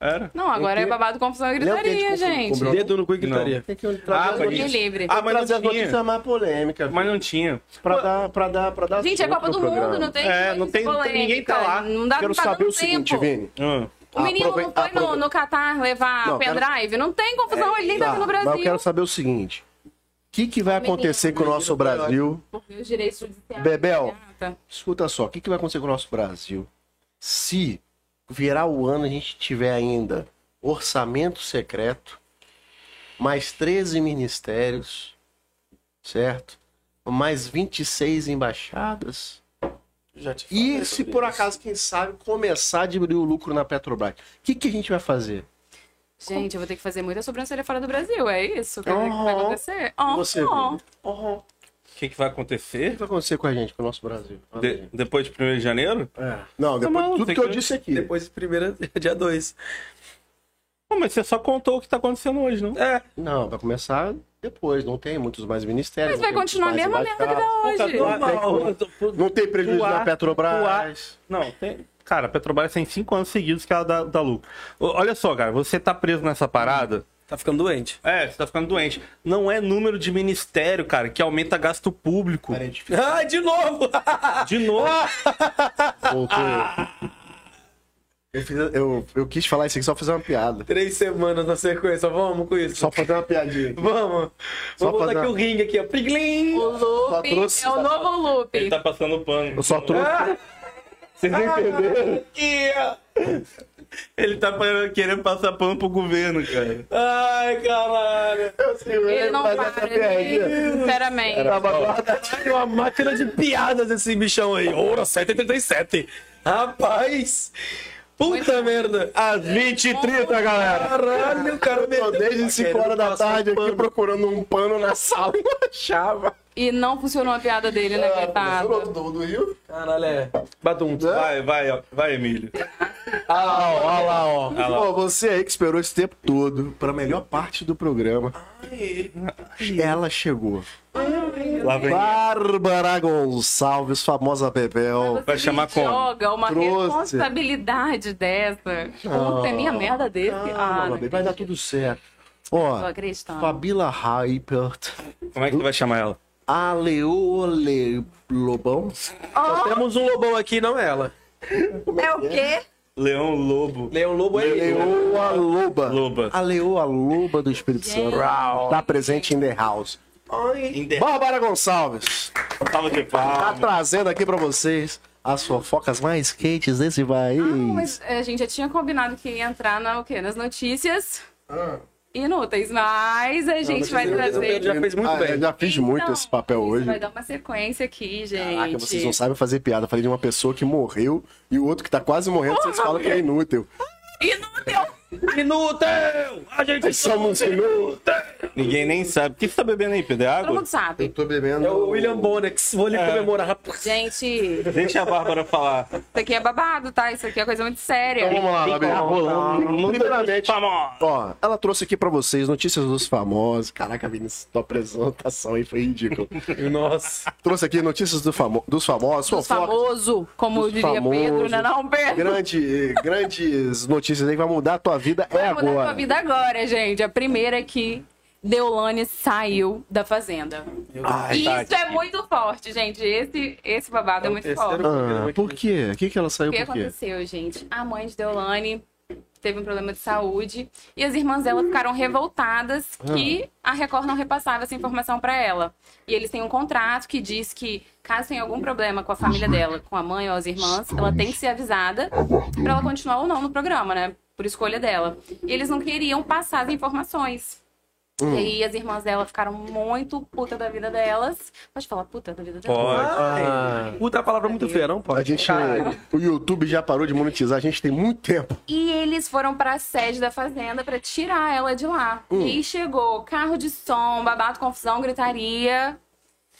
Speaker 2: Era.
Speaker 3: Não, agora é babado, confusão e
Speaker 1: Lembra que a gente
Speaker 3: gritaria,
Speaker 1: confu-
Speaker 3: gente.
Speaker 1: combinou-
Speaker 4: Dedo no cu e gritaria.
Speaker 1: Tem que trazer
Speaker 2: pra
Speaker 1: as
Speaker 2: gente-
Speaker 1: notícias-
Speaker 3: livre.
Speaker 2: Ah, mas
Speaker 1: trazer
Speaker 2: não
Speaker 1: as
Speaker 2: tinha.
Speaker 1: notícias mais polêmicas.
Speaker 2: Mas não tinha.
Speaker 1: Pra dar, pra dar, pra dar
Speaker 3: Gente, é
Speaker 1: assunto
Speaker 3: Copa do
Speaker 1: no
Speaker 3: Mundo,
Speaker 1: programa.
Speaker 3: não tem
Speaker 2: É, não tem-
Speaker 3: polêmica,
Speaker 2: ninguém tá lá.
Speaker 3: Não dá,
Speaker 1: Quero
Speaker 3: não tá
Speaker 1: saber
Speaker 3: dando
Speaker 1: o seguinte,
Speaker 3: tempo.
Speaker 1: Vini.
Speaker 2: Ah.
Speaker 3: O menino
Speaker 1: Aprove-
Speaker 3: não foi no,
Speaker 1: aprove-
Speaker 3: no Catar levar
Speaker 1: Não, quero- É,
Speaker 3: pendrive? Não tem confusão, ele nem tá aqui no Brasil.
Speaker 1: Mas eu quero saber o seguinte. O que, que vai acontecer com o nosso Brasil?
Speaker 3: Porque os direitos judiciais-
Speaker 1: Bebel.
Speaker 3: Tá.
Speaker 1: Escuta só, o que, que vai acontecer com o nosso Brasil se virar o ano e a gente tiver ainda orçamento secreto, mais 13 ministérios, certo? Mais 26 embaixadas.
Speaker 4: Já te falei
Speaker 1: E se
Speaker 4: é sobre
Speaker 1: por
Speaker 4: isso.
Speaker 1: acaso, quem sabe, começar a diminuir o lucro na Petrobras, o que, que a gente vai fazer?
Speaker 3: Gente, eu vou ter que fazer muita sobrancelha fora do Brasil, é isso? que
Speaker 1: Aham.
Speaker 3: vai acontecer? Ó,
Speaker 1: Você,
Speaker 3: ó.
Speaker 1: Vini? Uhum. O
Speaker 2: O que, que vai
Speaker 1: que
Speaker 2: acontecer
Speaker 1: vai acontecer com a gente, com o nosso Brasil? Fala
Speaker 2: de-
Speaker 1: aí.
Speaker 2: depois de 1 de janeiro?
Speaker 1: É. Não,
Speaker 2: Tá
Speaker 1: depois de
Speaker 2: maluco,
Speaker 1: tudo
Speaker 2: tem
Speaker 1: que eu
Speaker 2: que-
Speaker 1: disse aqui.
Speaker 4: Depois de primeira, dia 2.
Speaker 2: Pô, mas você só contou o que tá acontecendo hoje, não?
Speaker 4: É,
Speaker 1: Não, vai começar depois. Não tem muitos mais ministérios.
Speaker 3: Mas
Speaker 1: não
Speaker 3: vai
Speaker 1: tem muitos
Speaker 3: continuar a
Speaker 1: mais
Speaker 3: mesma merda que
Speaker 1: embaixadas.
Speaker 3: dá hoje.
Speaker 2: Tá normal.
Speaker 1: Não tem prejuízo
Speaker 2: Tuar,
Speaker 1: na Petrobras.
Speaker 2: Não, tem. Cara, a Petrobras tem cinco anos seguidos que ela dá, dá lucro. O- Olha só, cara, você tá preso nessa parada.
Speaker 4: Tá ficando doente.
Speaker 2: É, você tá ficando doente. Não é número de ministério, cara, que aumenta gasto público.
Speaker 1: Peraí, deixa
Speaker 4: Ai, Ah, de novo!
Speaker 2: De novo.
Speaker 1: eu- Voltou. Eu, fiz- eu- eu quis falar isso aqui só pra fazer uma piada.
Speaker 4: Três semanas na sequência, vamos com isso.
Speaker 1: Só pra fazer uma piadinha.
Speaker 4: Vamos.
Speaker 1: Só
Speaker 4: vamos botar
Speaker 1: fazer
Speaker 4: aqui
Speaker 1: uma-
Speaker 4: o ringue aqui, ó. Pliglim!
Speaker 3: O loop
Speaker 1: trouxe-
Speaker 3: é o novo loop.
Speaker 2: Ele tá passando pano.
Speaker 1: Eu só trouxe.
Speaker 3: Ah!
Speaker 1: Vocês não entenderam?
Speaker 4: Aqui, ó.
Speaker 2: Ele tá pa- querendo passar pano pro governo, cara.
Speaker 4: Ai, caralho.
Speaker 1: Eu sei, eu
Speaker 3: Ele não
Speaker 1: fazer
Speaker 3: para,
Speaker 1: essa piadinha.
Speaker 3: ele- sinceramente.
Speaker 1: Tava tá guardado.
Speaker 4: Caralho, uma máquina de piadas esse bichão aí. Ouro 737. Rapaz! Puta merda!
Speaker 2: Ah, é?
Speaker 1: Às 20 e 30 galera.
Speaker 4: Caralho, o cara
Speaker 1: Eu tô desde 5 horas da
Speaker 3: um
Speaker 1: tarde aqui procurando um pano na sala e não achava.
Speaker 3: E não funcionou a piada dele,
Speaker 1: Ah,
Speaker 3: né, coitado?
Speaker 1: do, do Rio?
Speaker 4: Caralho, é. Badum.
Speaker 2: Vai, vai, ó. vai, Emílio.
Speaker 1: Ah lá, ó, ah lá, ó.
Speaker 2: Ah lá.
Speaker 1: Pô, você aí que esperou esse tempo todo pra melhor parte do programa. Ela chegou.
Speaker 2: Lá vem.
Speaker 1: Bárbara Gonçalves, famosa Bebel.
Speaker 2: Vai
Speaker 3: Você
Speaker 2: chamar
Speaker 3: me
Speaker 2: como?
Speaker 3: Joga uma
Speaker 1: Trouxe.
Speaker 3: responsabilidade dessa. Puta, é minha merda desse. ah,
Speaker 1: Calma,
Speaker 3: não
Speaker 1: Bebel, vai dar
Speaker 3: acredito.
Speaker 1: tudo certo. Ó,
Speaker 3: Tô acreditando.
Speaker 1: Fabila Hypert,
Speaker 2: Como é que tu vai chamar ela?
Speaker 1: Aleole Lobão.
Speaker 4: Só temos um lobão aqui, não ela.
Speaker 3: É o quê?
Speaker 2: Leão Lobo.
Speaker 4: Leão Lobo é ele.
Speaker 1: Leoa Loba.
Speaker 2: Loba.
Speaker 1: A Leoa Loba do Espírito Santo. Tá presente em The House. Bárbara Gonçalves.
Speaker 2: Tava de
Speaker 1: Tá
Speaker 2: palma.
Speaker 1: trazendo aqui pra vocês as fofocas mais quentes desse país.
Speaker 3: Ah, Mas é, a gente já tinha combinado que ia entrar na, o quê? nas notícias inúteis, mas a gente vai
Speaker 4: O
Speaker 3: trazer.
Speaker 4: Pedro já fez muito
Speaker 1: Ah, eu
Speaker 4: bem.
Speaker 1: já fiz muito
Speaker 3: Então,
Speaker 1: esse papel
Speaker 3: isso
Speaker 1: hoje.
Speaker 3: Vai dar uma sequência aqui, gente.
Speaker 1: Caraca, vocês não sabem fazer piada. Eu Falei de uma pessoa que morreu e o outro que tá quase morrendo, vocês falam que é inútil.
Speaker 3: Inútil!
Speaker 4: Inútil! A gente
Speaker 1: Vocês são muito inúteis.
Speaker 2: Ninguém nem sabe. O que você tá bebendo aí, Pedro? É
Speaker 3: Todo
Speaker 2: água?
Speaker 3: mundo sabe.
Speaker 1: tô bebendo.
Speaker 4: É o William Bonex. Vou lhe comemorar.
Speaker 3: Gente, isso
Speaker 2: Deixa a Bárbara falar.
Speaker 3: aqui é babado, tá? Isso aqui é coisa muito séria.
Speaker 1: Então vamos lá,
Speaker 4: Tá
Speaker 1: Gabriel. Primeiramente,
Speaker 2: Vamos!
Speaker 1: ó, ela trouxe aqui pra vocês notícias dos famosos. Caraca, Vinícius, tua apresentação aí foi ridículo.
Speaker 4: Nossa.
Speaker 1: trouxe aqui notícias do famo- dos famosos,
Speaker 3: Os
Speaker 1: fofocas.
Speaker 3: famoso, como
Speaker 1: Os
Speaker 3: diria Pedro,
Speaker 1: famosos.
Speaker 3: né? Não, Pedro.
Speaker 1: Grande, grandes notícias aí que vai mudar a tua vida é
Speaker 3: Vai mudar
Speaker 1: agora.
Speaker 3: sua vida agora, gente. A primeira é que Deolane saiu da fazenda.
Speaker 2: Ai,
Speaker 3: E isso
Speaker 2: tadinho.
Speaker 3: é muito forte, gente. Esse, esse babado é, muito
Speaker 4: terceiro
Speaker 3: forte.
Speaker 1: Ah, por quê? O que, que ela
Speaker 3: O
Speaker 1: saiu
Speaker 3: que
Speaker 1: por quê?
Speaker 3: aconteceu, gente? A mãe de Deolane teve um problema de saúde e as irmãs dela ficaram revoltadas
Speaker 1: Ah.
Speaker 3: que a Record não repassava essa informação pra ela. E eles têm um contrato que diz que caso tenha algum problema com a família dela, com a mãe ou as irmãs, ela tem que ser avisada pra ela
Speaker 5: aguardando,
Speaker 3: continuar ou não no programa, né? Por escolha dela. E eles não queriam passar as informações.
Speaker 1: Hum.
Speaker 3: E aí as irmãs dela ficaram muito puta da vida delas. Pode falar puta da vida delas?
Speaker 2: Pode.
Speaker 4: Ai, puta palavra é muito feia, não
Speaker 1: A
Speaker 4: pode.
Speaker 1: gente, o YouTube já parou de monetizar, a gente tem muito tempo.
Speaker 3: E eles foram pra sede da fazenda pra tirar ela de lá. E aí chegou carro de som, babado, confusão, gritaria.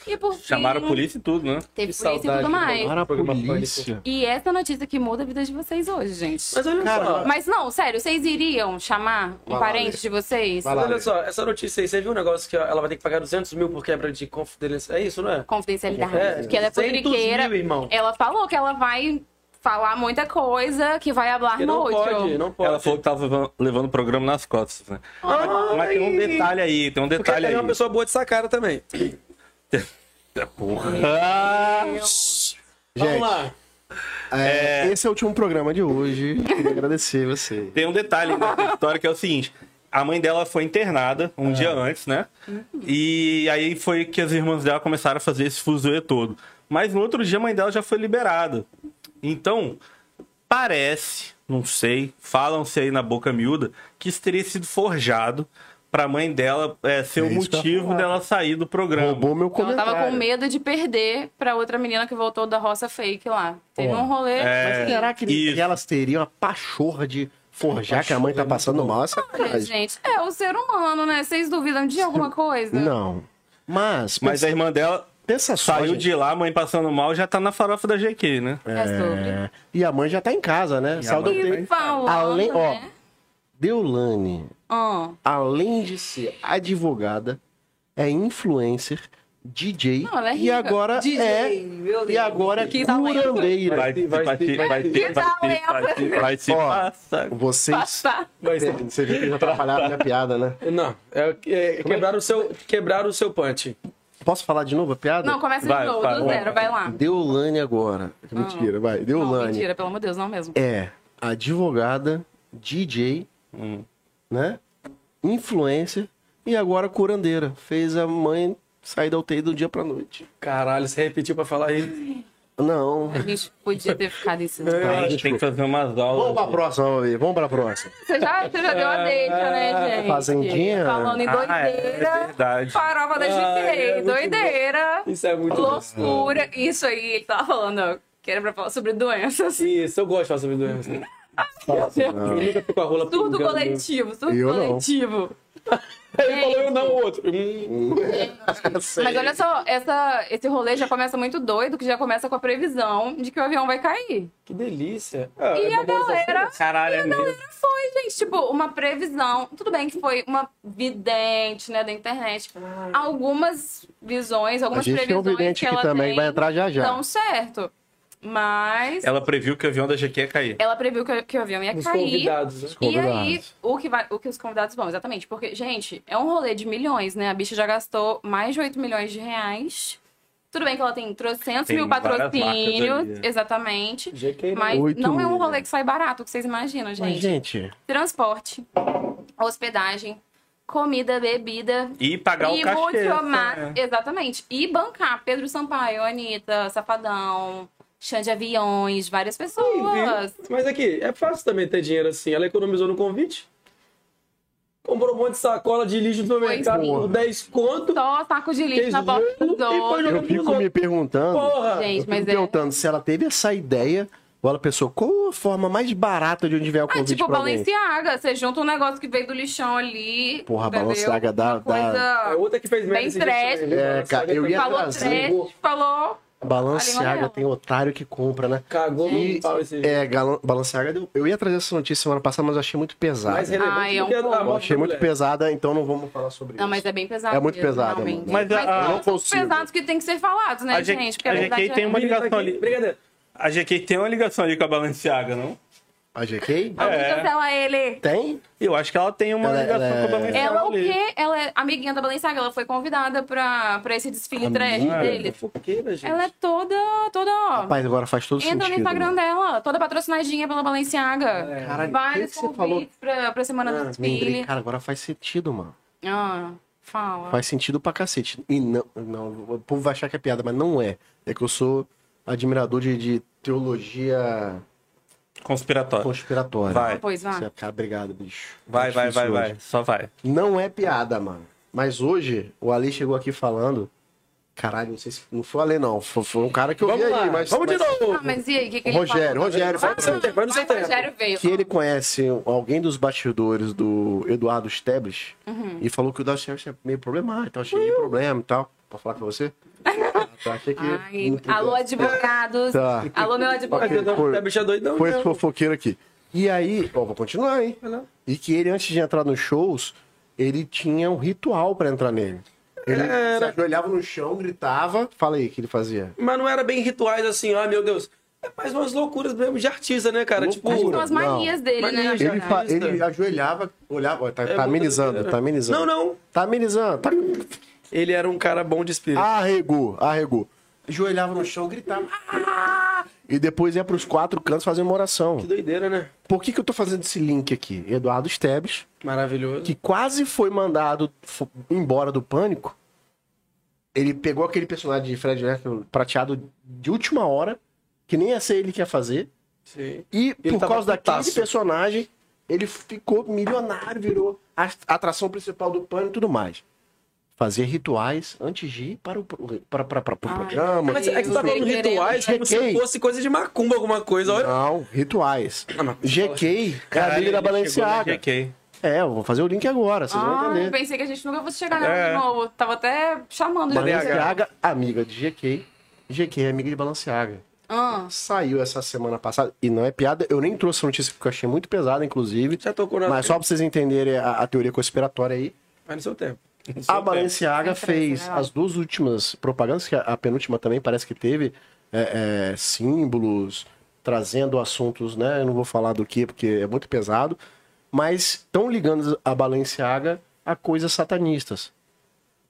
Speaker 3: E por fim,
Speaker 2: Chamaram a polícia e tudo, né?
Speaker 3: Teve
Speaker 4: Que
Speaker 3: polícia e
Speaker 4: saudade
Speaker 3: tudo
Speaker 4: do
Speaker 3: mais.
Speaker 4: Bolsonaro.
Speaker 1: Para a
Speaker 4: Programa
Speaker 1: polícia.
Speaker 3: E essa é a notícia que muda a vida de vocês hoje, gente.
Speaker 4: Mas olha só.
Speaker 3: Mas não, sério, vocês iriam chamar um
Speaker 1: Vai lá,
Speaker 3: parente
Speaker 1: Lê.
Speaker 3: de vocês?
Speaker 1: Vai
Speaker 4: Mas
Speaker 1: lá.
Speaker 4: olha só, essa notícia aí, você viu um negócio que ela vai ter que pagar 200 mil por quebra de confidencialidade? É isso, não é?
Speaker 3: Confidencialidade.
Speaker 4: É,
Speaker 3: que ela é
Speaker 4: 200 mil,
Speaker 3: podriqueira.
Speaker 4: irmão.
Speaker 3: Ela falou que ela vai falar muita coisa que vai falar
Speaker 4: Porque não
Speaker 3: muito.
Speaker 4: pode, né? não pode.
Speaker 2: Ela falou que tava levando- levando o programa nas costas, né? mas, mas tem um detalhe aí, tem um
Speaker 4: Porque
Speaker 2: detalhe aí.
Speaker 4: ela é uma pessoa boa de sacada também.
Speaker 2: Ah,
Speaker 1: Gente,
Speaker 4: Vamos lá.
Speaker 1: é, esse é o último programa de hoje. Queria agradecer você.
Speaker 2: tem um detalhe na história que é o seguinte. A mãe dela foi internada um
Speaker 1: Ah.
Speaker 2: dia antes, né?
Speaker 1: Uhum.
Speaker 2: E aí foi que as irmãs dela começaram a fazer esse fuzuê todo. Mas no outro dia a mãe dela já foi liberada. Então, parece, não sei, falam-se aí na boca miúda, que isso teria sido forjado pra mãe dela é, ser o
Speaker 1: isso que eu ia
Speaker 2: motivo dela sair do programa.
Speaker 1: Roubou meu
Speaker 3: Ela
Speaker 1: comentário.
Speaker 3: tava com medo de perder pra outra menina que voltou da roça fake lá. Teve um rolê.
Speaker 2: É.
Speaker 3: mas assim,
Speaker 1: Será que
Speaker 2: Isso.
Speaker 1: elas teriam a pachorra de forjar que a mãe tá passando mal? É
Speaker 3: que,
Speaker 1: sacanagem.
Speaker 3: gente, é o ser humano, né? Vocês duvidam de alguma coisa?
Speaker 1: Não. Mas,
Speaker 2: Mas
Speaker 1: pensa,
Speaker 2: a irmã dela
Speaker 1: pensa só,
Speaker 2: saiu
Speaker 1: gente.
Speaker 2: de lá, a mãe passando mal, já tá na farofa da GQ, né?
Speaker 3: É sobre.
Speaker 1: É, E a mãe já tá em casa, né? Saiu do
Speaker 2: mãe tá em
Speaker 1: UTI.
Speaker 3: E falando,
Speaker 1: Além, ó,
Speaker 3: né? Hum.
Speaker 1: Deolane,
Speaker 3: Ó.
Speaker 1: além de ser advogada, é influencer, DJ
Speaker 3: Não, ela é
Speaker 1: e
Speaker 3: rica. tá
Speaker 1: agora
Speaker 6: DJ, meu
Speaker 1: é
Speaker 6: Deus.
Speaker 1: e agora é
Speaker 3: Que talento.
Speaker 1: curandeira.
Speaker 2: Vai
Speaker 4: ter,
Speaker 2: ter,
Speaker 4: vai
Speaker 2: vai
Speaker 4: ter,
Speaker 2: ter, vai
Speaker 4: vai
Speaker 2: ter, vai ter, vai ter, vai ter.
Speaker 1: Ó.
Speaker 2: Passa.
Speaker 1: Vocês,
Speaker 3: Passar.
Speaker 1: você viu que já atrapalharam a minha piada, né?
Speaker 4: Não, é, é, quebraram, o seu, quebraram o seu punch.
Speaker 1: Posso falar de novo a piada?
Speaker 3: Não, começa
Speaker 2: Vai,
Speaker 3: de novo,
Speaker 2: vai,
Speaker 3: do
Speaker 2: vai.
Speaker 3: zero, vai lá.
Speaker 1: Deolane agora. É Mentira, vai.
Speaker 3: Não,
Speaker 1: Deolane
Speaker 3: mentira, pelo amor de Deus, não mesmo.
Speaker 1: é advogada, DJ, né? Influencer e agora curandeira. Fez a mãe sair da UTI do dia pra noite.
Speaker 4: Caralho, você repetiu pra falar aí.
Speaker 3: Uhum.
Speaker 1: Não.
Speaker 3: A gente podia ter ficado em cima.
Speaker 2: A gente tem que fazer umas
Speaker 1: Vamos pra
Speaker 2: aulas.
Speaker 1: próxima, vamos ver. Vamos pra próxima.
Speaker 3: Você já, você já deu a deixa, né, gente?
Speaker 1: Fazendinha?
Speaker 3: Falando em
Speaker 2: Ah, é,
Speaker 3: doideira.
Speaker 2: é verdade.
Speaker 3: Farofa da
Speaker 4: Ah,
Speaker 3: GK,
Speaker 4: é muito
Speaker 3: doideira.
Speaker 4: Isso é muito bom.
Speaker 3: loucura. Isso aí, ele tava falando, ó, que era pra falar sobre doenças.
Speaker 4: Isso, eu gosto de falar sobre doença.
Speaker 3: Uhum.
Speaker 4: Eu nunca fico com a rola
Speaker 3: Surdo
Speaker 4: pingando.
Speaker 3: coletivo, surdo
Speaker 1: Eu não.
Speaker 3: coletivo.
Speaker 4: Ele falou eu não, o outro.
Speaker 3: Uhum.
Speaker 4: Hum,
Speaker 3: Mas olha só, essa, esse rolê já começa muito doido, que já começa com a previsão de que o avião vai cair.
Speaker 4: que delícia. Ah,
Speaker 3: E
Speaker 4: é
Speaker 3: a
Speaker 4: uma boa
Speaker 3: galera?
Speaker 4: sensação.
Speaker 2: Caralho,
Speaker 3: E a
Speaker 2: é mesmo.
Speaker 3: galera foi, gente. Tipo, uma previsão. Tudo bem que foi uma vidente, né, da internet. Algumas visões,
Speaker 1: A
Speaker 3: algumas
Speaker 1: gente tem um
Speaker 3: previsões
Speaker 1: vidente
Speaker 3: que
Speaker 1: aqui
Speaker 3: ela
Speaker 1: também,
Speaker 3: tem
Speaker 1: que vai entrar já já.
Speaker 3: dão certo. Mas ela,
Speaker 2: Ela previu que o avião da GQ ia cair.
Speaker 3: previu que, que o avião ia
Speaker 4: Os
Speaker 3: cair.
Speaker 4: convidados, né?
Speaker 3: E aí,
Speaker 1: convidados.
Speaker 3: o que, vai, o que os convidados vão, exatamente. Porque, gente, é um rolê de milhões, né? A bicha já gastou mais de 8 milhões de reais. Tudo bem que ela tem 300
Speaker 2: Tem
Speaker 3: mil
Speaker 2: várias marcas
Speaker 3: patrocínios,
Speaker 2: ali, né?
Speaker 3: exatamente.
Speaker 4: GK, né?
Speaker 3: Mas
Speaker 1: Oito
Speaker 3: não é um
Speaker 1: mil.
Speaker 3: rolê que sai barato, que vocês imaginam,
Speaker 1: Mas, gente,
Speaker 3: transporte, hospedagem, comida, bebida.
Speaker 2: E pagar o
Speaker 3: e
Speaker 2: cachê.
Speaker 3: muito mais.
Speaker 2: né?
Speaker 3: Exatamente. E bancar Pedro Sampaio, Anitta, Safadão, Xande de Aviões, várias pessoas.
Speaker 4: Mas aqui, é fácil também ter dinheiro assim. Ela economizou no convite. Comprou um monte de sacola de lixo no supermercado
Speaker 3: sim.
Speaker 4: por 10 conto.
Speaker 3: Só saco de lixo
Speaker 4: Fez
Speaker 3: na porta
Speaker 4: rolo
Speaker 2: um
Speaker 3: dos
Speaker 4: e foi
Speaker 3: outros.
Speaker 4: jogar-
Speaker 1: eu fico me perguntando.
Speaker 4: Porra!
Speaker 1: eu
Speaker 3: Gente,
Speaker 1: fico
Speaker 3: mas
Speaker 1: me
Speaker 3: é.
Speaker 1: perguntando se ela teve essa ideia ou ela pensou qual a forma mais barata de onde vier o
Speaker 3: Ah,
Speaker 1: convite
Speaker 3: tipo
Speaker 1: pra alguém.
Speaker 3: Balenciaga. Você junta um negócio que veio do lixão ali.
Speaker 1: Porra,
Speaker 3: entendeu?
Speaker 1: Balenciaga dá-
Speaker 3: Uma coisa...
Speaker 4: É outra que fez merda.
Speaker 3: Bem
Speaker 4: esse dia
Speaker 3: trash.
Speaker 4: também, né?
Speaker 1: É,
Speaker 4: Nossa,
Speaker 1: cara, eu ia
Speaker 3: Falou
Speaker 1: trazer.
Speaker 3: trash, falou. Ali,
Speaker 1: Balenciaga
Speaker 3: olha.
Speaker 1: tem otário que compra, né?
Speaker 4: Cagou
Speaker 1: E,
Speaker 4: no pau esse dia.
Speaker 1: é, Galan- Balenciaga, deu- eu ia trazer essa notícia semana passada, mas eu achei muito pesada.
Speaker 4: Mais relevante
Speaker 3: Ai, é
Speaker 4: do
Speaker 3: um
Speaker 4: que a da
Speaker 3: pouco.
Speaker 4: morte
Speaker 1: Eu
Speaker 4: da
Speaker 1: Tá. achei muito
Speaker 4: mulher.
Speaker 1: pesada, então não vamos falar sobre
Speaker 3: Não,
Speaker 1: isso.
Speaker 3: mas é bem pesado.
Speaker 1: É muito
Speaker 3: mesmo,
Speaker 1: pesado,
Speaker 3: realmente.
Speaker 1: mano.
Speaker 2: Mas, ah,
Speaker 3: são
Speaker 2: eu não
Speaker 3: assuntos
Speaker 1: consigo.
Speaker 3: pesados que tem que ser falados, né,
Speaker 2: A G-
Speaker 3: gente? Porque
Speaker 2: a
Speaker 3: a
Speaker 2: GK
Speaker 3: verdade
Speaker 2: tem
Speaker 3: é...
Speaker 2: uma ligação ali.
Speaker 4: tá Brincadeira.
Speaker 2: A GQ tem uma ligação ali com a Balenciaga, não?
Speaker 1: A GK?
Speaker 3: Alguém
Speaker 2: É.
Speaker 3: cancela ele.
Speaker 1: Tem?
Speaker 2: Eu acho que ela tem uma
Speaker 1: Ela-
Speaker 2: ligação
Speaker 1: ela é-
Speaker 2: com a Balenciaga.
Speaker 3: Ela o
Speaker 2: ali.
Speaker 3: quê? Ela é amiguinha da Balenciaga, ela foi convidada pra, pra esse desfile trash
Speaker 2: é.
Speaker 1: Amiga?
Speaker 3: dele.
Speaker 4: Fofoqueira, gente.
Speaker 3: Ela é toda, toda, ó.
Speaker 1: Rapaz, agora faz todo
Speaker 3: Entra no
Speaker 1: sentido.
Speaker 3: Instagram
Speaker 1: né?
Speaker 3: dela, toda patrocinadinha pela Balenciaga.
Speaker 1: Caralho,
Speaker 3: Vários
Speaker 1: o que que você
Speaker 3: convites
Speaker 1: falou? Ah,
Speaker 3: pra, pra semana
Speaker 4: Ah,
Speaker 3: do
Speaker 1: Lembrei,
Speaker 3: desfile.
Speaker 1: cara, agora faz sentido, mano.
Speaker 3: Ah, fala.
Speaker 1: Faz sentido pra cacete. E não, não, o povo vai achar que é piada, mas não é. É que eu sou admirador de, de teologia
Speaker 2: Conspiratória.
Speaker 1: conspiratória.
Speaker 2: Vai,
Speaker 3: Pois vá.
Speaker 1: Você- Cara, obrigado, bicho. Tá
Speaker 2: vai, vai, vai,
Speaker 1: difícil
Speaker 2: vai.
Speaker 1: hoje.
Speaker 2: Só vai.
Speaker 1: Não é piada, mano. Mas hoje, o Ale chegou aqui falando. Caralho, não sei se. Não foi o Ale, não. Foi, foi um cara que eu
Speaker 4: Vamos
Speaker 1: vi
Speaker 4: lá,
Speaker 1: aí, mas.
Speaker 4: vamos de
Speaker 1: mas-
Speaker 4: novo.
Speaker 3: Ah, mas e aí, o que,
Speaker 1: O
Speaker 3: que ele
Speaker 1: Rogério,
Speaker 3: falou?
Speaker 1: Rogério,
Speaker 3: Vai
Speaker 1: fala
Speaker 3: no
Speaker 1: pra
Speaker 3: seu
Speaker 1: mim.
Speaker 3: tempo,
Speaker 4: vai no seu
Speaker 3: Vai,
Speaker 4: tempo.
Speaker 3: Rogério veio.
Speaker 1: que ele conhece alguém dos bastidores do Eduardo Estebles
Speaker 3: Uhum.
Speaker 1: e falou que o Eduardo Estebles é meio problemático, então cheio de problema e tal. Pode falar com você? Ah, tá, achei que-
Speaker 3: Ai,
Speaker 1: não podia.
Speaker 3: alô, advogados.
Speaker 1: Tá.
Speaker 3: Alô, meu
Speaker 4: Mas
Speaker 3: advogado.
Speaker 4: não,
Speaker 1: foi-
Speaker 4: a bicha é doidão,
Speaker 1: Foi
Speaker 4: né?
Speaker 1: esse fofoqueiro aqui. E aí, ó, vou continuar, hein?
Speaker 4: Vai lá.
Speaker 1: E que ele, antes de entrar nos shows, ele tinha um ritual pra entrar nele. Ele se ajoelhava no chão, gritava. Fala aí o que ele fazia.
Speaker 4: Mas não era bem rituais assim, ó, meu Deus. É mais umas loucuras mesmo de artista, né, cara?
Speaker 1: Loucura.
Speaker 4: Tipo,
Speaker 3: São as
Speaker 1: Não.
Speaker 3: manias dele, né?
Speaker 4: Manias.
Speaker 3: na
Speaker 1: Ele, fa-
Speaker 3: verdade.
Speaker 4: jornalista.
Speaker 1: ele ajoelhava, olhava. ó, Tá, tá
Speaker 4: muito
Speaker 1: amenizando,
Speaker 4: doideira.
Speaker 1: tá amenizando.
Speaker 4: Não, não.
Speaker 1: Tá amenizando. Tá...
Speaker 4: ele era um cara bom de espírito.
Speaker 1: Ah. Arregou, arregou. Ajoelhava no chão, gritava. "Ah!" E depois ia pros quatro cantos fazer uma
Speaker 4: Que
Speaker 1: oração.
Speaker 4: doideira, né?
Speaker 1: Por que, que eu tô fazendo esse link aqui? Eduardo Stebbs,
Speaker 4: Maravilhoso.
Speaker 1: que quase foi mandado fo- embora do pânico. Ele pegou aquele personagem de Fred Mercury prateado de última hora, que nem ia ser ele que ia fazer.
Speaker 4: Sim.
Speaker 1: E
Speaker 4: Ele
Speaker 1: por
Speaker 4: tava
Speaker 1: causa daquele
Speaker 4: putaço.
Speaker 1: personagem, ele ficou milionário, virou a atração principal do pano e tudo mais. Fazer rituais antes de ir para o pro- para, para, para, pro
Speaker 3: Ai,
Speaker 1: programa.
Speaker 4: Mas é que tá
Speaker 3: Deus.
Speaker 4: falando rituais como se
Speaker 1: Quem?
Speaker 4: fosse coisa de macumba, alguma coisa. Olha.
Speaker 1: Não, rituais.
Speaker 4: Ah, mas-
Speaker 1: GK é a
Speaker 2: Caralho,
Speaker 1: dele da
Speaker 2: ele chegou na
Speaker 1: Balenciaga.
Speaker 2: GK.
Speaker 1: É, eu vou fazer o link agora, vocês vão
Speaker 3: Ah, eu
Speaker 1: entender.
Speaker 3: pensei que a gente nunca fosse chegar nela
Speaker 2: É.
Speaker 3: de novo. Tava até chamando de você.
Speaker 1: Balenciaga, amiga de GK. GK é amiga de Balenciaga.
Speaker 3: Ah,
Speaker 1: Saiu essa semana passada, e não é piada, eu nem trouxe essa notícia porque eu achei muito pesada, inclusive.
Speaker 4: Já tocou na.
Speaker 1: Mas só pra vocês entenderem a- a teoria conspiratória aí.
Speaker 4: Vai no seu tempo.
Speaker 1: A Balenciaga
Speaker 3: Sem pressa,
Speaker 1: fez
Speaker 3: né?
Speaker 1: as duas últimas propagandas, que a, a penúltima também parece que teve é, é, símbolos, trazendo assuntos, né? Eu não vou falar do que, porque é muito pesado. Mas estão ligando a Balenciaga a coisas satanistas.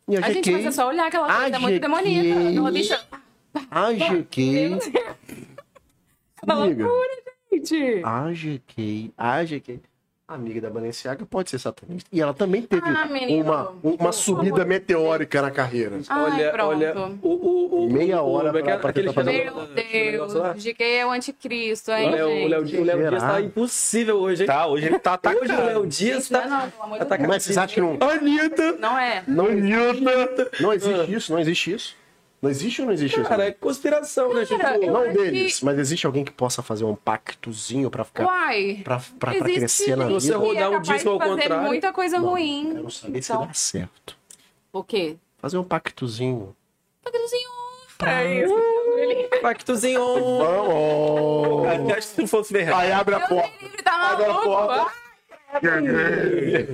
Speaker 1: E a,
Speaker 3: a gente,
Speaker 1: GK,
Speaker 3: mas é só olhar aquela coisa, é muito
Speaker 1: AGK.
Speaker 3: demoníaca. Não deixa...
Speaker 1: a GK, é
Speaker 3: Uma
Speaker 1: Amiga.
Speaker 3: Tá
Speaker 1: Ah,
Speaker 3: loucura, gente.
Speaker 1: a GK, a GK, amiga da Balenciaga, pode ser satanista. E ela também teve
Speaker 3: Ah, menino.
Speaker 1: uma, uma subida
Speaker 3: favor.
Speaker 1: meteórica na carreira.
Speaker 3: Ai,
Speaker 4: olha,
Speaker 3: pronto.
Speaker 4: olha. O, o, o,
Speaker 1: Meia
Speaker 4: o-
Speaker 1: hora
Speaker 4: como é que
Speaker 1: pra-
Speaker 4: é?
Speaker 1: pra
Speaker 4: Aquele
Speaker 1: tentar fazer
Speaker 4: filme
Speaker 1: uma-
Speaker 4: lá,
Speaker 3: Meu
Speaker 4: aquele negócio lá.
Speaker 3: Deus, GK é o anticristo,
Speaker 4: O
Speaker 3: hein,
Speaker 4: Léo, o Léo,
Speaker 3: gente?
Speaker 4: o Léo Dias
Speaker 1: Será?
Speaker 4: tá impossível hoje, hein?
Speaker 2: Tá, hoje ele tá atacado.
Speaker 4: Hoje o Léo Dias
Speaker 3: Gente, não é
Speaker 4: tá.
Speaker 3: não, pelo amor de
Speaker 4: Ataca-
Speaker 3: Deus.
Speaker 1: Mas vocês acham que não,
Speaker 4: Anitta!
Speaker 3: Não é.
Speaker 1: não
Speaker 4: Anitta!
Speaker 1: Não existe isso, não existe isso. Não existe ou não existe
Speaker 4: Cara, é
Speaker 1: isso?
Speaker 4: conspiração, né? Tipo,
Speaker 3: Cara, eu-
Speaker 1: Não
Speaker 3: acho
Speaker 1: deles, mas existe alguém que possa fazer um pactozinho pra ficar.
Speaker 3: Uai.
Speaker 1: pra, pra, pra
Speaker 3: Existe
Speaker 1: crescer na vida.
Speaker 3: gente
Speaker 4: Você rodar
Speaker 3: que é
Speaker 4: um
Speaker 3: capaz
Speaker 4: disco ao
Speaker 3: de fazer
Speaker 4: contrário.
Speaker 3: muita coisa
Speaker 1: Não,
Speaker 3: ruim.
Speaker 1: Eu não sabia se
Speaker 3: Então,
Speaker 1: dá certo.
Speaker 3: o quê?
Speaker 1: Fazer um pactozinho.
Speaker 3: Paquezinho.
Speaker 4: Tá.
Speaker 3: É isso. Ele-
Speaker 4: Pactozinho.
Speaker 1: Vamos!
Speaker 2: Até acho que se fosse verdade.
Speaker 1: Aí abre a
Speaker 3: Deus me
Speaker 1: porta. é
Speaker 3: livre, tá
Speaker 1: Abre a
Speaker 3: maluco?
Speaker 1: porta.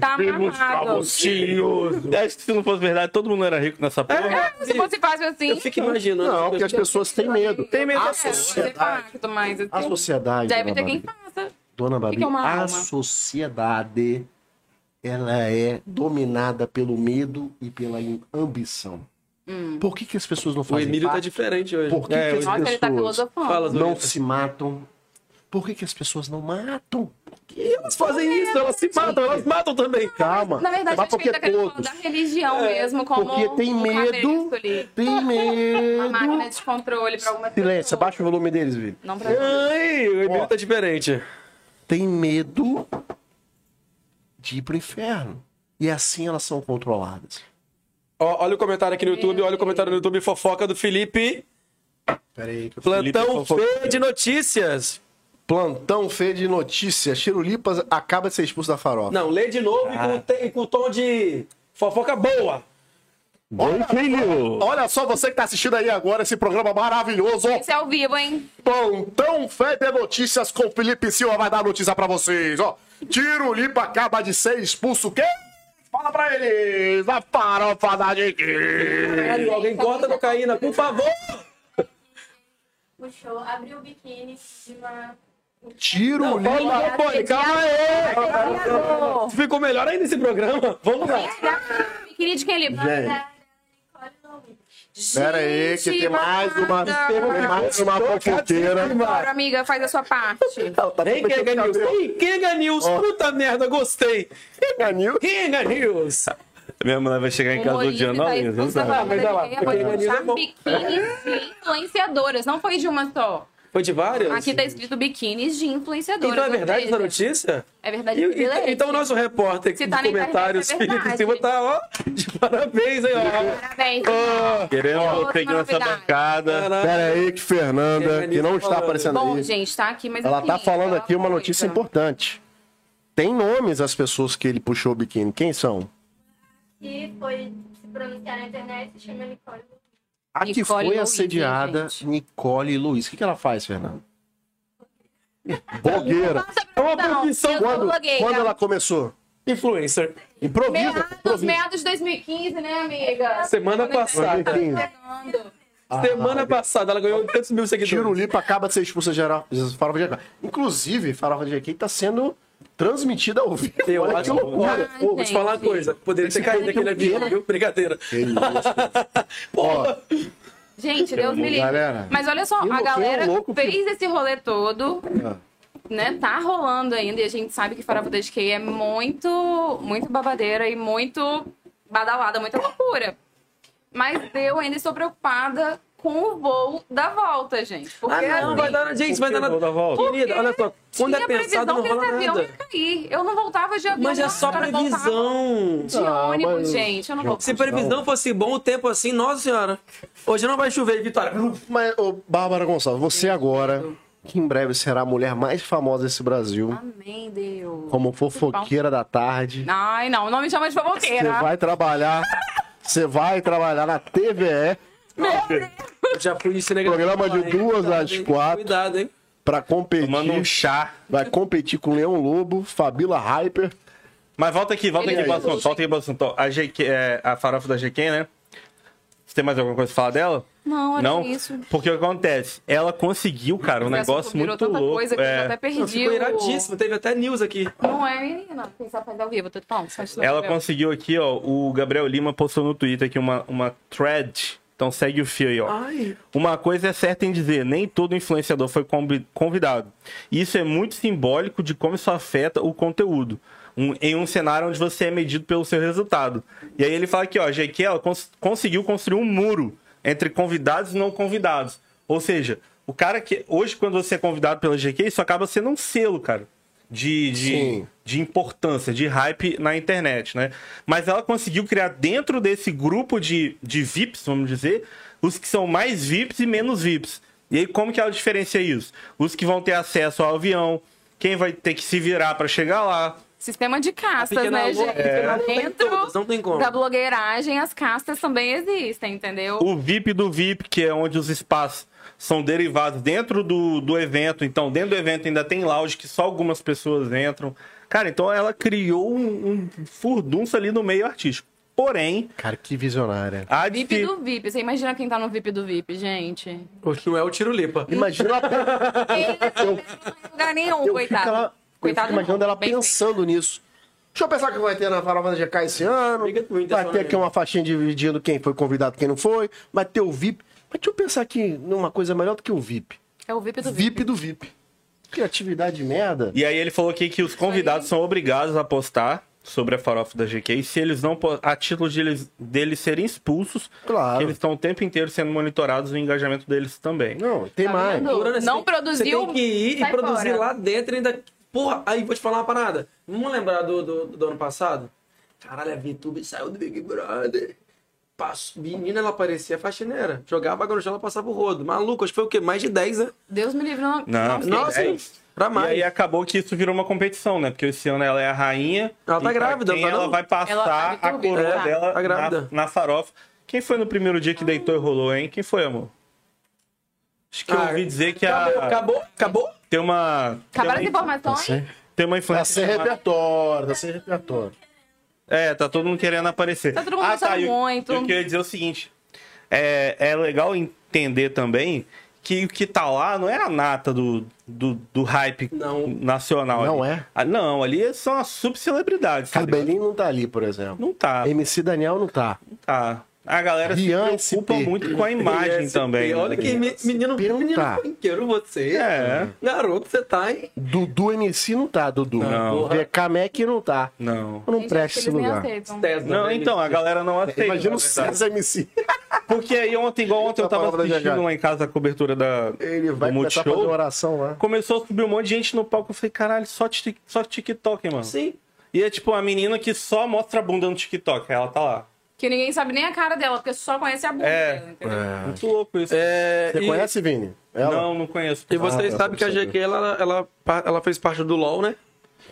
Speaker 3: Tá amarrado.
Speaker 2: Acho que se não fosse verdade, todo mundo era rico nessa porra.
Speaker 3: Se você faz assim... é,
Speaker 4: Eu fico imaginando.
Speaker 1: Não, porque as pessoas têm medo.
Speaker 4: Tem medo é
Speaker 1: A
Speaker 4: da
Speaker 1: sociedade.
Speaker 3: Pacto, mas, assim,
Speaker 1: A sociedade.
Speaker 3: Deve
Speaker 1: Dona
Speaker 3: ter quem
Speaker 1: Babi,
Speaker 3: faça.
Speaker 1: Dona
Speaker 3: que
Speaker 1: Babi
Speaker 3: é uma
Speaker 1: a
Speaker 3: alma?
Speaker 1: sociedade ela é dominada pelo medo e pela ambição.
Speaker 3: Hum.
Speaker 1: Por que, que as pessoas não
Speaker 4: O
Speaker 1: fazem
Speaker 4: Emílio tá
Speaker 1: pacto?
Speaker 4: diferente hoje.
Speaker 1: Por que,
Speaker 2: É,
Speaker 1: que as
Speaker 2: hoje-
Speaker 3: Nossa, ele tá
Speaker 1: pessoas
Speaker 3: filosofando.
Speaker 4: Fala, Zé.
Speaker 1: não se matam? Por que, que as pessoas não matam?
Speaker 4: E elas fazem isso, elas se matam, elas matam também.
Speaker 1: Calma.
Speaker 3: Na verdade,
Speaker 1: mas
Speaker 3: acho que
Speaker 1: porque
Speaker 3: ele tá querendo falar
Speaker 1: todos.
Speaker 3: da religião
Speaker 4: É,
Speaker 3: mesmo, como
Speaker 1: Porque tem
Speaker 3: um
Speaker 1: medo.
Speaker 3: cadeirista ali.
Speaker 1: Tem
Speaker 3: Uma máquina
Speaker 1: medo.
Speaker 3: de controle pra algumas
Speaker 1: Silêncio,
Speaker 3: pessoas.
Speaker 1: abaixa o volume deles, Vitor.
Speaker 3: Não pra
Speaker 4: Ai, o
Speaker 1: Ó.
Speaker 4: Emílio tá diferente.
Speaker 1: Tem medo de ir pro inferno. E assim elas são controladas.
Speaker 4: Ó, olha o comentário aqui no YouTube, olha o comentário no YouTube, fofoca do Felipe.
Speaker 1: Peraí.
Speaker 4: Plantão
Speaker 2: Felipe é
Speaker 4: Fê de notícias.
Speaker 1: Plantão feio de notícias. Chirulipas acaba de ser expulso da farofa.
Speaker 4: Não, lê de novo e
Speaker 1: Ah.
Speaker 4: com, te- e com tom de fofoca boa.
Speaker 1: Olha, olha só você que tá assistindo aí agora esse programa maravilhoso.
Speaker 3: Esse é ao vivo, hein?
Speaker 1: Plantão Feder Notícias com Felipe Silva vai dar notícia pra vocês, ó. Tiro Lipa acaba de ser expulso. Quem? Fala pra eles! A farofa da GQ!
Speaker 4: Caralho, alguém
Speaker 3: tá
Speaker 4: corta a cocaína, por favor.
Speaker 6: puxou, abriu o biquíni de uma.
Speaker 1: Tiro
Speaker 4: Vamos lá, boy, calma aí. Ficou melhor ainda esse programa. Vamos lá.
Speaker 3: Biquíni de quem ele?
Speaker 1: Gente,
Speaker 6: Olha o nome.
Speaker 1: pera aí, que tem mais uma, tem mais uma fofoqueira.
Speaker 3: Claro, amiga, faz a sua parte.
Speaker 4: Ei, Kenga News. Ei, Kenga News. Puta merda, gostei. Kenga News.
Speaker 2: Minha mulher vai chegar em casa do dia,
Speaker 3: Humorista
Speaker 2: não,
Speaker 3: tá
Speaker 2: Luiz, não
Speaker 3: expulso da
Speaker 2: sabe?
Speaker 3: farofa
Speaker 4: mas olha lá,
Speaker 3: de quem após
Speaker 4: porque
Speaker 3: puxar
Speaker 4: é bom.
Speaker 3: biquínis de influenciadoras. Não foi de uma só.
Speaker 4: Foi de várias?
Speaker 3: Aqui tá escrito biquínis de influenciadoras.
Speaker 4: Então é
Speaker 3: ou
Speaker 4: verdade
Speaker 3: seja,
Speaker 4: essa notícia?
Speaker 3: É verdade.
Speaker 4: E- e-
Speaker 3: beleza.
Speaker 4: então o nosso repórter
Speaker 3: Se
Speaker 4: aqui
Speaker 3: tá
Speaker 4: dos
Speaker 3: na internet,
Speaker 4: comentários,
Speaker 3: é
Speaker 4: Felipe
Speaker 3: verdade.
Speaker 4: Silva, tá ó, de parabéns aí, ó.
Speaker 1: Ah,
Speaker 3: Parabéns.
Speaker 2: Queremos
Speaker 3: Ó,
Speaker 2: você aqui
Speaker 3: uma
Speaker 2: nessa
Speaker 3: novidade.
Speaker 2: bancada.
Speaker 4: Caralho.
Speaker 1: Pera aí, que Fernanda, que não está aparecendo
Speaker 3: Bom,
Speaker 1: aí.
Speaker 3: gente, tá aqui, mas.
Speaker 1: Ela
Speaker 3: enfim,
Speaker 1: tá falando
Speaker 3: aquela
Speaker 1: aqui uma
Speaker 3: coisa.
Speaker 1: notícia importante. Tem nomes as pessoas que ele puxou o biquíni. Quem são?
Speaker 6: Que foi se pronunciar na internet, se chama Nicole.
Speaker 1: A que
Speaker 3: Nicole
Speaker 1: foi
Speaker 3: Luiz, hein,
Speaker 1: assediada,
Speaker 3: gente?
Speaker 1: Nicole Luiz. O que, que ela faz, Fernanda? Blogueira.
Speaker 4: É uma
Speaker 3: Não,
Speaker 4: profissão
Speaker 3: eu né?
Speaker 1: Quando,
Speaker 3: sou blogueira.
Speaker 1: quando ela começou?
Speaker 4: influencer.
Speaker 1: Improvisa.
Speaker 3: Meados, meados de 2015, né, amiga?
Speaker 4: Semana passada.
Speaker 3: Fernando.
Speaker 4: Semana passada ela ganhou 800 mil seguidores.
Speaker 1: Tiro Lipa acaba de ser expulsa geral. Farofa de GK. Inclusive, Farofa de GK tá sendo transmitida ao vivo.
Speaker 4: Eu
Speaker 1: Olha
Speaker 4: acho
Speaker 1: que
Speaker 4: que
Speaker 1: loucura.
Speaker 3: Ah,
Speaker 4: Olha, pô, vou te falar uma
Speaker 3: gente.
Speaker 4: coisa. Poderia ter caído naquele avião, viu? Brincadeira.
Speaker 1: Ó,
Speaker 3: Gente, Deus
Speaker 4: um
Speaker 3: me livre.
Speaker 1: Galera.
Speaker 3: Mas olha só,
Speaker 1: Que
Speaker 3: a
Speaker 1: louco,
Speaker 3: galera
Speaker 1: é louco,
Speaker 3: fez esse rolê todo,
Speaker 1: Ah.
Speaker 3: né? Tá rolando ainda e a gente sabe que Farofa da Skate é muito, muito babadeira e muito badalada, muita loucura. Mas eu ainda estou preocupada com o voo da volta, gente. Porque
Speaker 4: Ah, não,
Speaker 3: assim,
Speaker 4: vai dar, gente, vai dar
Speaker 2: Vou dar
Speaker 4: nada.
Speaker 2: a volta.
Speaker 4: Querida, olha só, quando
Speaker 3: tinha
Speaker 4: é pensado
Speaker 3: previsão
Speaker 4: não
Speaker 3: que
Speaker 4: rola
Speaker 3: esse avião ia
Speaker 4: nada.
Speaker 3: cair. Eu não voltava de avião.
Speaker 4: Mas é
Speaker 3: não,
Speaker 4: só
Speaker 3: eu não voltava
Speaker 4: previsão.
Speaker 3: De
Speaker 1: Ah,
Speaker 3: ônibus,
Speaker 1: mas-
Speaker 3: gente. Eu não voltava.
Speaker 4: Se previsão fosse bom, o tempo assim, nossa senhora. Hoje não vai chover, Vitória.
Speaker 1: Mas, ô, Bárbara Gonçalves, você agora, que em breve será a mulher mais famosa desse Brasil,
Speaker 3: Amém, Deus.
Speaker 1: como fofoqueira da tarde,
Speaker 3: Ai, não, não me chama de
Speaker 1: você
Speaker 3: fofoqueira.
Speaker 1: vai trabalhar. Você vai trabalhar na TVE
Speaker 4: Eu já fui de cinegrafia.
Speaker 1: Programa de
Speaker 4: hein?
Speaker 1: duas
Speaker 4: Cuidado,
Speaker 1: às
Speaker 4: hein?
Speaker 1: quatro.
Speaker 4: Cuidado, hein?
Speaker 1: pra
Speaker 2: Tomando um
Speaker 1: competir.
Speaker 2: chá.
Speaker 1: Vai competir com Leão Lobo, Fabila Hyper.
Speaker 2: Mas volta aqui, volta
Speaker 3: Ele
Speaker 2: aqui,
Speaker 3: é
Speaker 2: Boston.
Speaker 3: isso.
Speaker 2: Volta aqui, Boston. A, GQ, é, a farofa da GQ, né? Você tem mais alguma coisa pra falar dela?
Speaker 3: Não, era
Speaker 2: Não?
Speaker 3: isso.
Speaker 2: Porque o que acontece? Ela conseguiu, cara, um
Speaker 3: Esse
Speaker 2: negócio
Speaker 3: assunto virou
Speaker 2: muito
Speaker 3: tanta
Speaker 2: louco.
Speaker 3: coisa que eu já até
Speaker 2: é.
Speaker 3: perdi.
Speaker 4: Eu fico
Speaker 3: o-
Speaker 4: iradíssimo. Teve até news aqui.
Speaker 3: Não é, menina. Pensar fazer ao vivo, tudo bom? Você faz tudo ao
Speaker 2: Ela
Speaker 3: vivo.
Speaker 2: conseguiu aqui, ó. O Gabriel Lima postou no Twitter aqui uma, uma thread. Então segue o fio aí, ó.
Speaker 3: Ah,
Speaker 4: Ai.
Speaker 2: Uma coisa é certa em dizer, nem todo influenciador foi combi- convidado. Isso é muito simbólico de como isso afeta o conteúdo. Um- em um cenário onde você é medido pelo seu resultado. E aí ele fala aqui, ó, a GQ ela cons- conseguiu construir um muro entre convidados e não convidados. Ou seja, o cara que. Hoje, quando você é convidado pela GQ, isso acaba sendo um selo, cara. De, de,
Speaker 1: Sim.
Speaker 2: de importância, de hype na internet, né? Mas ela conseguiu criar dentro desse grupo de, de VIPs, vamos dizer, os que são mais VIPs e menos VIPs. E aí, como que ela diferencia isso? Os que vão ter acesso ao avião, quem vai ter que se virar para chegar lá.
Speaker 3: Sistema de castas,
Speaker 4: pequena
Speaker 3: né,
Speaker 4: Lu-
Speaker 3: gente?
Speaker 4: a pequena Lu tem
Speaker 3: Dentro
Speaker 4: todas, não tem como.
Speaker 3: da blogueiragem, as castas também existem, entendeu?
Speaker 2: O VIP do VIP, que é onde os espaços são derivados dentro do, do evento. Então, dentro do evento ainda tem lounge que só algumas pessoas entram. Cara, então ela criou um, um furdunço ali no meio artístico. Porém,
Speaker 1: Cara, que visionária.
Speaker 2: a de
Speaker 3: VIP do VIP. Você imagina quem tá no VIP do VIP, gente?
Speaker 4: Hoje não é o tiro lipa.
Speaker 1: Imagina ela,
Speaker 3: Ele não tá em lugar nenhum,
Speaker 1: eu fico,
Speaker 3: coitado.
Speaker 1: ela, eu
Speaker 3: coitado
Speaker 1: fico imaginando
Speaker 3: não,
Speaker 1: ela
Speaker 3: bem
Speaker 1: pensando nisso. Deixa eu pensar que vai ter na Farofa da GK esse ano.
Speaker 4: Briga com o Whindersson,
Speaker 1: Vai ter aqui
Speaker 4: né?
Speaker 1: uma faixinha dividindo quem foi convidado e quem não foi. Vai ter o VIP. Mas deixa eu pensar aqui numa coisa melhor do que o VIP.
Speaker 3: feito. É o VIP do VIP.
Speaker 1: VIP do VIP. Criatividade de merda.
Speaker 2: E aí ele falou aqui que os convidados são obrigados a postar sobre a farofa da GQ e se eles não po- a título de eles, deles serem expulsos,
Speaker 1: Claro.
Speaker 2: que eles estão o tempo inteiro sendo monitorados no engajamento deles também.
Speaker 1: Não, tem
Speaker 3: Tá
Speaker 1: mais.
Speaker 3: vendo?
Speaker 4: Durante,
Speaker 3: Não
Speaker 4: né? você tem-
Speaker 3: produziu,
Speaker 4: Você tem que ir
Speaker 3: sai
Speaker 4: e produzir
Speaker 3: fora.
Speaker 4: lá dentro e ainda. Porra, aí vou te falar uma parada. Vamos lembrar do, do, do ano passado? Caralho, a VTube saiu do Big Brother. Passou, menina, ela parecia faxineira. Jogava a ela passava o rodo. Maluco, acho que foi o quê? Mais de 10, né?
Speaker 3: Deus me livre. Não,
Speaker 2: Não,
Speaker 3: sei.
Speaker 4: Nossa,
Speaker 2: é.
Speaker 4: pra
Speaker 2: E
Speaker 4: mais.
Speaker 2: aí acabou que isso virou uma competição, né? Porque esse ano ela é a rainha.
Speaker 4: Ela
Speaker 2: e
Speaker 4: tá
Speaker 2: pra
Speaker 4: grávida,
Speaker 2: quem
Speaker 4: tá
Speaker 2: ela
Speaker 4: não?
Speaker 2: vai passar
Speaker 3: Ela-
Speaker 2: a coroa
Speaker 4: É,
Speaker 2: dela
Speaker 4: tá grávida.
Speaker 2: na, na farofa. Quem foi no primeiro dia que deitou e rolou, hein? Quem foi, amor? Acho que eu
Speaker 4: Ah,
Speaker 2: ouvi dizer que
Speaker 4: acabou,
Speaker 2: a...
Speaker 4: acabou, acabou.
Speaker 2: tem uma...
Speaker 3: Acabaram as
Speaker 2: tem uma,
Speaker 3: informações?
Speaker 2: tem uma
Speaker 1: Tá
Speaker 2: influência
Speaker 1: sem repertório, tá sem repertório.
Speaker 2: É, tá todo mundo querendo aparecer. Ah,
Speaker 3: Tá todo mundo gostando
Speaker 2: eu-
Speaker 3: muito.
Speaker 2: Eu queria dizer o seguinte: é, é legal entender também que o que tá lá não é a nata do, do, do hype
Speaker 4: Não.
Speaker 2: nacional.
Speaker 1: Não
Speaker 2: ali.
Speaker 1: é?
Speaker 2: Ah, não, ali são as subcelebridades. tá ligado?
Speaker 1: Cabelinho não tá ali, por exemplo.
Speaker 2: Não tá,
Speaker 1: MC Daniel não tá.
Speaker 2: não tá. A galera
Speaker 1: Rian
Speaker 2: se preocupa
Speaker 1: SP.
Speaker 2: muito com a imagem
Speaker 4: ISP,
Speaker 2: também.
Speaker 4: Olha
Speaker 2: né?
Speaker 4: que me- menino,
Speaker 1: Pelo
Speaker 4: menino
Speaker 1: tá.
Speaker 4: funkeiro você.
Speaker 2: É.
Speaker 4: Garoto, você tá, hein?
Speaker 1: Dudu MC não tá, Dudu.
Speaker 2: Não.
Speaker 1: VK Mac não tá.
Speaker 2: Não.
Speaker 1: Não
Speaker 3: Gente, acho
Speaker 1: presta
Speaker 3: que
Speaker 1: esse
Speaker 3: eles nem
Speaker 1: lugar.
Speaker 3: aceitam.
Speaker 4: Tesla,
Speaker 2: Não,
Speaker 4: né?
Speaker 2: então, a galera não aceita.
Speaker 1: Imagina
Speaker 2: na
Speaker 1: o
Speaker 2: verdade.
Speaker 1: César MC.
Speaker 2: Porque aí ontem, igual ontem, eu
Speaker 1: Tá
Speaker 2: tava
Speaker 1: falando da
Speaker 2: assistindo
Speaker 1: GH.
Speaker 2: lá em casa a cobertura da,
Speaker 1: Ele vai
Speaker 2: do
Speaker 1: começar a fazer
Speaker 2: Multishow.
Speaker 1: oração lá.
Speaker 2: Começou a subir um monte de gente no palco. Eu falei, caralho, só, ti- só TikTok, mano.
Speaker 4: Sim.
Speaker 2: E é tipo uma menina que só mostra a bunda no TikTok. Ela tá lá.
Speaker 3: Que ninguém sabe nem a cara dela, porque só conhece a bunda
Speaker 2: É.
Speaker 3: dela, entendeu?
Speaker 2: Muito louco isso.
Speaker 4: É,
Speaker 1: Você
Speaker 4: e-
Speaker 1: conhece, Vini? Ela
Speaker 2: Não, não conheço.
Speaker 4: E vocês
Speaker 1: tá,
Speaker 4: sabem que a
Speaker 1: saber.
Speaker 4: GQ, ela, ela, pa- ela fez parte do LoL, né?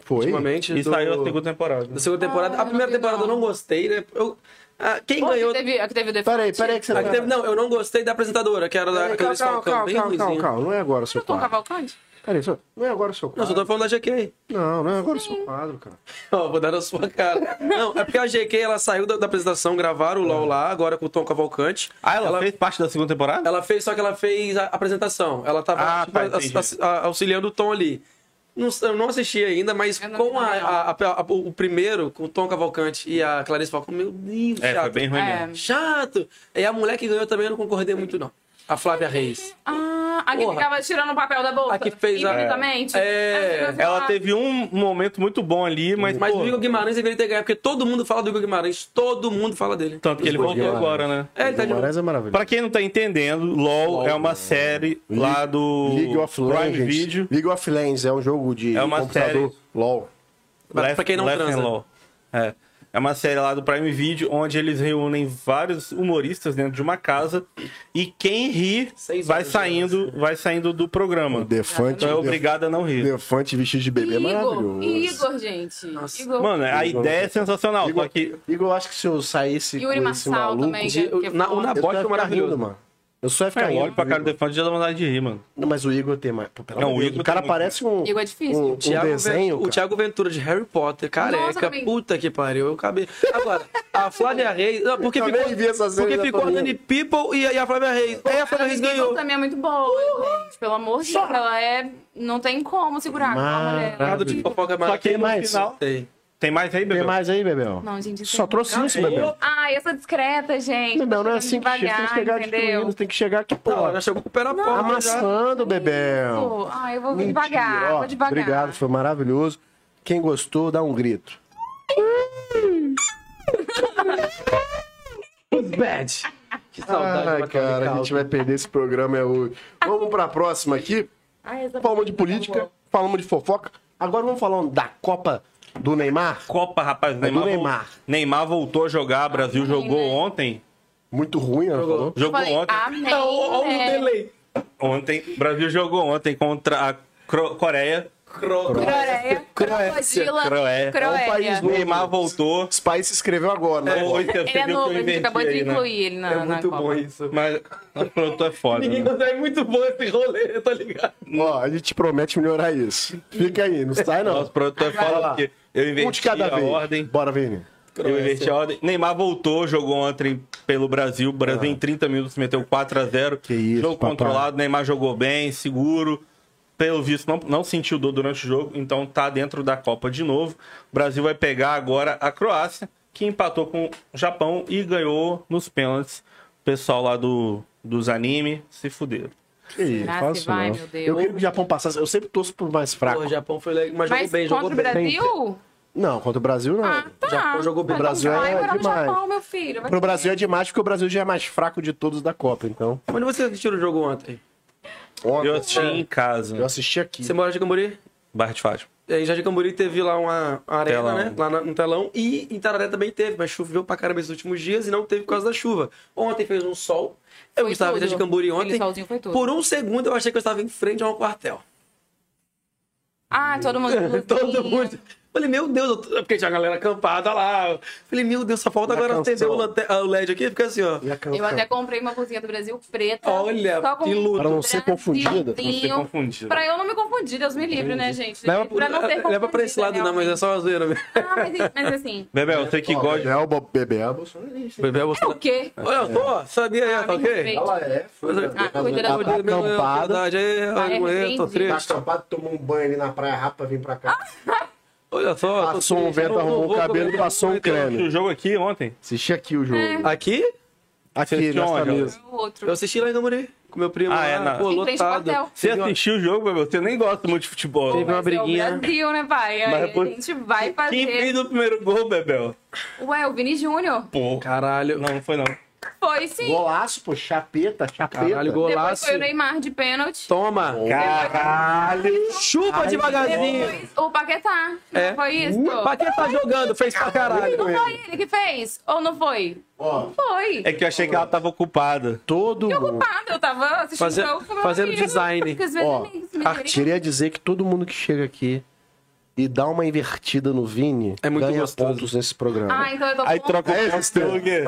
Speaker 1: foi.
Speaker 4: Ultimamente.
Speaker 2: E
Speaker 4: do-
Speaker 2: saiu a segunda temporada.
Speaker 4: da segunda temporada.
Speaker 3: Ah, eu
Speaker 4: a primeira
Speaker 3: não vi,
Speaker 4: temporada
Speaker 3: não.
Speaker 4: eu não gostei, né? Eu- ah, quem
Speaker 3: Ou
Speaker 4: ganhou...
Speaker 3: que teve, a que teve o defeito.
Speaker 1: Peraí, peraí que você
Speaker 4: a que
Speaker 1: tá...
Speaker 4: teve- não, eu não gostei da apresentadora, que era da
Speaker 1: Peraí,
Speaker 4: Clarice
Speaker 2: é
Speaker 1: calma, calma,
Speaker 4: Falcão, bem
Speaker 1: calma, calma,
Speaker 4: ruimzinha.
Speaker 1: calma. Não é agora, seu
Speaker 3: Tom
Speaker 1: pai.
Speaker 3: Cavalcante?
Speaker 1: Peraí, só- não é agora o seu
Speaker 4: Não, só
Speaker 1: quadro.
Speaker 4: tô falando da GK.
Speaker 1: Não, não é agora o seu quadro, cara.
Speaker 4: Ó, vou dar na sua cara. Não, é porque a GK, ela saiu da, da apresentação, gravaram o LOL lá, agora com o Tom Cavalcante.
Speaker 2: É. Ah, ela, fez parte da segunda temporada?
Speaker 4: Ela fez, só que ela fez a apresentação. Ela tava
Speaker 2: Ah,
Speaker 4: tipo,
Speaker 2: tá,
Speaker 4: a-
Speaker 2: entendi.
Speaker 4: a- a- auxiliando o Tom ali. Não, eu não assisti ainda, mas
Speaker 3: Eu não
Speaker 4: com a-
Speaker 3: também não.
Speaker 4: a- a- a- o primeiro, com o Tom Cavalcante e a Clarice Falcão, meu Deus,
Speaker 2: É,
Speaker 4: chato.
Speaker 2: foi bem ruim
Speaker 3: É.
Speaker 2: mesmo.
Speaker 4: Chato! E a mulher que ganhou também eu não concordei muito, não. A Flávia Reis.
Speaker 3: Ah, a que
Speaker 4: Porra.
Speaker 3: ficava tirando o papel da bolsa.
Speaker 4: A que fez a-
Speaker 3: infinitamente.
Speaker 4: É.
Speaker 3: Aí você vai
Speaker 2: Ela
Speaker 3: falar,
Speaker 2: teve um momento muito bom ali, mas.
Speaker 4: Mas
Speaker 2: pô,
Speaker 4: o Igor Guimarães deveria ter ganhado, porque todo mundo fala do Igor Guimarães. Todo mundo fala dele.
Speaker 2: Tanto que ele voltou
Speaker 1: Guimarães.
Speaker 2: agora, né?
Speaker 4: É, ele tá de novo.
Speaker 1: Guimarães é maravilhoso.
Speaker 2: Pra quem não tá entendendo, LOL, é uma série lá do
Speaker 1: League of
Speaker 2: Prime
Speaker 1: Legends.
Speaker 2: Video.
Speaker 1: League of Legends é um jogo de
Speaker 2: É uma
Speaker 1: computador
Speaker 2: série.
Speaker 1: LOL.
Speaker 4: Pra-
Speaker 2: Left-
Speaker 4: pra quem não
Speaker 2: Left
Speaker 4: transa.
Speaker 2: and LOL. É. É uma série lá do Prime Video, onde eles reúnem vários humoristas dentro de uma casa e quem ri
Speaker 4: Seis
Speaker 2: vai
Speaker 4: horas de
Speaker 2: saindo, vai saindo do programa.
Speaker 1: O Defante,
Speaker 2: Então é obrigado a não rir.
Speaker 1: Defante vestido de bebê é
Speaker 3: Igor,
Speaker 1: maravilhoso.
Speaker 3: Igor, gente.
Speaker 4: Nossa.
Speaker 3: Igor.
Speaker 2: Mano, a ideia é sensacional, só
Speaker 1: Igor,
Speaker 2: que
Speaker 1: Igor, eu acho que se eu saísse
Speaker 3: Yuri
Speaker 1: com esse
Speaker 3: Marçal
Speaker 1: maluco...
Speaker 3: também.
Speaker 4: De-
Speaker 3: que é foda.
Speaker 4: na- o
Speaker 1: Eu só ia
Speaker 4: Nabótico é
Speaker 1: ficar
Speaker 4: maravilhoso.
Speaker 1: rindo, mano. Eu só ia
Speaker 2: é,
Speaker 1: ficar
Speaker 2: eu
Speaker 1: rindo.
Speaker 2: olho pra
Speaker 1: pro
Speaker 2: cara do
Speaker 1: Igor.
Speaker 2: Defante e já dá vontade de rir, mano.
Speaker 1: Não, mas o Igor tem mais... Pô, pelo
Speaker 2: Não,
Speaker 1: amor
Speaker 2: o
Speaker 1: de
Speaker 2: Igor
Speaker 1: Deus, O
Speaker 2: tem
Speaker 1: cara
Speaker 2: muito.
Speaker 1: parece um...
Speaker 3: Igor é difícil.
Speaker 1: Um,
Speaker 4: O Thiago,
Speaker 1: um desenho,
Speaker 4: Ven- o
Speaker 1: cara.
Speaker 4: Thiago Ventura de Harry Potter, careca,
Speaker 3: também.
Speaker 4: puta que pariu, eu acabei. Agora, a Flávia Reis. Não, porque
Speaker 1: Eu também
Speaker 4: ficou,
Speaker 1: vi essa cena,
Speaker 4: porque
Speaker 1: já
Speaker 4: ficou
Speaker 1: tô
Speaker 4: a Dani People e, a- e a Flávia Reis. Aí a Flávia
Speaker 3: Ela
Speaker 4: Reis
Speaker 3: ganhou.
Speaker 4: ganhou.
Speaker 3: também é muito boa, gente. Pelo amor de Deus, ela é... Não tem como segurar aquela mulher.
Speaker 1: Maravilha.
Speaker 4: Cada de fofoca
Speaker 2: Só que no
Speaker 4: maravilhosa.
Speaker 1: mais?
Speaker 2: final.
Speaker 4: Tem.
Speaker 2: Tem mais aí, bebê?
Speaker 1: Tem mais aí, Bebel?
Speaker 3: Não, gente, isso
Speaker 1: Só
Speaker 3: é-
Speaker 1: trouxe isso, Bebel.
Speaker 3: Ai, eu sou discreta, gente.
Speaker 1: Bebel, não é
Speaker 3: Tô
Speaker 1: assim que
Speaker 3: chegando
Speaker 1: chega. Tem que chegar destruindo, tem que chegar aqui, pô.
Speaker 4: Não, ela chegou com o pé na porta. já.
Speaker 1: Amassando, Bebel.
Speaker 3: Pô, Ai, eu vou
Speaker 1: Mentira,
Speaker 3: devagar,
Speaker 1: ó,
Speaker 3: vou devagar.
Speaker 1: Obrigado, foi maravilhoso. Quem gostou, dá um grito.
Speaker 4: Bad. Que saudade,
Speaker 1: Ai, cara,
Speaker 4: Macaulay
Speaker 1: tipo- a
Speaker 4: Culkin.
Speaker 1: gente
Speaker 2: né?
Speaker 1: vai perder esse programa é hoje. Vamos pra próxima aqui.
Speaker 3: Ai, essa-
Speaker 1: Falamos de política, falamos de fofoca. Agora vamos falar um da Copa do Neymar.
Speaker 2: Copa,
Speaker 4: É
Speaker 2: rapaz.
Speaker 1: do
Speaker 2: Neymar, vol-
Speaker 1: Neymar.
Speaker 2: Neymar voltou a jogar, Brasil jogou ontem.
Speaker 1: Muito ruim, ela falou.
Speaker 3: Eu
Speaker 2: Jogou
Speaker 3: falei,
Speaker 2: ontem.
Speaker 3: amém,
Speaker 4: Não, Olha o
Speaker 3: né?
Speaker 4: delay.
Speaker 2: Ontem, Brasil jogou ontem contra a Cro- Coreia.
Speaker 3: Croécia.
Speaker 1: Croécia.
Speaker 3: Crocodila.
Speaker 2: Croé.
Speaker 1: É um país
Speaker 3: Croécia.
Speaker 1: novo.
Speaker 2: Neymar voltou.
Speaker 1: Esse país se inscreveu agora, né?
Speaker 2: Oi, você
Speaker 3: Ele
Speaker 2: viu
Speaker 3: é novo,
Speaker 2: que eu
Speaker 3: a gente
Speaker 2: inventei
Speaker 3: acabou de
Speaker 2: aí, né?
Speaker 3: incluir ele na,
Speaker 4: É
Speaker 3: na
Speaker 4: muito
Speaker 3: Copa.
Speaker 4: bom isso. Uhum.
Speaker 2: Mas o produto é foda.
Speaker 4: Ninguém
Speaker 2: né?
Speaker 4: consegue muito bom esse rolê, tá ligado?
Speaker 1: Ó, a gente promete melhorar isso. Fica aí, não sai não.
Speaker 2: Nosso produto é
Speaker 1: Bora
Speaker 2: foda
Speaker 1: lá.
Speaker 2: porque eu
Speaker 1: Um de
Speaker 2: inverti
Speaker 1: cada
Speaker 2: a
Speaker 1: vez.
Speaker 2: ordem.
Speaker 1: Bora, Vini.
Speaker 2: Eu inverti a ordem. Neymar voltou, jogou ontem pelo Brasil. O Brasil em 30 minutos meteu 4x0.
Speaker 1: Ah. Que isso,
Speaker 2: Jogo
Speaker 1: papai.
Speaker 2: controlado, Neymar jogou bem, seguro. Pelo visto, não, não sentiu dor durante o jogo, então tá dentro da Copa de novo. O Brasil vai pegar agora a Croácia, que empatou com o Japão e ganhou nos pênaltis. O pessoal lá do, dos anime se fuderam.
Speaker 1: Que isso,
Speaker 3: Será
Speaker 1: fala
Speaker 3: que
Speaker 1: isso
Speaker 3: vai,
Speaker 1: não.
Speaker 3: meu Deus?
Speaker 1: Eu queria que o Japão passasse. Eu sempre torço pro mais fraco.
Speaker 4: Pô, o Japão foi legal, mas,
Speaker 3: Mas
Speaker 4: jogou bem, jogou
Speaker 3: contra o
Speaker 4: bem.
Speaker 3: Brasil?
Speaker 1: Não, contra o Brasil não.
Speaker 3: Ah, tá.
Speaker 4: Japão jogou bem.
Speaker 3: Mas não
Speaker 1: Brasil
Speaker 3: vai
Speaker 1: é
Speaker 3: morar no
Speaker 1: demais.
Speaker 3: Japão, meu filho. Vai
Speaker 1: Pro
Speaker 3: se
Speaker 1: Brasil é
Speaker 3: fuder.
Speaker 1: demais, porque o Brasil já é mais fraco de todos da Copa, então.
Speaker 4: Onde você assistiu o jogo ontem?
Speaker 1: Ontem,
Speaker 2: Eu assisti em
Speaker 1: é eu
Speaker 2: casa,
Speaker 1: assisti aqui.
Speaker 4: Você mora de Cambori?
Speaker 2: Barra de Fátima.
Speaker 4: É, Em Jardim Camburi teve lá uma arena,
Speaker 2: Telão.
Speaker 4: né? Lá na- no telão. E em Tararé também teve, mas choveu pra caramba esses últimos dias e não teve por causa da chuva. Ontem fez um sol. Eu
Speaker 3: Foi
Speaker 4: estava em
Speaker 3: tudo.
Speaker 4: Jardim Camburi
Speaker 3: Aquele
Speaker 4: ontem.
Speaker 3: solzinho foi tudo.
Speaker 4: Por um segundo eu achei que eu estava em frente a um quartel.
Speaker 3: Ah, todo mundo.
Speaker 4: Todo mundo. Falei, meu Deus, eu tô- porque tinha a galera acampada lá. Falei, meu Deus, só falta
Speaker 1: E a
Speaker 4: agora
Speaker 1: canção?
Speaker 4: acender o, lante- ah, o LED aqui e fica assim, ó.
Speaker 1: E é a can-
Speaker 3: Eu até comprei uma cozinha do Brasil preta.
Speaker 4: Olha,
Speaker 3: só com
Speaker 4: que luto.
Speaker 1: Pra não ser confundida.
Speaker 2: Não né? ser confundida.
Speaker 3: Pra eu não me confundir, Deus me livre, né, gente? pra não né, ser
Speaker 4: Ah, leva pra esse lado,
Speaker 3: confundida,
Speaker 4: não, mas é só uma zoeira mesmo.
Speaker 3: realmente. Ah, mas, mas assim,
Speaker 2: Bebel, você que
Speaker 1: Ó,
Speaker 2: gosta.
Speaker 1: Bebel, Bo- Bebel, é bolsonarista.
Speaker 4: Bebel, você.
Speaker 3: o quê?
Speaker 4: Olha, eu tô, sabia,
Speaker 3: Ah,
Speaker 4: tá
Speaker 3: me
Speaker 4: ok?
Speaker 3: respeita.
Speaker 1: Ela é. Foi, né?
Speaker 3: Ah, cuida da-
Speaker 1: Ela tá acampada.
Speaker 4: Verdade, aí, eu tô
Speaker 3: arrependido.
Speaker 1: Tá
Speaker 4: triste.
Speaker 1: acampada, tomou um banho ali na praia rápida pra vir pra cá.
Speaker 4: Olha só. tô
Speaker 1: Passou um
Speaker 4: triste.
Speaker 1: vento,
Speaker 4: Não, não
Speaker 1: arrumou o
Speaker 4: vou
Speaker 1: cabelo,
Speaker 4: comentar
Speaker 1: passou um
Speaker 4: muito.
Speaker 2: O
Speaker 1: creme.
Speaker 2: jogo aqui ontem.
Speaker 1: Assisti aqui o jogo.
Speaker 4: Aqui?
Speaker 1: Aqui,
Speaker 2: Assistiu
Speaker 1: nessa
Speaker 2: onde?
Speaker 1: mesa.
Speaker 3: O outro.
Speaker 4: Eu assisti lá em Gamuri, com meu primo.
Speaker 2: Ah, é,
Speaker 4: lá,
Speaker 2: na-
Speaker 4: Pô,
Speaker 3: Em frente ao
Speaker 4: lotado.
Speaker 3: quartel.
Speaker 2: Você assistiu o jogo, Bebel? Você nem gosta muito de futebol.
Speaker 4: Teve
Speaker 3: Mas
Speaker 4: uma
Speaker 3: é o
Speaker 4: briguinha.
Speaker 3: Brasil, né, pai? Aí
Speaker 2: Mas, pô,
Speaker 3: a gente vai
Speaker 2: Quem fez
Speaker 3: fazer.
Speaker 2: o primeiro gol, Bebel?
Speaker 3: Ué, o Vini Júnior.
Speaker 2: Pô,
Speaker 4: Caralho.
Speaker 2: não, não foi não.
Speaker 3: Foi sim.
Speaker 1: Golaço, pô, chapeta, chapeta.
Speaker 4: Caralho,
Speaker 3: Depois
Speaker 4: golaço.
Speaker 3: foi o Neymar de pênalti.
Speaker 4: Toma.
Speaker 1: Caralho.
Speaker 4: Chupa devagarzinho.
Speaker 3: Depois o Paquetá. Não
Speaker 4: É.
Speaker 3: foi isso?
Speaker 4: Pra quem tá jogando? Fez pra caralho.
Speaker 3: Não foi ele que fez? Ou não foi?
Speaker 1: Ó,
Speaker 3: Foi.
Speaker 2: É que eu achei que ela tava ocupada.
Speaker 1: todo
Speaker 3: Eu
Speaker 1: mundo.
Speaker 3: culpado, eu tava assistindo
Speaker 4: Fazer-
Speaker 3: o jogo com meu
Speaker 4: fazendo
Speaker 3: amigo,
Speaker 4: design.
Speaker 3: porque às vezes
Speaker 1: Ó,
Speaker 3: ele me- me liga.
Speaker 1: Queria dizer que todo mundo que chega aqui e dá uma invertida no Vini
Speaker 4: É muito
Speaker 1: ganha
Speaker 4: gostoso.
Speaker 1: pontos nesse programa.
Speaker 3: Ah, então eu tô
Speaker 2: Aí
Speaker 3: com-
Speaker 2: troca
Speaker 1: É,
Speaker 2: o ponto
Speaker 1: Estela.
Speaker 2: pelo quê?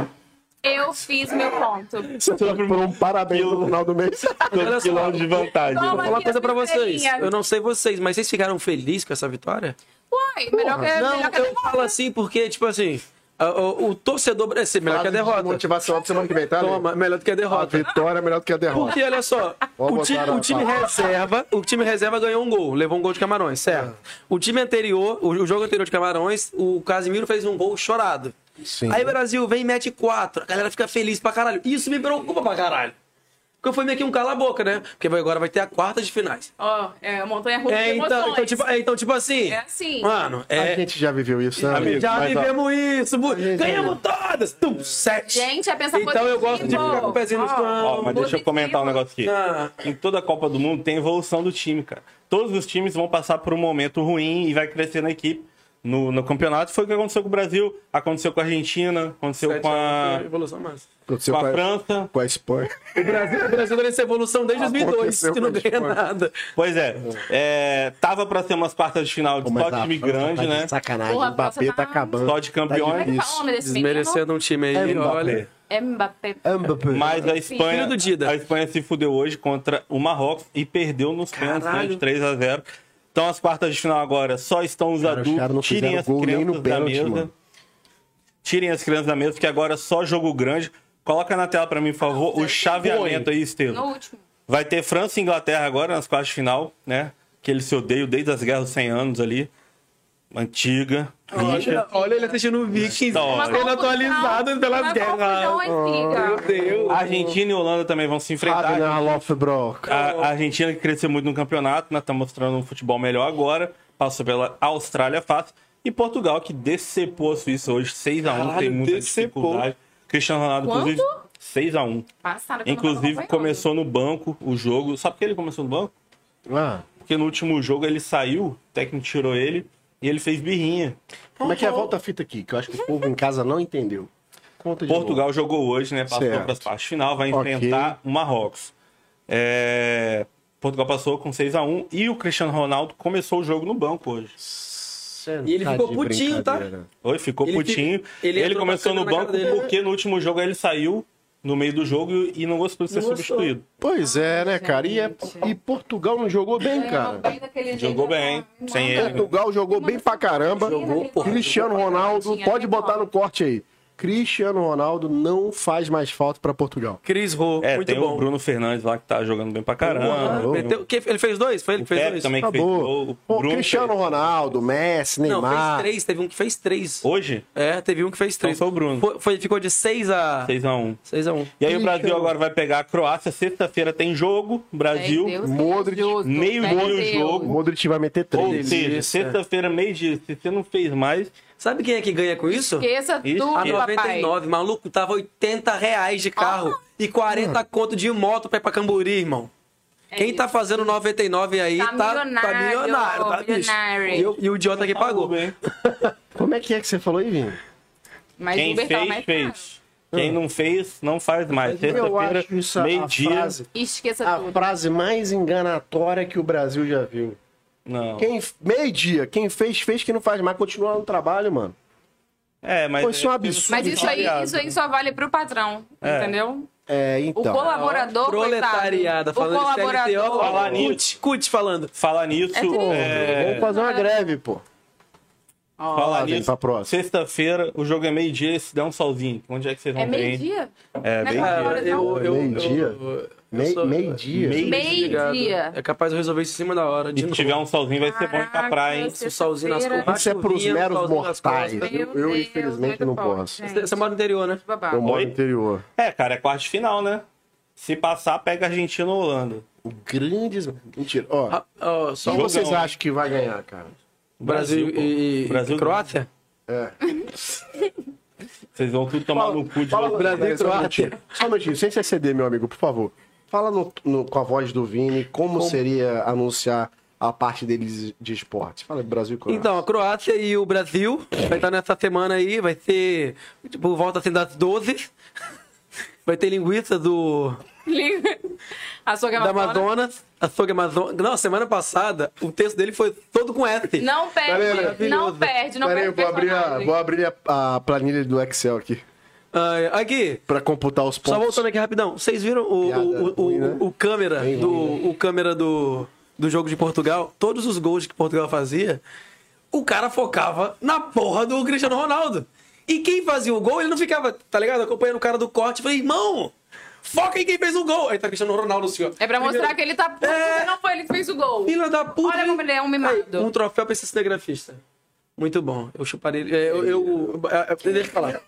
Speaker 3: Eu fiz meu ponto.
Speaker 1: Você por um parabéns no final do mês.
Speaker 4: Olha só,
Speaker 2: Quilômetro de vantagem.
Speaker 4: Vou
Speaker 3: Toma.
Speaker 4: falar uma coisa pra vocês.
Speaker 3: Minha
Speaker 4: Eu não sei vocês, mas vocês ficaram felizes com essa vitória?
Speaker 3: Uai, melhor que,
Speaker 4: Não,
Speaker 3: É, melhor que a
Speaker 4: eu
Speaker 3: derrota.
Speaker 4: falo assim porque, tipo assim, a- o, o torcedor brasileiro melhor que a é derrota.
Speaker 7: Motivacional pra semana que vem, tá? Ale?
Speaker 4: Toma, melhor do que a
Speaker 7: A
Speaker 4: derrota.
Speaker 7: vitória é melhor do que a derrota.
Speaker 4: Porque olha só,
Speaker 7: Vou
Speaker 4: o
Speaker 7: botar
Speaker 4: time,
Speaker 7: na-
Speaker 4: o time
Speaker 7: na-
Speaker 4: reserva, o time reserva ganhou um gol, levou um gol de Camarões,
Speaker 7: É.
Speaker 4: certo? O time anterior, o, o jogo anterior de Camarões, o Casimiro fez um gol chorado.
Speaker 1: Sim.
Speaker 4: Aí o Brasil vem e mete quatro, a galera fica feliz pra caralho. Isso me preocupa pra caralho. Porque foi meio que um cala a boca, né? Porque vai- agora vai ter a quarta de finais.
Speaker 3: Ó, é montanha russa
Speaker 4: É,
Speaker 3: de
Speaker 4: então,
Speaker 3: emoções.
Speaker 4: então, tipo, é, então, tipo assim.
Speaker 3: É assim.
Speaker 4: Mano,
Speaker 7: A
Speaker 4: é,
Speaker 7: gente já viveu isso, né?
Speaker 2: Amigo,
Speaker 4: já
Speaker 7: Mas, ó,
Speaker 4: vivemos isso. bu-
Speaker 7: gente-
Speaker 4: Ganhamos todas. Tum, sete.
Speaker 3: Gente, é pensar
Speaker 4: então eu gosto de ficar com o pezinho no
Speaker 3: Ó,
Speaker 2: Ó,
Speaker 4: chão.
Speaker 2: mas deixa eu
Speaker 3: positivo.
Speaker 2: comentar um negócio aqui.
Speaker 4: Ah.
Speaker 2: Em toda a Copa do Mundo tem evolução do time, cara. Todos os times vão passar por um momento ruim e vai crescer na equipe. No, no campeonato foi o que aconteceu com o Brasil, aconteceu com a Argentina, aconteceu
Speaker 4: Sete
Speaker 2: com
Speaker 4: anos
Speaker 2: a,
Speaker 4: foi evolução massa.
Speaker 7: aconteceu
Speaker 2: com
Speaker 7: com
Speaker 2: a França.
Speaker 7: Com a Espanha.
Speaker 4: O Brasil, o Brasil tá nessa evolução desde 2002,
Speaker 7: Aconteceu
Speaker 4: que não
Speaker 7: com a
Speaker 4: ganha
Speaker 7: Espanha.
Speaker 4: nada.
Speaker 2: Pois é, é, tava pra ser umas quartas de final de só time grande, né?
Speaker 1: tá Sacanagem.
Speaker 3: Porra,
Speaker 1: O
Speaker 3: a França
Speaker 1: Mbappé tá
Speaker 3: tá-
Speaker 1: acabando.
Speaker 2: Só de campeões.
Speaker 3: Como é que fala o nome desse menino?
Speaker 4: Desmerecendo um time aí, olha.
Speaker 3: É Mbappé.
Speaker 1: Mbappé.
Speaker 2: Mas a Espanha,
Speaker 4: Filho do Dida.
Speaker 2: a Espanha se fudeu hoje contra o Marrocos e perdeu nos pênaltis né, de
Speaker 4: Caralho.
Speaker 2: 3 a 0. Então as quartas de final agora só estão os
Speaker 1: Cara, os caras não
Speaker 2: adultos, tirem
Speaker 1: fizeram
Speaker 2: as
Speaker 1: gol nem
Speaker 2: crianças
Speaker 1: no
Speaker 2: da
Speaker 1: pênalti,
Speaker 2: mesa.
Speaker 1: mano.
Speaker 2: Tirem as crianças da mesa, porque agora é só jogo grande. Coloca na tela pra mim, por favor,
Speaker 4: é
Speaker 2: o chaveamento aí,
Speaker 3: No
Speaker 2: Estevam.
Speaker 3: último.
Speaker 2: Vai ter França e Inglaterra agora nas quartas de final, né? Que eles se odeiam desde as guerras dos 100 anos ali. Antiga. rixa.
Speaker 4: Olha, olha ele assistindo o Vikings,
Speaker 2: Uma
Speaker 3: Uma
Speaker 4: sendo
Speaker 3: confusão-
Speaker 4: atualizado pelas
Speaker 3: uma
Speaker 4: guerras.
Speaker 3: confusão antiga.
Speaker 2: Uhum.
Speaker 4: Deus.
Speaker 2: Argentina e Holanda também vão se enfrentar.
Speaker 4: né?
Speaker 1: Wagner Lofbrock.
Speaker 2: A a Argentina que cresceu muito no campeonato, né? Tá mostrando um futebol melhor agora. Passou pela Austrália fácil. E Portugal, que decepou a Suíça hoje, 6x1, tem
Speaker 4: Caralho,
Speaker 2: muita
Speaker 4: decepou.
Speaker 2: dificuldade. Cristiano Ronaldo,
Speaker 3: Quanto?
Speaker 2: inclusive, 6x1.
Speaker 3: Passaram, que eu não tava
Speaker 2: Inclusive,
Speaker 3: acompanhando.
Speaker 2: começou no banco o jogo. Sabe por que ele começou no banco?
Speaker 1: Ah,
Speaker 2: Porque no último jogo ele saiu, o técnico tirou ele e ele fez birrinha.
Speaker 1: como é que é? Volta a fita aqui, que eu acho que o povo em casa não entendeu. Conta de
Speaker 2: Portugal jogou hoje, né? Passou
Speaker 1: Certo.
Speaker 2: para as partes final, vai
Speaker 1: Ok.
Speaker 2: enfrentar o Marrocos. É, Portugal passou com 6 a 1 e o Cristiano Ronaldo começou o jogo no banco hoje.
Speaker 1: novo.
Speaker 4: E ele ficou
Speaker 1: Tá de
Speaker 4: putinho, tá?
Speaker 1: brincadeira.
Speaker 2: Oi, ficou
Speaker 4: Ele
Speaker 2: putinho.
Speaker 4: fica- ele
Speaker 2: ele
Speaker 4: entrou
Speaker 2: começou no
Speaker 4: batendo na
Speaker 2: banco
Speaker 4: cara dele, né?
Speaker 2: porque no último jogo ele saiu no meio do jogo e não gostou de ser
Speaker 4: Não gostou.
Speaker 2: substituído.
Speaker 1: Pois é, né, cara? E, é- e Portugal não jogou bem,
Speaker 4: É.
Speaker 1: cara.
Speaker 3: Bem daquele jeito,
Speaker 2: Jogou bem,
Speaker 3: não-
Speaker 2: sem ele.
Speaker 7: Portugal jogou bem pra caramba.
Speaker 4: Jogou, porra.
Speaker 7: Cristiano Ronaldo,
Speaker 3: Tinha
Speaker 7: pode
Speaker 3: bem
Speaker 7: botar no corte aí.
Speaker 1: Cristiano Ronaldo não faz mais falta pra Portugal.
Speaker 4: Cris Rô,
Speaker 2: É,
Speaker 4: muito
Speaker 2: tem
Speaker 4: bom.
Speaker 2: o Bruno Fernandes lá que tá jogando bem pra
Speaker 4: Ah,
Speaker 2: caramba.
Speaker 1: Bruno.
Speaker 4: meteu- que- ele fez dois? Foi ele
Speaker 2: O
Speaker 4: que fez
Speaker 2: Pepe
Speaker 4: dois?
Speaker 2: também que fez gol.
Speaker 1: Acabou.
Speaker 2: O
Speaker 1: Pô,
Speaker 2: Bruno
Speaker 1: Cristiano Ronaldo, Messi,
Speaker 4: Não, fez
Speaker 1: Neymar.
Speaker 4: três. Teve um que fez três.
Speaker 2: fez- Hoje,
Speaker 4: É, teve um que fez três.
Speaker 2: Então foi o Bruno.
Speaker 4: Foi, foi- ficou de 6 a
Speaker 2: 6 a 1
Speaker 4: 6 a 1
Speaker 2: E aí o Brasil agora vai pegar a Croácia. Sexta-feira tem jogo. Brasil.
Speaker 3: Meu Deus,
Speaker 1: Modric,
Speaker 3: que justo,
Speaker 2: meio
Speaker 3: meu
Speaker 2: gol no
Speaker 3: Deus.
Speaker 2: jogo.
Speaker 1: O Modric vai meter
Speaker 2: Ou
Speaker 1: três.
Speaker 2: seja,
Speaker 4: delícia.
Speaker 2: sexta-feira, meio-dia. Se você não fez mais,
Speaker 4: Sabe quem é que ganha com isso?
Speaker 3: Esqueça
Speaker 2: Isso,
Speaker 1: Ah,
Speaker 3: tudo,
Speaker 4: A
Speaker 2: Ih,
Speaker 3: papai.
Speaker 4: 99, maluco, tava 80 reais de carro e 40 conto de moto pra ir pra Camburi, irmão. Quem tá fazendo 99 aí
Speaker 3: É Tá
Speaker 4: tá, tá milionário,
Speaker 3: milionário,
Speaker 4: tá, bicho?
Speaker 3: milionário. Tá
Speaker 4: E, o- e o idiota
Speaker 1: Tá
Speaker 4: que pagou.
Speaker 2: tudo bem.
Speaker 1: Como é que é que você falou aí, Vini?
Speaker 3: Mas
Speaker 2: Quem
Speaker 3: Uber tava mais
Speaker 2: fez,
Speaker 3: caro.
Speaker 2: fez. Quem não fez, não faz mais.
Speaker 1: Eu
Speaker 2: Sexta-feira,
Speaker 1: acho isso a, a
Speaker 2: meio-dia.
Speaker 1: frase,
Speaker 3: Esqueça
Speaker 1: a
Speaker 3: tudo.
Speaker 1: frase mais enganatória que o Brasil já viu.
Speaker 2: Não.
Speaker 1: Quem, meio-dia, quem fez, fez, quem não faz mais, continua no trabalho, mano.
Speaker 2: É, mas.
Speaker 1: Pô, isso é um absurdo.
Speaker 3: Mas isso aí, isso aí só vale pro patrão,
Speaker 2: É.
Speaker 3: entendeu?
Speaker 1: É,
Speaker 3: O
Speaker 1: então.
Speaker 3: colaborador,
Speaker 4: Proletariada,
Speaker 3: coitado.
Speaker 4: falando
Speaker 3: O
Speaker 4: de CLT, ó,
Speaker 3: colaborador...
Speaker 2: Falar nisso.
Speaker 4: Cut, cut falando.
Speaker 2: Falar nisso.
Speaker 3: É triste.
Speaker 2: é,
Speaker 1: Vamos fazer uma greve, pô.
Speaker 2: Falar
Speaker 1: vem
Speaker 2: nisso.
Speaker 1: pra próxima.
Speaker 2: Sexta-feira, o jogo é meio-dia, se der um solzinho. Onde é que vocês vão
Speaker 3: É
Speaker 2: ver, hein?
Speaker 3: meio-dia?
Speaker 2: É,
Speaker 3: Né,
Speaker 2: meio-dia.
Speaker 3: cara?
Speaker 1: Meio-dia? Mei-
Speaker 4: sou-
Speaker 1: Meio-dia.
Speaker 2: Meio-
Speaker 4: Ligado.
Speaker 3: Meio-dia.
Speaker 4: É capaz de resolver isso em cima da hora. De
Speaker 2: Se
Speaker 4: novo.
Speaker 2: tiver um solzinho, vai ser bom ir pra praia, hein?
Speaker 3: Caraca,
Speaker 4: um solzinho nas
Speaker 3: sexta-feira.
Speaker 4: costas.
Speaker 1: Isso é pros
Speaker 4: Chuvinha,
Speaker 1: meros
Speaker 4: solzinho nas
Speaker 1: mortais.
Speaker 4: costas.
Speaker 1: Eu, eu,
Speaker 3: Meu Deus,
Speaker 1: infelizmente,
Speaker 3: muito
Speaker 1: não
Speaker 3: forte,
Speaker 1: posso.
Speaker 3: gente.
Speaker 4: Você mora no interior, né?
Speaker 3: Babado.
Speaker 1: Eu moro
Speaker 2: Oi?
Speaker 1: no interior.
Speaker 2: É, cara, é quarto de final, né? Se passar, pega Argentina ou Holanda.
Speaker 1: O grandes... Mentira. Ó,
Speaker 4: Ah, ó, só
Speaker 1: quem
Speaker 2: jogão.
Speaker 1: vocês acham que vai ganhar, cara?
Speaker 4: Brasil,
Speaker 2: pô.
Speaker 4: e,
Speaker 2: Brasil,
Speaker 4: e Croácia?
Speaker 1: É.
Speaker 2: Vocês vão tudo tomar no cu de
Speaker 1: Fala,
Speaker 2: vocês.
Speaker 1: Brasil, só um
Speaker 4: Croácia.
Speaker 1: minutinho. Só um minutinho, sem se exceder, meu amigo, por favor. Fala no- no- com a voz do Vini como, seria anunciar a parte deles de esporte. Fala Brasil e Croácia.
Speaker 4: Então, a Croácia e o Brasil vai estar nessa semana aí, vai ser por volta assim das 12. Vai ter linguiça do
Speaker 3: A sua
Speaker 4: da
Speaker 3: Amazonas.
Speaker 4: Amazonas, açougue Amazonas. Não, semana passada o texto dele foi todo com S.
Speaker 3: Não
Speaker 1: Pera aí,
Speaker 3: perde,
Speaker 1: maravilhoso.
Speaker 3: não perde, não
Speaker 1: Pera aí,
Speaker 3: perde.
Speaker 1: eu vou abrir, a,
Speaker 3: personagem.
Speaker 1: vou abrir a- a planilha do Excel aqui.
Speaker 4: Ai, Ah, aqui,
Speaker 1: pra computar os pontos.
Speaker 4: só voltando aqui rapidão. Vocês viram o,
Speaker 1: Piada
Speaker 4: o, o,
Speaker 1: ruim, né?
Speaker 4: o, o câmera,
Speaker 1: Bem
Speaker 4: do,
Speaker 1: ruim, né?
Speaker 4: o câmera do, do jogo de Portugal? Todos os gols que Portugal fazia, o cara focava na porra do Cristiano Ronaldo. E quem fazia o gol, ele não ficava, tá ligado? Acompanhando o cara do corte. Falei, irmão, foca em quem fez o gol. Aí tá Cristiano Ronaldo, assim, ó.
Speaker 3: É pra mostrar que ele tá puto,
Speaker 4: É.
Speaker 3: porque não foi ele que fez o gol.
Speaker 4: Filha da puta.
Speaker 3: Olha como ele é um mimado.
Speaker 4: Aí, Um troféu pra esse cinegrafista. Muito bom. Eu chuparei ele. é, Eu, eu, é, é, deixa eu falar.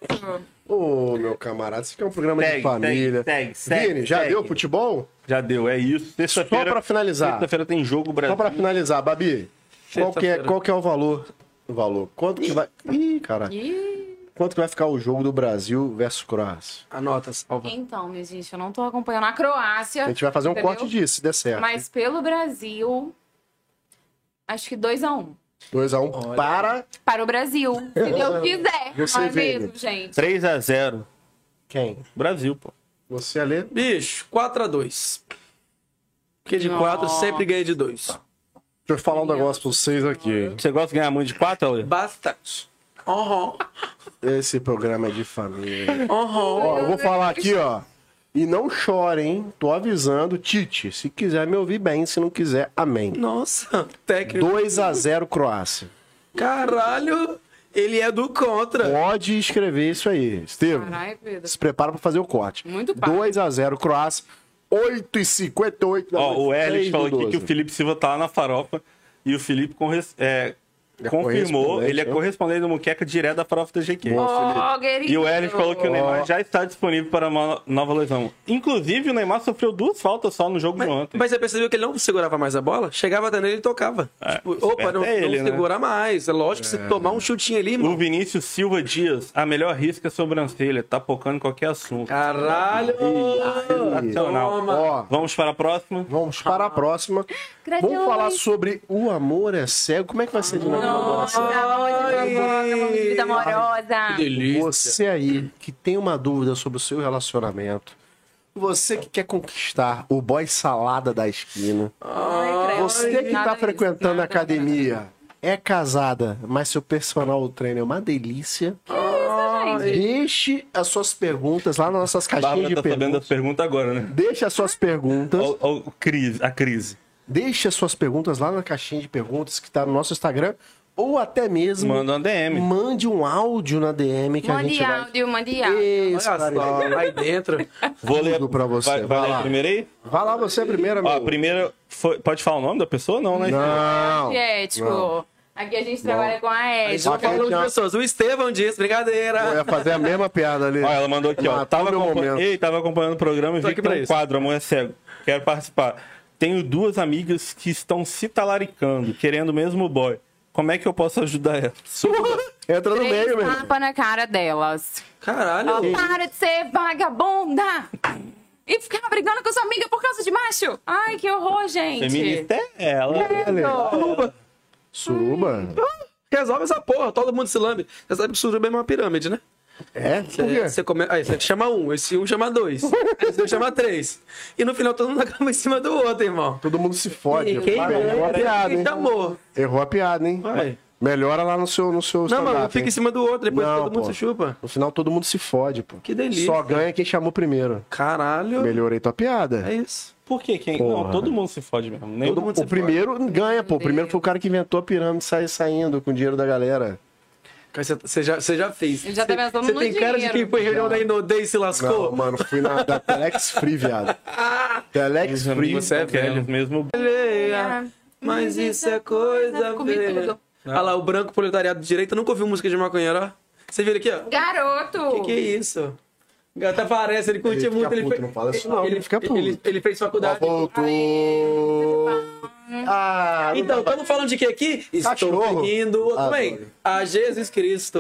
Speaker 1: Ô, meu camarada, isso aqui é um programa
Speaker 2: Segue,
Speaker 1: de família.
Speaker 2: segue, segue,
Speaker 1: Vini, já
Speaker 2: segue.
Speaker 1: deu futebol?
Speaker 2: Já deu, é isso. Terça-feira.
Speaker 1: Só pra finalizar.
Speaker 2: Sexta-feira tem jogo Brasil.
Speaker 1: Só pra finalizar, Babi, qual que, é,
Speaker 4: Sexta-feira.
Speaker 1: qual que é o valor? O valor. Quanto que vai. Ih, caralho.
Speaker 3: Ih,
Speaker 1: Quanto que vai ficar o jogo do Brasil versus Croácia?
Speaker 4: Anota, salva.
Speaker 3: Então, minha gente, eu não tô acompanhando a Croácia.
Speaker 1: A gente vai fazer um
Speaker 3: Entendeu?
Speaker 1: corte disso, se der certo.
Speaker 3: Mas pelo Brasil, acho que 2x1.
Speaker 1: 2x1
Speaker 4: Olha.
Speaker 1: para
Speaker 3: Para o Brasil, se Deus quiser.
Speaker 1: Você
Speaker 3: não é
Speaker 1: vê.
Speaker 3: mesmo,
Speaker 1: Tá
Speaker 3: gente?
Speaker 2: 3x0.
Speaker 1: quem?
Speaker 2: Brasil, pô.
Speaker 1: Você, Alê?
Speaker 4: Bicho, 4x2. Porque de
Speaker 3: Nossa.
Speaker 4: 4 sempre ganha de 2.
Speaker 1: Deixa eu falar um
Speaker 3: é
Speaker 1: negócio pra vocês aqui.
Speaker 2: Você gosta de ganhar muito de 4, Alê?
Speaker 4: Bastante. Aham.
Speaker 1: Esse programa é de família.
Speaker 4: Aham.
Speaker 1: ó, eu vou falar aqui, ó. E não chorem, hein? Tô avisando. Tite, se quiser me ouvir bem, se não quiser, amém.
Speaker 4: Nossa, técnico.
Speaker 1: 2x0 Croácia.
Speaker 4: Caralho, ele é do contra.
Speaker 1: Pode escrever isso aí, Estevam.
Speaker 3: Caralho, Pedro.
Speaker 1: Se prepara pra fazer o corte.
Speaker 3: Muito fácil.
Speaker 1: 2x0 Croácia. 8h58 da
Speaker 2: Ó, o Ellis
Speaker 1: Elis
Speaker 2: falou aqui que o Felipe Silva tá lá na farofa e o Felipe corres- é,
Speaker 1: é
Speaker 2: confirmou,
Speaker 1: correspondente,
Speaker 2: ele é
Speaker 1: né?
Speaker 2: correspondente do Muqueca direto da farofa da GQ.
Speaker 3: Ó, querido.
Speaker 2: E o Ellis falou que o Neymar já está disponível para uma nova lesão. Inclusive, o Neymar sofreu duas faltas só no jogo
Speaker 4: Mas,
Speaker 2: de ontem.
Speaker 4: mas você percebeu que ele não segurava mais a bola? Chegava até nele e tocava.
Speaker 2: É,
Speaker 4: Tipo,
Speaker 2: esperto
Speaker 4: opa, não,
Speaker 2: é ele,
Speaker 4: não
Speaker 2: né?
Speaker 4: segurar mais. É lógico que se tomar um chutinho ali,
Speaker 2: O
Speaker 4: mano.
Speaker 2: Vinícius Silva Dias, a melhor risca é sobrancelha, tá focando em qualquer assunto.
Speaker 4: Caralho!
Speaker 2: Sensacional.
Speaker 4: Toma.
Speaker 1: Ó,
Speaker 2: Vamos para a próxima?
Speaker 1: vamos para a próxima. Vamos falar sobre o amor é cego. Como é que vai ser de novo? o amor é
Speaker 3: tá
Speaker 1: cego?
Speaker 3: Amor de vida amorosa.
Speaker 4: Delícia.
Speaker 1: Você aí que tem uma dúvida sobre o seu relacionamento, você que quer conquistar o boy salada da esquina,
Speaker 3: Ai, credo.
Speaker 1: você que
Speaker 3: É, Nada
Speaker 1: tá
Speaker 3: disso,
Speaker 1: frequentando a
Speaker 3: nada,
Speaker 1: academia, é casada, mas seu personal trainer é uma delícia,
Speaker 3: nada. Gente,
Speaker 1: deixe as suas perguntas lá nas nossas caixinhas
Speaker 2: Bárbara
Speaker 1: de
Speaker 2: tá sabendo
Speaker 1: perguntas.
Speaker 2: das perguntas agora, né?
Speaker 1: Deixe as suas perguntas,
Speaker 2: Ó, ó, o crise, a crise.
Speaker 1: deixe as suas perguntas lá na caixinha de perguntas que tá no nosso Instagram, ou até mesmo
Speaker 2: Manda uma DM.
Speaker 1: mande um áudio na DM que a
Speaker 3: Mande
Speaker 1: gente vai...
Speaker 3: áudio, tá. mande áudio.
Speaker 1: Ei,
Speaker 4: Olha só,
Speaker 1: esclarecer.
Speaker 4: aí dentro.
Speaker 2: Vou ler
Speaker 1: Tudo pra você,
Speaker 2: Vai,
Speaker 1: vai
Speaker 2: vai ler
Speaker 1: lá.
Speaker 2: a primeira aí?
Speaker 1: Vai lá você é primeiro,
Speaker 2: Ó,
Speaker 1: amigo.
Speaker 2: a primeira foi- Pode falar o nome da pessoa? Não, né?
Speaker 1: Não.
Speaker 3: Ético. é, tipo, Aqui a gente trabalha com a ética.
Speaker 4: Só
Speaker 1: Bacana.
Speaker 4: falando de pessoas. O Estevão disse,
Speaker 1: Eu
Speaker 4: brincadeira.
Speaker 1: ia fazer a mesma piada ali.
Speaker 2: Ó, ela mandou aqui, ó.
Speaker 1: Matar o
Speaker 2: Tava,
Speaker 1: meu
Speaker 2: acompan-
Speaker 1: momento.
Speaker 2: Ei, tava acompanhando o programa e
Speaker 4: Tô
Speaker 2: vi
Speaker 4: aqui
Speaker 2: que
Speaker 4: pra
Speaker 2: tem um
Speaker 4: isso.
Speaker 2: quadro, Amor é Cego. Quero participar. Tenho duas amigas que estão se talaricando, querendo o mesmo boy. Como é que eu posso ajudar elas?
Speaker 1: Entra no
Speaker 3: Três
Speaker 1: meio, meu irmão.
Speaker 3: tapa na cara delas.
Speaker 4: Caralho.
Speaker 3: Para de ser vagabunda! E ficar brigando com sua amiga por causa de macho! Ai, que horror, gente!
Speaker 2: Feminista é ela.
Speaker 4: Suruba.
Speaker 1: Suruba?
Speaker 4: Resolve essa porra, todo mundo se lambe. Você sabe que suruba é uma pirâmide, né?
Speaker 1: É? Por
Speaker 4: É,
Speaker 1: quê?
Speaker 4: Você come... Aí você chama um, esse um chama dois, esse dois chama três. E no final todo mundo acaba em cima do outro, irmão.
Speaker 1: Todo mundo se fode.
Speaker 4: Quem
Speaker 1: Pá, Errou a piada,
Speaker 4: quem
Speaker 1: hein?
Speaker 4: chamou?
Speaker 1: Errou a piada, hein?
Speaker 4: Então, Vai.
Speaker 1: Melhora lá no seu, no seu
Speaker 4: Não, mano,
Speaker 1: stand-up,
Speaker 4: fica em
Speaker 1: hein?
Speaker 4: cima do outro, depois
Speaker 1: Não,
Speaker 4: todo mundo
Speaker 1: pô.
Speaker 4: se chupa.
Speaker 1: No final todo mundo se fode, pô.
Speaker 4: Que delícia.
Speaker 1: Só ganha quem chamou primeiro.
Speaker 4: Caralho.
Speaker 1: Melhorei tua piada.
Speaker 4: É isso.
Speaker 2: Por que quem? Não,
Speaker 1: Porra.
Speaker 2: todo mundo se fode mesmo. Nem
Speaker 4: Todo mundo se
Speaker 1: o primeiro ganha, pô. O primeiro foi o cara que inventou a pirâmide sai saindo com o dinheiro da galera.
Speaker 4: Cara, Você, você já, você já fez.
Speaker 3: Ele já tá
Speaker 4: Você-
Speaker 3: pensando
Speaker 4: Você
Speaker 3: no
Speaker 4: tem cara de
Speaker 3: dinheiro.
Speaker 4: quem foi em reunião da Inodei e se lascou?
Speaker 1: Não, mano, fui na da Telex Free, viado. Telex
Speaker 2: Os
Speaker 1: Free.
Speaker 2: amigos
Speaker 4: Você é
Speaker 2: querem
Speaker 4: velho.
Speaker 2: o mesmo
Speaker 4: Leia, mas isso é coisa
Speaker 3: Comi
Speaker 4: velha.
Speaker 3: tudo.
Speaker 4: Olha lá, o branco proletariado de direita nunca ouviu música de maconheiro, ó. Você vira aqui, ó.
Speaker 3: Garoto!
Speaker 4: Que que é isso? Até parece, ele curtia
Speaker 1: Ele fica
Speaker 4: muito. Ele,
Speaker 1: puto,
Speaker 4: fe-
Speaker 1: não fala isso não, ele fica puto.
Speaker 4: Ele, ele fez faculdade.
Speaker 1: Voltou. Ah,
Speaker 4: Então,
Speaker 2: é
Speaker 4: estamos falando de que aqui?
Speaker 1: Cachorro.
Speaker 4: Estou seguindo
Speaker 1: Ah,
Speaker 4: também a Jesus Cristo.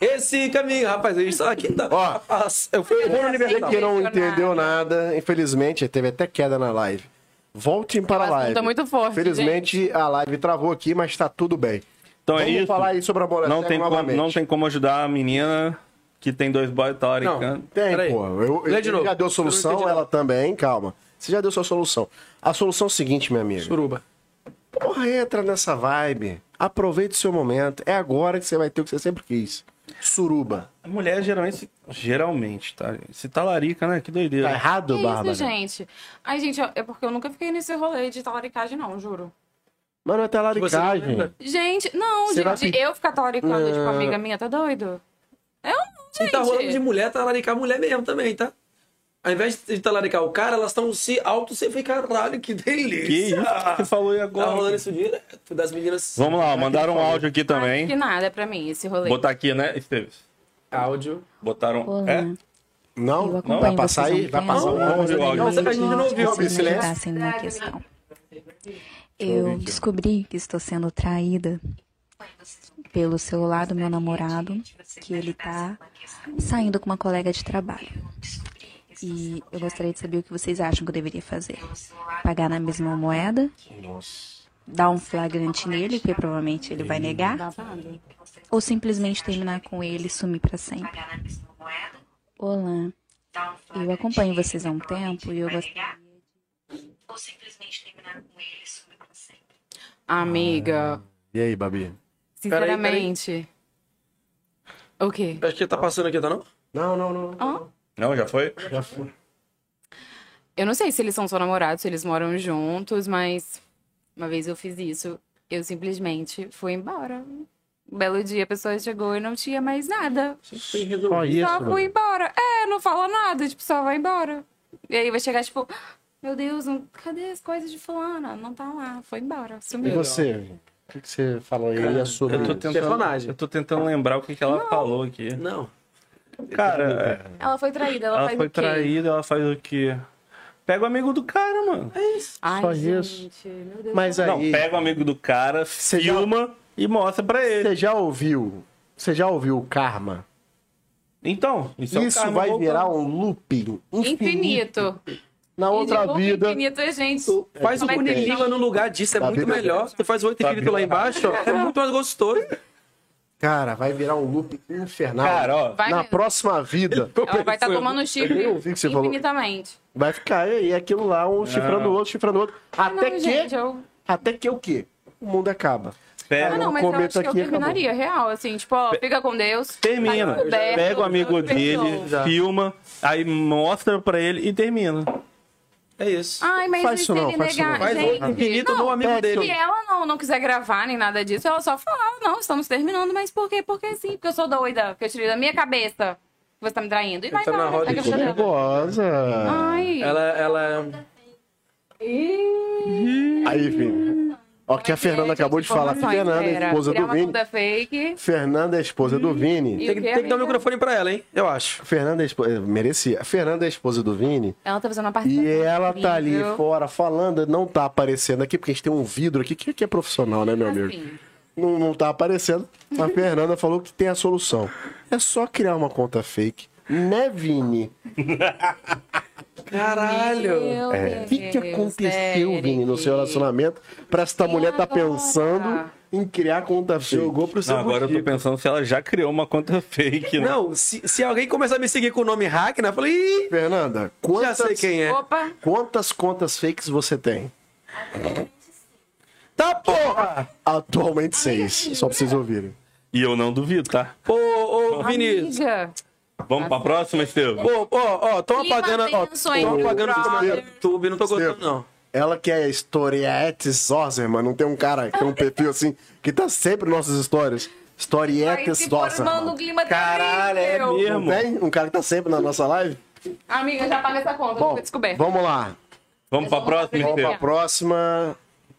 Speaker 4: Esse caminho, rapaz, a gente só aqui. Tá,
Speaker 1: Ó.
Speaker 4: Nossa, eu fui eu vou no
Speaker 1: Você
Speaker 4: Universal.
Speaker 1: que não
Speaker 3: Impressionado.
Speaker 1: entendeu nada, infelizmente, teve até queda na live. Voltem para a
Speaker 3: O assunto
Speaker 1: live.
Speaker 3: é muito forte,
Speaker 1: Felizmente a live travou aqui, mas tá tudo bem.
Speaker 2: Então
Speaker 1: Vamos
Speaker 2: é isso.
Speaker 1: falar aí sobre a bola
Speaker 2: não
Speaker 1: cega
Speaker 2: tem, como,
Speaker 1: novamente.
Speaker 2: não tem como ajudar a menina que tem dois boys tá talaricando.
Speaker 4: Não.
Speaker 1: Tem,
Speaker 4: Peraí.
Speaker 1: pô. Eu, eu,
Speaker 4: Lê de
Speaker 1: ele
Speaker 4: novo.
Speaker 1: já deu a
Speaker 4: Eu não
Speaker 1: solução,
Speaker 4: entendi,
Speaker 1: ela também, calma. Você já deu sua solução. A solução é o seguinte, minha amiga.
Speaker 4: Suruba.
Speaker 1: Porra, entra nessa vibe. Aproveita o seu momento. É agora que você vai ter o que você sempre quis. Suruba.
Speaker 2: A mulher geralmente, geralmente, tá? Se talarica, né? Que doideira.
Speaker 4: É.
Speaker 1: Tá errado,
Speaker 3: Que
Speaker 1: Bárbara?
Speaker 3: isso, gente? Ai, gente, eu- é porque eu nunca fiquei nesse rolê de talaricagem, não, juro.
Speaker 1: Mas não é
Speaker 4: Você não
Speaker 1: talaricagem.
Speaker 4: lembra?
Speaker 3: Gente, não,
Speaker 1: Você vai
Speaker 3: gente,
Speaker 1: pe-
Speaker 3: eu ficar talaricando de
Speaker 4: Não.
Speaker 3: uma amiga minha, tá doido? Eu não,
Speaker 4: E
Speaker 3: gente.
Speaker 4: Ah. tá rolando de mulher talaricar mulher mesmo também, tá? Ao invés de talaricar o cara, elas estão se auto se fica caralho, que delícia.
Speaker 2: Que isso que você falou aí
Speaker 4: Tá rolando
Speaker 2: agora?
Speaker 4: isso direto das meninas.
Speaker 2: Vamos
Speaker 1: Tá
Speaker 2: lá, ó, mandaram um áudio aqui
Speaker 3: Que
Speaker 2: também.
Speaker 3: nada é pra mim esse rolê.
Speaker 2: Botar aqui, né, Esteves?
Speaker 4: Áudio.
Speaker 2: Botaram.
Speaker 8: Olá.
Speaker 2: É?
Speaker 8: Eu
Speaker 1: Não?
Speaker 8: acompanho
Speaker 1: Vai passar aí?
Speaker 8: vocês há um
Speaker 1: Vai
Speaker 8: tempo.
Speaker 1: passar um
Speaker 2: Não,
Speaker 1: áudio.
Speaker 2: não, não.
Speaker 8: Eu
Speaker 4: Mas a gente não ouviu,
Speaker 8: acredito que
Speaker 1: ouviu,
Speaker 8: vocês
Speaker 1: silêncio.
Speaker 8: levantassem uma questão. Eu descobri que estou sendo traída pelo celular do meu namorado, que ele tá saindo com uma colega de trabalho. E eu gostaria de saber o que vocês acham que eu deveria fazer. Pagar na mesma moeda? Dar um flagrante nele, que provavelmente ele vai negar?
Speaker 3: Babado.
Speaker 8: Ou simplesmente terminar com ele e sumir pra sempre? Olá. Eu acompanho vocês há um tempo e eu gostaria
Speaker 3: Amiga,
Speaker 1: E aí, Babi?
Speaker 4: Ah. Peraí,
Speaker 3: sinceramente. O quê?
Speaker 4: Acho que tá passando aqui, tá não?
Speaker 1: Não, não, não.
Speaker 3: Ó,
Speaker 2: Não, já foi?
Speaker 1: Já foi.
Speaker 3: eu não sei se eles são só namorados, se eles moram juntos, mas uma vez eu fiz isso, eu simplesmente fui embora. Um belo dia a pessoa chegou e não tinha mais nada.
Speaker 1: Só isso,
Speaker 3: só
Speaker 1: mano.
Speaker 3: fui embora. É, não fala nada, tipo, só vai embora. E aí vai chegar, tipo, "Ah, meu Deus, não- cadê as coisas de fulana? Não tá lá, foi embora,
Speaker 1: E
Speaker 3: sumiu.
Speaker 1: você? O que que você falou aí? E a sua,
Speaker 2: Eu tô
Speaker 1: Babi?
Speaker 2: tentando,
Speaker 4: Personagem.
Speaker 2: eu tô tentando lembrar o que, que ela falou aqui.
Speaker 4: Não.
Speaker 2: Cara,
Speaker 3: Ela foi traída, ela,
Speaker 2: ela,
Speaker 3: faz
Speaker 2: foi
Speaker 3: o quê?
Speaker 2: traída, ela faz o quê? Pega o amigo do cara, mano.
Speaker 3: Ai,
Speaker 1: Só
Speaker 3: gente,
Speaker 1: É isso.
Speaker 3: meu Deus.
Speaker 1: Mas
Speaker 2: Não,
Speaker 1: aí,
Speaker 2: pega o amigo do cara,
Speaker 1: Você já-
Speaker 2: filma e mostra pra ele.
Speaker 1: você já ouviu? Você já ouviu o karma?
Speaker 2: Então, isso, é o
Speaker 1: Isso
Speaker 2: karma
Speaker 1: vai
Speaker 2: voltando.
Speaker 1: virar um looping infinito.
Speaker 3: Infinito.
Speaker 1: Na outra
Speaker 3: Infinito,
Speaker 1: vida.
Speaker 3: Infinito é gente.
Speaker 4: Faz o
Speaker 3: Como é que
Speaker 4: Uniliva
Speaker 3: é?
Speaker 4: no lugar disso, é
Speaker 1: Tá
Speaker 4: muito
Speaker 1: bem-
Speaker 4: melhor. Tu faz oito
Speaker 2: Tá
Speaker 4: infinito lá
Speaker 2: bem-
Speaker 4: embaixo, ó, é muito mais gostoso.
Speaker 1: Cara, vai virar um looping infernal.
Speaker 2: Cara, ó,
Speaker 3: Vai
Speaker 1: Na
Speaker 3: mesmo.
Speaker 1: próxima vida,
Speaker 3: Ela vai estar tomando chip
Speaker 1: nem ouvi o que você falou.
Speaker 3: infinitamente.
Speaker 1: vai ficar aí aquilo lá, um chifrando o outro, chifrando o outro. Até
Speaker 3: não,
Speaker 1: que.
Speaker 3: gente, eu...
Speaker 1: Até que o quê? O mundo acaba.
Speaker 2: pega,
Speaker 3: Ah, não, mas eu
Speaker 1: cometa
Speaker 3: acho que eu
Speaker 1: é, aqui,
Speaker 3: terminaria, real, assim, tipo, ó, fica com Deus.
Speaker 2: termina.
Speaker 3: tá coberto,
Speaker 2: pega o amigo
Speaker 3: Deus
Speaker 2: dele,
Speaker 3: perdoa.
Speaker 2: filma, aí mostra pra ele e termina.
Speaker 4: É isso.
Speaker 3: Ai, mas
Speaker 1: Faz
Speaker 3: e
Speaker 1: isso
Speaker 3: se
Speaker 1: não,
Speaker 3: ele
Speaker 1: faz isso
Speaker 3: negar,
Speaker 1: não.
Speaker 4: Faz
Speaker 3: gente.
Speaker 4: oito infinito
Speaker 3: não,
Speaker 4: no amigo
Speaker 3: Se
Speaker 4: dele.
Speaker 3: ela não, não quiser gravar nem nada disso, ela só fala, "Ah, não, estamos terminando, mas por quê? Porque sim, porque eu sou doida, porque eu tirei da minha cabeça que você tá me traindo. E vai
Speaker 4: tá na
Speaker 3: embora,
Speaker 4: roda
Speaker 3: vai
Speaker 4: de
Speaker 3: gastando.
Speaker 1: Perigosa.
Speaker 3: Ai.
Speaker 4: Ela, é um ela.
Speaker 1: Aí, filho. Ó, que a Fernanda acabou de falar.
Speaker 3: Informações,
Speaker 1: Fernanda é
Speaker 3: galera.
Speaker 1: esposa
Speaker 3: Criar
Speaker 1: do
Speaker 3: uma Hum.
Speaker 1: Vini.
Speaker 3: conta fake.
Speaker 1: Fernanda é esposa do Vini.
Speaker 3: E
Speaker 4: Tem que, tem que dar o microfone pra ela, hein? Eu acho.
Speaker 1: Fernanda é esposa. Merecia. Fernanda é esposa do Vini.
Speaker 3: Ela tá fazendo uma
Speaker 1: E
Speaker 3: participação.
Speaker 1: ela tá ali
Speaker 3: incrível.
Speaker 1: fora falando, não tá aparecendo aqui, porque a gente tem um vidro aqui que, que é profissional, né, meu amigo?
Speaker 3: Assim.
Speaker 1: Não, não tá aparecendo. A Fernanda falou que tem a solução. É só criar uma conta fake. Né, Vini?
Speaker 4: Caralho.
Speaker 3: Meu
Speaker 1: É. O que, que
Speaker 3: Deus,
Speaker 1: aconteceu,
Speaker 3: Eric?
Speaker 1: Vini, no seu relacionamento pra esta mulher tá
Speaker 3: agora?
Speaker 1: pensando em criar conta fake? Jogou pro
Speaker 2: Não, agora eu tô pensando se ela já criou uma conta fake, né?
Speaker 4: Não, se, se alguém começar a me seguir com o nome hack, né? Eu falei, ih,
Speaker 1: Fernanda,
Speaker 4: já
Speaker 1: quantas,
Speaker 4: sei quem é.
Speaker 3: Opa,
Speaker 1: quantas contas fakes você tem?
Speaker 4: Tá porra!
Speaker 1: Atualmente seis. Só pra vocês ouvirem.
Speaker 2: E eu não duvido, tá?
Speaker 4: Ô, ô, Vinícius.
Speaker 3: amiga.
Speaker 2: Vamos pra próxima, Estevam?
Speaker 4: Ô, ô, ó, tão
Speaker 3: Clima
Speaker 4: apagando. Ó,
Speaker 3: tenso, hein,
Speaker 4: tão apagando os
Speaker 3: brother?
Speaker 4: comentários do YouTube, não tô gostando,
Speaker 1: Estevam.
Speaker 4: não.
Speaker 1: Ela que é Storiette Zorzerman, não tem um cara que tem um perfil assim, que tá sempre em nossas histórias.
Speaker 3: Vai
Speaker 1: Storiette
Speaker 3: se formando um
Speaker 1: Zorzerman.
Speaker 3: clima
Speaker 2: Caralho, é
Speaker 3: terrível.
Speaker 2: mesmo.
Speaker 1: Não tem? Um cara que tá sempre na nossa live?
Speaker 3: Amiga, já paga essa conta,
Speaker 1: Bom,
Speaker 3: foi descoberto.
Speaker 1: vamos lá.
Speaker 2: Vamos pra próxima,
Speaker 3: Vamos
Speaker 2: Estevam?
Speaker 1: A próxima.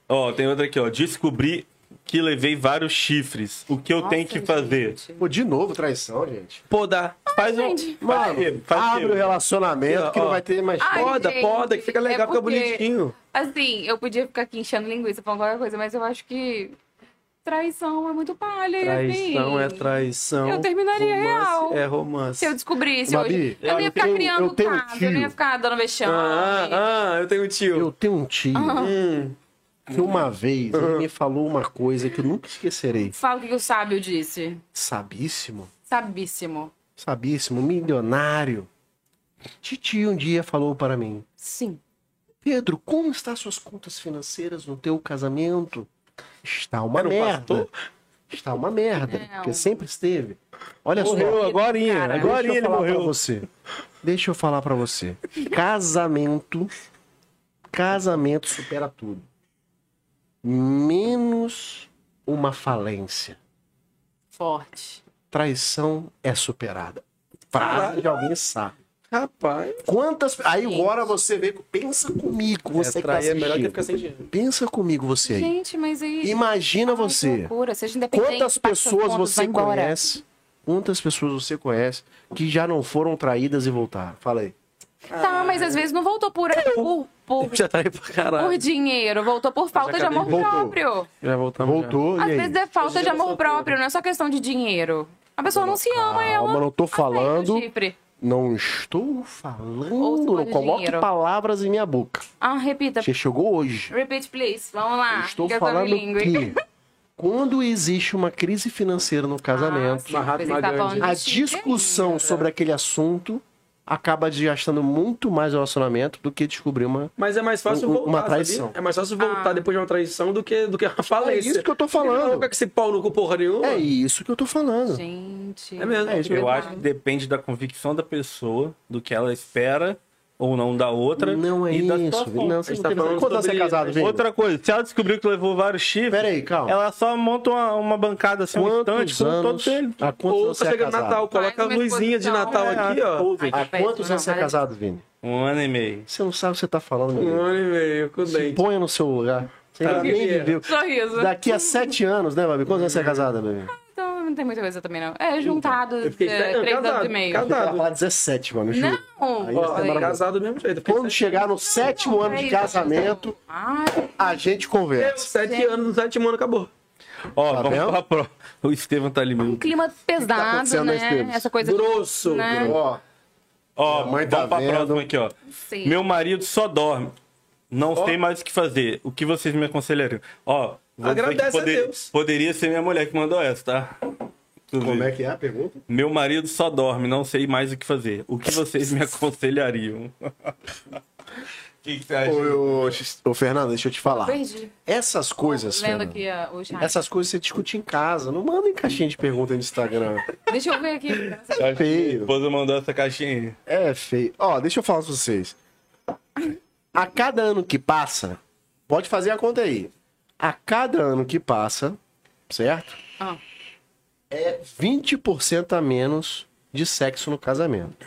Speaker 2: Ó, tem outra aqui, ó. Descobri que levei vários chifres. O que eu tenho que fazer?
Speaker 1: Pô, de novo, traição, gente.
Speaker 4: Podar.
Speaker 2: Faz um. faz
Speaker 1: Mano,
Speaker 2: quê? Faz
Speaker 1: abre o
Speaker 2: quê?
Speaker 1: relacionamento que não vai ter mais.
Speaker 3: Ai,
Speaker 4: Poda,
Speaker 3: gente,
Speaker 4: poda, que fica legal,
Speaker 3: é
Speaker 4: fica
Speaker 3: porque-
Speaker 4: bonitinho.
Speaker 3: Assim, eu podia ficar aqui enchendo linguiça falando qualquer coisa, mas eu acho que traição é muito palha. e assim,
Speaker 4: Traição é traição.
Speaker 3: eu terminaria
Speaker 4: romance
Speaker 3: real.
Speaker 4: É romance.
Speaker 3: Se eu descobrisse
Speaker 1: Babi,
Speaker 3: hoje, eu não
Speaker 1: eu
Speaker 3: ia ficar
Speaker 1: tenho-
Speaker 3: criando
Speaker 1: eu tenho um
Speaker 3: caso, eu não
Speaker 1: tio.
Speaker 3: ia ficar dando vexame.
Speaker 4: Ah, ah, eu tenho um tio.
Speaker 1: Eu tenho um tio
Speaker 4: Hum,
Speaker 1: que uma vez ele me falou uma coisa que eu nunca esquecerei.
Speaker 3: Fala o que o sábio disse.
Speaker 1: Sabíssimo?
Speaker 3: Sabíssimo.
Speaker 1: Sabíssimo, milionário. Titi um dia falou para mim:
Speaker 3: Sim.
Speaker 1: Pedro, como estão suas contas financeiras no teu casamento? Está uma
Speaker 4: Era um
Speaker 1: merda.
Speaker 4: pastor?
Speaker 1: Está uma merda,
Speaker 3: Não.
Speaker 1: porque sempre esteve. Olha
Speaker 7: Morreu
Speaker 1: só.
Speaker 7: agorinha,
Speaker 3: Cara.
Speaker 1: Agora
Speaker 7: agorinha ele
Speaker 1: Pra
Speaker 7: morreu.
Speaker 1: você. Deixa eu falar pra você. Casamento. Casamento supera tudo. Menos uma falência.
Speaker 3: Forte.
Speaker 1: Traição é superada. Frase de alguém sabe.
Speaker 4: Rapaz,
Speaker 1: Quantas. Aí agora você vê. Pensa comigo, você
Speaker 4: é,
Speaker 1: que tá
Speaker 4: trair é melhor que
Speaker 1: assistindo.
Speaker 4: ficar sem dinheiro.
Speaker 1: Pensa comigo, você aí.
Speaker 3: Gente, mas aí.
Speaker 1: Imagina
Speaker 3: Ai, que
Speaker 1: você.
Speaker 3: loucura, seja independente,
Speaker 1: Quantas
Speaker 3: paga seus
Speaker 1: pessoas
Speaker 3: pontos, vai
Speaker 1: você
Speaker 3: embora.
Speaker 1: conhece? Quantas pessoas você conhece que já não foram traídas e voltaram? Fala aí.
Speaker 3: Tá, mas às vezes não voltou por, por, por,
Speaker 4: Eu já traí pra caralho.
Speaker 3: por dinheiro, voltou por falta de
Speaker 4: acabei.
Speaker 3: amor
Speaker 1: Voltou.
Speaker 3: próprio.
Speaker 4: Tá Já voltamos.
Speaker 1: Voltou
Speaker 3: Às
Speaker 1: e aí?
Speaker 3: vezes é falta
Speaker 4: Hoje
Speaker 3: de
Speaker 4: eu
Speaker 3: amor
Speaker 4: sou
Speaker 3: próprio, não é só questão de dinheiro. A pessoa não se ama, é ela.
Speaker 1: Calma, não tô
Speaker 3: aceita o
Speaker 1: falando.
Speaker 3: chifre.
Speaker 1: Não estou
Speaker 3: Ouça
Speaker 1: falando,
Speaker 3: o
Speaker 1: não
Speaker 3: de
Speaker 1: coloque
Speaker 3: dinheiro.
Speaker 1: palavras em minha boca.
Speaker 3: Ah, repita.
Speaker 1: Você chegou hoje.
Speaker 3: Repeat, please. Vamos lá.
Speaker 1: Eu estou
Speaker 3: Liga
Speaker 1: falando
Speaker 3: bilíngue.
Speaker 1: que quando existe uma crise financeira no
Speaker 3: Ah,
Speaker 1: casamento,
Speaker 3: sim, mas ele tá
Speaker 4: Mahatma
Speaker 3: falando
Speaker 4: Gandhi.
Speaker 3: de
Speaker 1: a
Speaker 3: chifre
Speaker 1: discussão
Speaker 3: ainda.
Speaker 1: sobre aquele assunto acaba desgastando muito mais o relacionamento do que descobrir uma.
Speaker 4: Mas é mais fácil
Speaker 1: Um- um-
Speaker 4: voltar,
Speaker 1: uma
Speaker 4: sabia?
Speaker 1: traição.
Speaker 4: É mais fácil
Speaker 3: Ah.
Speaker 4: voltar depois de uma traição do que, do que uma falência.
Speaker 1: É isso que eu tô
Speaker 4: Não
Speaker 1: falando.
Speaker 4: fica com esse pau no cu porra nenhuma.
Speaker 1: É isso que eu tô falando.
Speaker 3: Gente.
Speaker 4: É mesmo.
Speaker 1: É isso
Speaker 2: Eu
Speaker 3: verdade.
Speaker 2: acho que depende da convicção da pessoa, do que ela espera ou não da outra.
Speaker 1: Não é
Speaker 2: e da
Speaker 1: isso.
Speaker 2: situação.
Speaker 1: Não, você
Speaker 4: gente
Speaker 1: não
Speaker 4: tá
Speaker 1: tem noção.
Speaker 4: falando
Speaker 1: Quantos anos você é
Speaker 4: sobre-
Speaker 1: casado, Vini?
Speaker 2: Outra coisa, se ela descobriu que levou vários chifres,
Speaker 1: Pera aí, calma.
Speaker 2: ela só monta uma, uma bancada assim, um estante
Speaker 1: Quantos
Speaker 2: com
Speaker 1: anos?
Speaker 2: todos eles. É,
Speaker 1: Há quantos
Speaker 4: Ou
Speaker 1: anos
Speaker 4: tá
Speaker 1: você é
Speaker 4: chegando Natal,
Speaker 1: casado?
Speaker 4: coloca a
Speaker 3: Faz uma
Speaker 4: luzinha de
Speaker 3: exposição.
Speaker 4: Natal aqui, ó.
Speaker 2: Ouvem.
Speaker 1: Há quantos
Speaker 3: Não,
Speaker 1: anos você é
Speaker 3: para de-
Speaker 1: casado, Vini?
Speaker 2: Um ano e meio.
Speaker 1: Você não sabe o que você tá falando, meu
Speaker 4: Um
Speaker 1: Deus.
Speaker 4: ano e meio, com
Speaker 1: Se
Speaker 4: dente.
Speaker 1: ponha no seu lugar. Você
Speaker 4: Tá
Speaker 1: ainda nem
Speaker 4: vivendo.
Speaker 1: viveu.
Speaker 3: Sorriso.
Speaker 1: Daqui a sete anos, né, Babi? Quantos anos você é casada, Babi?
Speaker 3: Então não tem muita coisa também, não. É, juntado,
Speaker 4: Então, Eu fiquei-
Speaker 3: é,
Speaker 4: eu
Speaker 3: três
Speaker 4: casado,
Speaker 3: anos e meio.
Speaker 4: casado.
Speaker 1: Ela fala 17, mano, juro.
Speaker 3: Não!
Speaker 1: Aí
Speaker 4: Ó,
Speaker 1: você tá
Speaker 4: é
Speaker 1: maravilhoso.
Speaker 4: casado do mesmo jeito.
Speaker 1: Quando chegar no sétimo ano de
Speaker 3: Três
Speaker 1: casamento,
Speaker 3: anos. Ai,
Speaker 1: a gente
Speaker 4: Eu,
Speaker 1: conversa.
Speaker 4: sete anos, no sétimo ano acabou.
Speaker 2: Ó,
Speaker 1: Tá
Speaker 2: vamos
Speaker 1: vendo?
Speaker 2: pra prova. O Estevam tá ali
Speaker 3: um
Speaker 2: mesmo.
Speaker 3: clima pesado,
Speaker 1: acontecendo, né,
Speaker 3: né?
Speaker 1: Esteves?
Speaker 3: Essa coisa.
Speaker 4: Grosso.
Speaker 3: Né?
Speaker 1: Ó,
Speaker 2: Ó,
Speaker 1: Minha mãe
Speaker 2: vamos
Speaker 1: tá
Speaker 2: pra
Speaker 1: vendo.
Speaker 2: próxima aqui, ó.
Speaker 3: Sim.
Speaker 2: Meu marido só dorme. Não sei mais o que fazer. O que vocês me aconselhariam? Ó, vou dizer que
Speaker 4: Agradece a
Speaker 2: poderia-
Speaker 4: Deus.
Speaker 2: Poderia ser minha mulher que mandou essa, tá?
Speaker 1: como é que é a pergunta?
Speaker 2: Meu marido só dorme, não sei mais o que fazer. O que vocês me aconselhariam? O que, que você acha?
Speaker 1: Ô, ô, X- ô, Fernando, deixa eu te falar.
Speaker 3: Perdi.
Speaker 1: Essas coisas,
Speaker 3: Lendo
Speaker 1: Fernando,
Speaker 3: aqui ó, o chat.
Speaker 1: essas coisas você discute em casa. Não manda em caixinha de pergunta no Instagram.
Speaker 3: Deixa eu ver aqui.
Speaker 2: Acho que
Speaker 1: feio.
Speaker 2: minha esposa mandou essa caixinha.
Speaker 1: É feio. Ó, deixa eu falar pra vocês. A cada ano que passa, pode fazer a conta aí. A cada ano que passa, certo?
Speaker 3: Ah.
Speaker 1: É 20% a menos de sexo no casamento.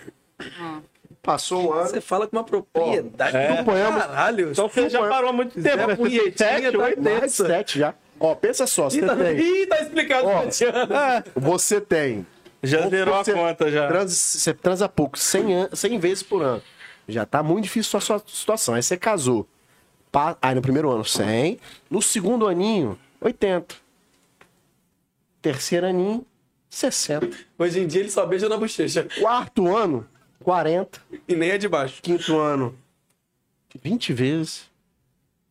Speaker 1: Passou um ano.
Speaker 4: Você fala com uma propriedade.
Speaker 2: É.
Speaker 1: Suponhamos-
Speaker 4: Caralho.
Speaker 2: Então você já
Speaker 1: Suponho-
Speaker 2: parou há muito tempo.
Speaker 4: Zé Punhetinha
Speaker 2: Sete,
Speaker 4: tá
Speaker 2: oito?
Speaker 1: Mais
Speaker 4: dessa.
Speaker 1: sete já. Ó, pensa só, você
Speaker 4: Ih, tá,
Speaker 1: tem.
Speaker 4: ih, tá explicado.
Speaker 1: Ó.
Speaker 4: sete anos.
Speaker 1: Você tem.
Speaker 2: Já
Speaker 1: Ou
Speaker 2: zerou a
Speaker 1: você
Speaker 2: conta já.
Speaker 1: Trans, você transa pouco, 100, an- 100 vezes por ano. Já tá muito difícil sua, sua situação. Aí você casou. Pa- Aí no primeiro ano, 100. No segundo aninho, 80. Terceiro aninho, 60.
Speaker 4: Hoje em dia ele só beija na bochecha.
Speaker 1: Quarto ano, 40.
Speaker 4: E nem é de baixo.
Speaker 1: Quinto ano, 20 vezes.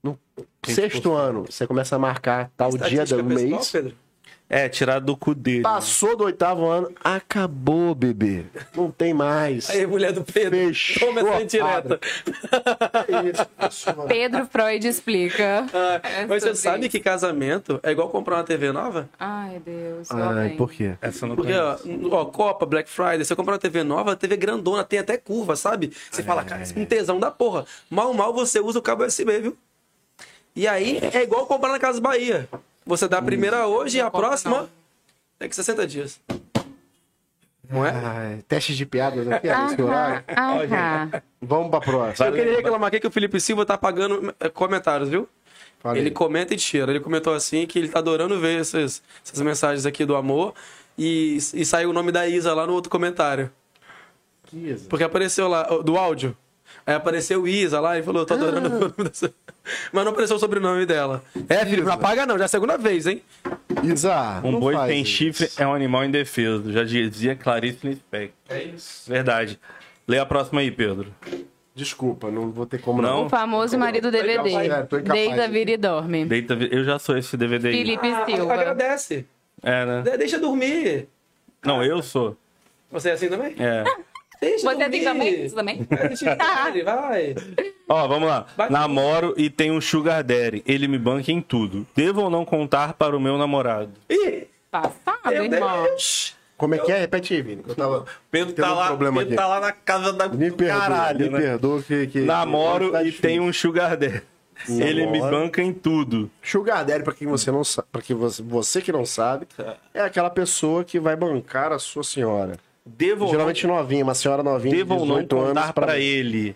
Speaker 1: No sexto ano, você começa a marcar tal dia
Speaker 4: Estatística
Speaker 1: do
Speaker 4: pessoal,
Speaker 1: mês.
Speaker 4: Pedro?
Speaker 2: É, tirar do cu dele.
Speaker 1: Passou do oitavo ano, acabou, bebê. Não tem mais.
Speaker 4: Aí, mulher do Pedro.
Speaker 1: Fechou
Speaker 4: Toma essa
Speaker 1: a
Speaker 4: indireta.
Speaker 3: Pedro Freud explica.
Speaker 4: Ah,
Speaker 3: É
Speaker 4: mas você
Speaker 3: sobre
Speaker 4: sabe
Speaker 3: isso.
Speaker 4: que casamento é igual comprar uma TV nova?
Speaker 3: Ai, Deus. lá
Speaker 1: Ai,
Speaker 3: vem.
Speaker 1: por quê?
Speaker 2: Essa eu não
Speaker 4: Porque, ó,
Speaker 2: conheço.
Speaker 4: ó, Copa, Black Friday, você comprar uma TV nova, a TV grandona, tem até curva, sabe? Você fala, cara, isso é um tesão da porra. Mal, mal você usa o cabo USB, viu? E aí é igual comprar na Casa Bahia. Você dá a primeira hoje e a
Speaker 3: compro,
Speaker 4: próxima
Speaker 3: não.
Speaker 4: tem que 60 dias. Não é?
Speaker 1: Ai, teste de piadas aqui, ah, nesse
Speaker 3: tá.
Speaker 1: horário.
Speaker 3: Aham, aham.
Speaker 1: Vamos pra próxima.
Speaker 4: Eu queria reclamar aqui que o Felipe Silva tá pagando eh, comentários, viu?
Speaker 1: Fala aí.
Speaker 4: Ele comenta e tira. Ele comentou assim que ele tá adorando ver essas, essas mensagens aqui do amor. E, e saiu o nome da Isa lá no outro comentário. Porque apareceu lá, ó, do áudio. Aí apareceu Isa lá e falou, tô adorando
Speaker 3: Ah.
Speaker 4: ver o nome dessa. Mas não apareceu o sobrenome dela. É, filho, não apaga não, já é a segunda vez, hein?
Speaker 1: Isa,
Speaker 2: Um
Speaker 1: não
Speaker 2: boi
Speaker 1: faz
Speaker 2: sem
Speaker 1: isso.
Speaker 2: chifre é um animal indefeso. Já dizia Clarice Lispector. É isso. Verdade. Lê a próxima aí, Pedro.
Speaker 1: Desculpa, não vou ter como
Speaker 2: Não?
Speaker 1: não.
Speaker 3: O famoso marido DVD.
Speaker 1: É, tô incapaz.
Speaker 3: Deita, vira e dorme.
Speaker 2: Deita, eu já sou esse DVD aí.
Speaker 3: Felipe Silva.
Speaker 4: Ah, Agradece.
Speaker 2: É, né?
Speaker 4: De- deixa dormir.
Speaker 2: Não, eu sou.
Speaker 4: Você é assim também?
Speaker 2: É.
Speaker 4: Deixa
Speaker 3: Você
Speaker 4: dormir.
Speaker 3: tem assim também? Você também?
Speaker 4: Deixa ele, vai.
Speaker 2: Ó, vamos lá.
Speaker 4: Vai.
Speaker 2: Namoro e tenho um sugar daddy. Ele me banca em tudo. Devo ou não contar para o meu namorado?
Speaker 4: Ih,
Speaker 3: Passado,
Speaker 4: Meu
Speaker 3: Tá, irmão.
Speaker 4: Deus.
Speaker 1: Como é que é? Repete aí, Vini. que Eu tava.
Speaker 2: Pedro
Speaker 1: Tem
Speaker 2: tá
Speaker 1: um
Speaker 2: lá,
Speaker 1: problema
Speaker 2: Pedro
Speaker 1: aqui.
Speaker 2: tá lá na casa da
Speaker 1: Me perdoa,
Speaker 2: caralho,
Speaker 1: me
Speaker 2: né?
Speaker 1: perdoa que. que
Speaker 2: Namoro
Speaker 1: tá
Speaker 2: e
Speaker 1: difícil.
Speaker 2: tem um sugar daddy. Ele me banca em tudo.
Speaker 1: Sugar Daddy, pra quem você não sabe, pra quem você, você que não sabe, é aquela pessoa que vai bancar a sua senhora.
Speaker 2: Devo ou não,
Speaker 1: Geralmente novinha, uma senhora novinha de
Speaker 2: devo ou não
Speaker 1: 18 anos
Speaker 2: contar
Speaker 1: pra
Speaker 2: pra ele.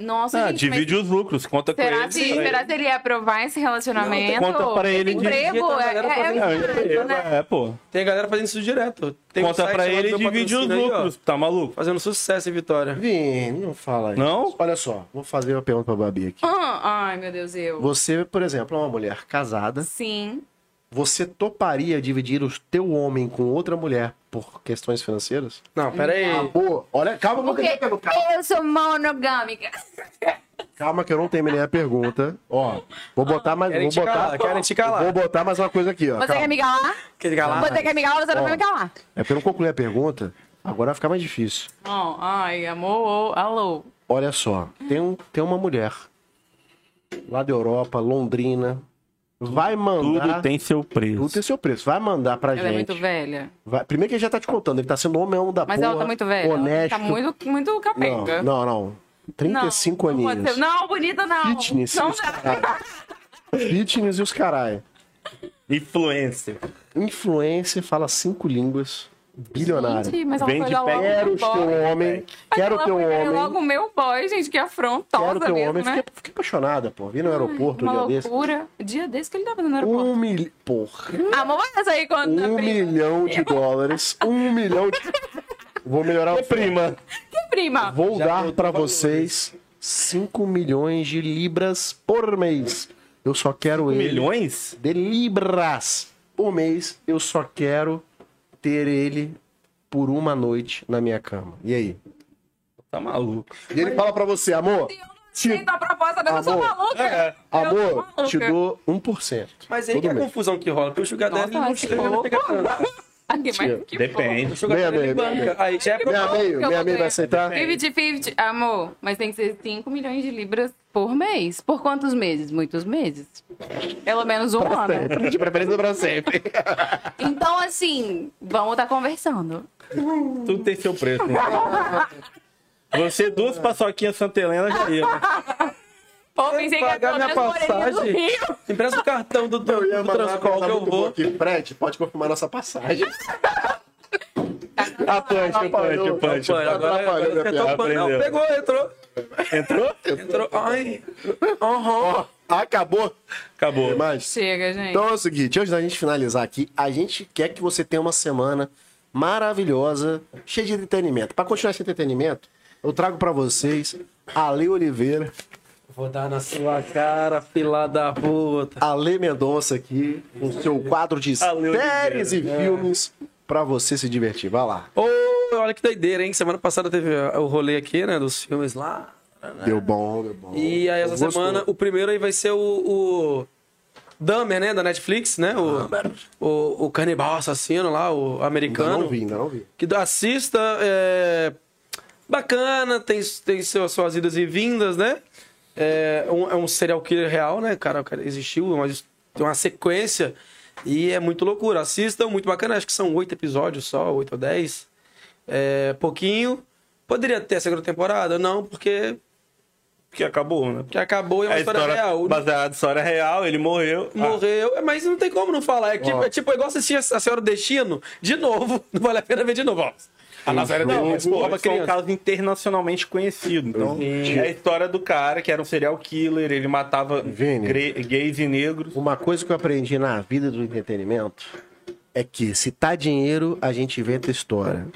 Speaker 3: Nossa,
Speaker 2: Ah,
Speaker 3: gente,
Speaker 2: divide
Speaker 3: mas
Speaker 2: os lucros, conta com
Speaker 3: será,
Speaker 2: ele.
Speaker 3: que,
Speaker 2: pra
Speaker 3: será que ele ia aprovar esse relacionamento?
Speaker 2: conta pra ele de-
Speaker 3: Emprego,
Speaker 4: Tá
Speaker 3: é,
Speaker 4: galera
Speaker 3: é, é
Speaker 4: fazendo
Speaker 2: ele.
Speaker 3: um emprego, né?
Speaker 2: Ah, É, pô.
Speaker 4: Tem a galera fazendo isso direto. Tem um
Speaker 2: Conta
Speaker 4: site
Speaker 2: pra
Speaker 4: chamado
Speaker 2: ele e
Speaker 4: Meu
Speaker 2: divide os
Speaker 4: Patrocínio aí, ó,
Speaker 2: lucros, tá maluco?
Speaker 4: Fazendo sucesso em Vitória.
Speaker 1: Vini, não fala isso.
Speaker 2: Não?
Speaker 1: Olha só, vou fazer uma pergunta pra Babi aqui.
Speaker 3: Ah, Ai, meu Deus, eu.
Speaker 1: Você, por exemplo, é uma mulher casada.
Speaker 3: Sim.
Speaker 1: Você toparia dividir o teu homem com outra mulher por questões financeiras?
Speaker 4: Não, pera aí.
Speaker 1: Pô, olha, calma que eu
Speaker 3: Porque
Speaker 1: terminei a pergunta. Calma,
Speaker 3: eu sou monogâmica.
Speaker 1: calma que eu não terminei a pergunta. Ó, vou
Speaker 3: Ah.
Speaker 1: botar mais.
Speaker 4: Querem
Speaker 1: Vou
Speaker 4: te calar,
Speaker 1: botar,
Speaker 4: querem te calar.
Speaker 1: vou botar mais uma coisa aqui, ó.
Speaker 3: Você
Speaker 1: calma.
Speaker 3: quer me calar?
Speaker 4: Quer calar?
Speaker 3: Você quer me calar ou você não quer me calar?
Speaker 1: É porque eu não concluí a pergunta, agora vai ficar mais difícil.
Speaker 3: Ó, ai, amor, ô, alô.
Speaker 1: Olha só, tem, um, tem uma mulher lá da Europa, Londrina, vai
Speaker 2: Tudo
Speaker 1: mandar.
Speaker 2: tem seu preço.
Speaker 1: Tudo tem seu preço. Vai mandar pra
Speaker 3: Ela é
Speaker 1: gente.
Speaker 3: muito velha.
Speaker 1: Vai- Primeiro que ele já tá te contando, ele tá sendo homem, é um da
Speaker 3: Mas
Speaker 1: porra,
Speaker 3: ela tá muito velha.
Speaker 1: honesto.
Speaker 3: Ela tá muito, muito
Speaker 1: Não,
Speaker 3: capenga.
Speaker 1: não, não. 35
Speaker 3: não, não pode
Speaker 1: aninhos.
Speaker 3: ser. Não, bonita não.
Speaker 1: Fitness, é
Speaker 3: Não,
Speaker 1: os caralho. Fitness e os caralho.
Speaker 2: Influencer.
Speaker 1: Influencer, fala cinco línguas, bilionário.
Speaker 3: Gente, mas ela
Speaker 2: Vem
Speaker 3: foi
Speaker 2: de
Speaker 3: lá logo
Speaker 2: pé.
Speaker 1: Quero
Speaker 3: meu
Speaker 1: o teu
Speaker 3: boy.
Speaker 1: homem,
Speaker 3: Mas
Speaker 1: quero o
Speaker 3: ela
Speaker 1: teu
Speaker 3: foi ver
Speaker 1: homem,
Speaker 3: logo o meu boy, gente, que afrontosa
Speaker 1: quero o teu
Speaker 3: mesmo,
Speaker 1: homem.
Speaker 3: né?
Speaker 1: Fiquei, fiquei apaixonada, pô. Vi no aeroporto um
Speaker 3: Uma
Speaker 1: dia desse.
Speaker 3: loucura. Dia desse que ele tá tava no aeroporto.
Speaker 1: Um milhão. Porra.
Speaker 3: Amor, vai sair quando
Speaker 1: Um milhão de dólares. Um milhão de. Vou melhorar o prima.
Speaker 3: prima.
Speaker 1: Vou dar pra vocês 5 milhões de libras por mês. Eu só quero ele.
Speaker 2: Milhões?
Speaker 1: de libras por mês. Eu só quero ter ele por uma noite na minha cama. E aí?
Speaker 2: Tá maluco.
Speaker 1: E ele fala pra você, amor, te,
Speaker 3: Aceita a proposta dessa, eu sou
Speaker 1: Amor. é,
Speaker 3: maluca.
Speaker 1: amor,
Speaker 3: Eu sou
Speaker 1: te
Speaker 3: maluca.
Speaker 1: dou 1%.
Speaker 4: Mas aí que é a
Speaker 1: mês.
Speaker 4: confusão que rola. Porque o Sugar Daddy
Speaker 3: Nossa,
Speaker 4: não
Speaker 3: mas que
Speaker 4: chega na
Speaker 3: louco.
Speaker 4: pegação.
Speaker 3: Ah, que mais- que
Speaker 2: Depende.
Speaker 4: O Sugar
Speaker 1: Meia,
Speaker 4: Daddy ele
Speaker 1: meia, meia,
Speaker 4: banca. Aí já é
Speaker 1: Meia
Speaker 4: problema.
Speaker 1: meio,
Speaker 3: eu
Speaker 1: meia
Speaker 3: vou
Speaker 1: meio vai
Speaker 3: ganhar.
Speaker 1: aceitar?
Speaker 3: 50-50, amor, mas tem que ser 5 milhões de libras por mês. Por quantos meses? Muitos meses. Pelo menos um ano.
Speaker 1: De preferência pra sempre.
Speaker 3: Então, assim, vamos estar conversando.
Speaker 2: Tudo tem seu preço. né? Você duas paçoquinhas Santa Helena já ia. né?
Speaker 3: Pô, pensei que era
Speaker 4: pagar
Speaker 3: pelo
Speaker 4: minha
Speaker 3: menos orelha do
Speaker 4: passagem.
Speaker 3: Rio.
Speaker 4: Empresta o cartão do, do,
Speaker 1: Eu ia
Speaker 4: do
Speaker 1: mandar uma
Speaker 4: Transcol
Speaker 1: coisa
Speaker 4: que eu
Speaker 1: muito boa
Speaker 4: vou.
Speaker 1: aqui. Fred, pode confirmar nossa passagem.
Speaker 2: Atlântico, Atlântico, Atlântico.
Speaker 4: Mano, agora,
Speaker 1: Atrapalhou
Speaker 4: agora
Speaker 1: minha
Speaker 4: você tá
Speaker 1: piada,
Speaker 4: topando. Não,
Speaker 2: aprendeu.
Speaker 4: Pegou, entrou.
Speaker 2: Entrou?
Speaker 4: Entrou. Ai.
Speaker 1: Ó, Acabou.
Speaker 2: Acabou.
Speaker 1: Mas
Speaker 3: Chega, gente.
Speaker 1: Então é o seguinte, antes da gente finalizar aqui, a gente quer que você tenha uma semana maravilhosa, cheia de entretenimento. Para continuar esse entretenimento, eu trago para vocês Ale Oliveira,
Speaker 4: Vou dar na sua cara, fila da puta.
Speaker 1: Ale Mendonça aqui, com seu quadro de
Speaker 2: Ale
Speaker 1: séries e filmes para você se divertir. Vai lá.
Speaker 4: Ô, olha que doideira, hein? Semana passada teve o rolê aqui, né? Dos filmes lá.
Speaker 1: Deu bom, deu bom.
Speaker 4: E aí, essa
Speaker 1: Gostou.
Speaker 4: semana, o primeiro aí vai ser o. o... Dahmer, né? Da Netflix, né? O, o, o canibal assassino lá, o
Speaker 1: Ainda
Speaker 4: americano.
Speaker 1: não vi, ainda não vi.
Speaker 4: que assista. É... Bacana, tem, tem seu- suas idas e vindas, né? É um, é um serial killer real, né? Cara, o cara existiu, mas tem uma sequência e é muito loucura. Assistam, muito bacana. Acho que são oito episódios só, oito ou dez. É, pouquinho. Poderia ter a segunda temporada? Não, porque,
Speaker 2: Porque acabou, né?
Speaker 4: porque acabou e é uma
Speaker 2: A
Speaker 4: história,
Speaker 2: história
Speaker 4: real.
Speaker 2: baseada em história real, ele morreu. Ah,
Speaker 4: Morreu, é, mas não tem como não falar. É, tipo, é tipo igual assistir a a Senhora do Destino de novo. Não vale a pena ver de novo.
Speaker 2: É.
Speaker 4: ó.
Speaker 2: A nossa era
Speaker 4: Não,
Speaker 2: não,
Speaker 4: mas,
Speaker 2: mas,
Speaker 4: pô,
Speaker 2: que é
Speaker 4: criança.
Speaker 2: um caso internacionalmente conhecido. Então,
Speaker 1: Uhum.
Speaker 2: é a história do cara que era um serial killer, ele matava
Speaker 1: Vini.
Speaker 2: gre- gays e negros.
Speaker 1: Uma coisa que eu aprendi na vida do entretenimento é que se tá dinheiro, a gente inventa história.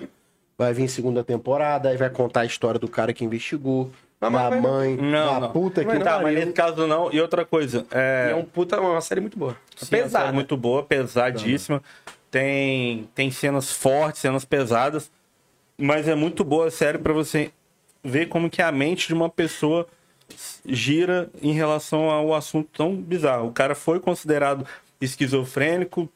Speaker 1: Vai vir segunda temporada, aí vai contar a história do cara que investigou, da
Speaker 4: mas-
Speaker 1: mãe,
Speaker 2: Não,
Speaker 1: da
Speaker 2: não.
Speaker 1: puta que o
Speaker 2: tá, mas
Speaker 1: pariu.
Speaker 2: nesse caso não. E outra coisa, é,
Speaker 4: E é um puta, uma série muito boa.
Speaker 2: Sim, é uma
Speaker 4: Pesada.
Speaker 2: série muito boa, pesadíssima. Tem, tem cenas fortes, cenas pesadas. Mas é muito boa a série pra você ver como que a mente de uma pessoa gira em relação ao assunto tão bizarro. O cara foi considerado esquizofrênico.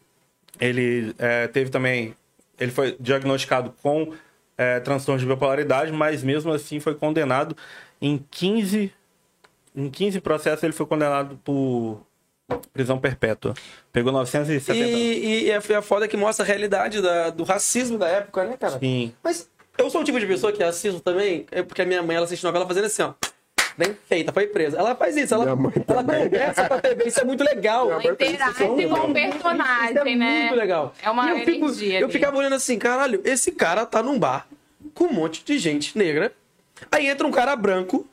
Speaker 2: Ele é, teve também... Ele foi diagnosticado com é, transtorno de bipolaridade, mas mesmo assim foi condenado em 15 em 15 processos ele foi condenado por prisão perpétua. Pegou 970
Speaker 4: E, e, e a a foda que mostra a realidade da- do racismo da época, né, cara?
Speaker 2: anos. Sim.
Speaker 4: Mas eu sou o tipo de pessoa que assisto também, é porque a minha mãe ela assiste novela fazendo assim, ó. Bem feita, foi presa. Ela faz isso, ela, ela conversa com a TV, isso é muito legal.
Speaker 3: Ela interage com o
Speaker 4: Isso é
Speaker 3: um personagem, né?
Speaker 4: muito legal.
Speaker 3: É uma
Speaker 4: E eu fico-
Speaker 3: energia
Speaker 4: Eu
Speaker 3: ali.
Speaker 4: ficava olhando assim, caralho, esse cara tá num bar com um monte de gente negra. Aí entra um cara branco,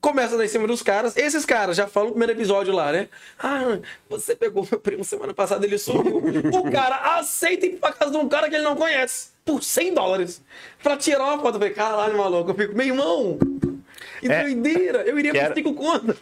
Speaker 4: começa a dar em cima dos caras. Esses caras já falam no primeiro episódio lá, né? Ah, você pegou meu primo semana passada, ele sumiu. o cara aceita ir pra casa de um cara que ele não conhece por 100 dólares pra tirar uma foto. Eu falei, caralho, maluco. Eu fico, meu irmão, que
Speaker 2: É.
Speaker 4: doideira. Eu iria
Speaker 2: Quero-
Speaker 4: por 5 contas.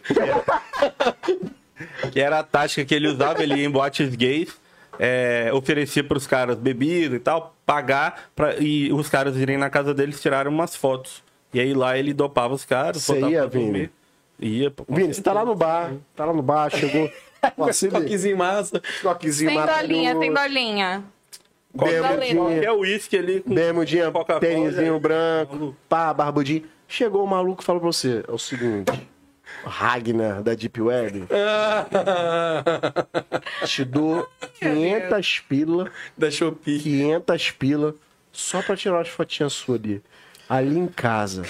Speaker 2: Que era a tática que ele usava, ele ia em boates gays, é, oferecia pros caras bebida e tal, pagar, pra, e os caras irem na casa deles tirarem umas fotos. E aí lá ele dopava os caras.
Speaker 1: Você
Speaker 2: botava
Speaker 1: ia,
Speaker 2: pra dormir.
Speaker 1: Vini?
Speaker 2: Ia, pô.
Speaker 1: Vini, você tá lá no bar, tá lá no bar, chegou. Ó, se liga,
Speaker 4: Toquezinho massa.
Speaker 1: toquezinho
Speaker 3: Tem dolinha, tem
Speaker 1: maravilhoso,
Speaker 3: dolinha.
Speaker 2: Qualquer uísque ali com
Speaker 1: bermudinha,
Speaker 2: Coca-Cola,
Speaker 1: tênisinho
Speaker 2: é.
Speaker 1: branco, pá, barbudinho. Chegou o maluco e falou pra você, é o seguinte, Ragnar da Deep Web,
Speaker 4: Ah,
Speaker 1: te dou 500 pila,
Speaker 4: da Shopee.
Speaker 1: 500 pila, só pra tirar umas fotinhas suas ali. Ali em casa,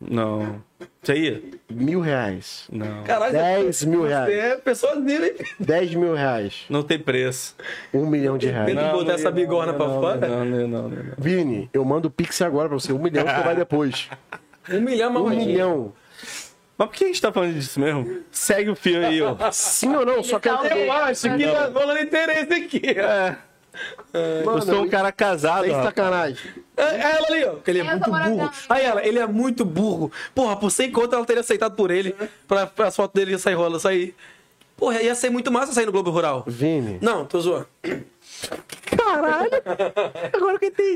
Speaker 2: Não. Você ia?
Speaker 1: mil reais.
Speaker 2: Não.
Speaker 4: Caralho,
Speaker 1: 10 mil
Speaker 4: você
Speaker 1: reais.
Speaker 4: é pessoa dele, hein?
Speaker 1: 10 mil reais.
Speaker 2: Não tem preço.
Speaker 1: Um milhão de reais.
Speaker 4: Não, botar essa bigorna pra
Speaker 2: não,
Speaker 4: fora?
Speaker 2: Não, não, não, não, não.
Speaker 1: Vini, eu mando o Pix agora pra você. Um milhão que vai depois.
Speaker 4: Um milhão
Speaker 1: Um
Speaker 4: mais
Speaker 1: milhão.
Speaker 2: Mas por que a gente tá falando disso mesmo? Segue o fio aí, ó.
Speaker 1: Sim ou não? Só quero
Speaker 4: Então,
Speaker 1: um
Speaker 3: Eu acho
Speaker 4: Aqui tá rolando interesse aqui.
Speaker 1: É.
Speaker 2: Eu sou um cara casado,
Speaker 1: Sem
Speaker 2: ó.
Speaker 1: sacanagem.
Speaker 4: É, Ela ali, ó. que Ele é
Speaker 3: Eu
Speaker 4: muito
Speaker 3: tô tá morando
Speaker 4: burro.
Speaker 3: na-
Speaker 4: Aí ela, ele é muito burro. Porra, por 100 conto ela teria aceitado por ele. Pra, pra as fotos dele sair rola, sair. Porra, ia ser muito massa sair no Globo Rural.
Speaker 1: Vini.
Speaker 4: Não, tô zoando.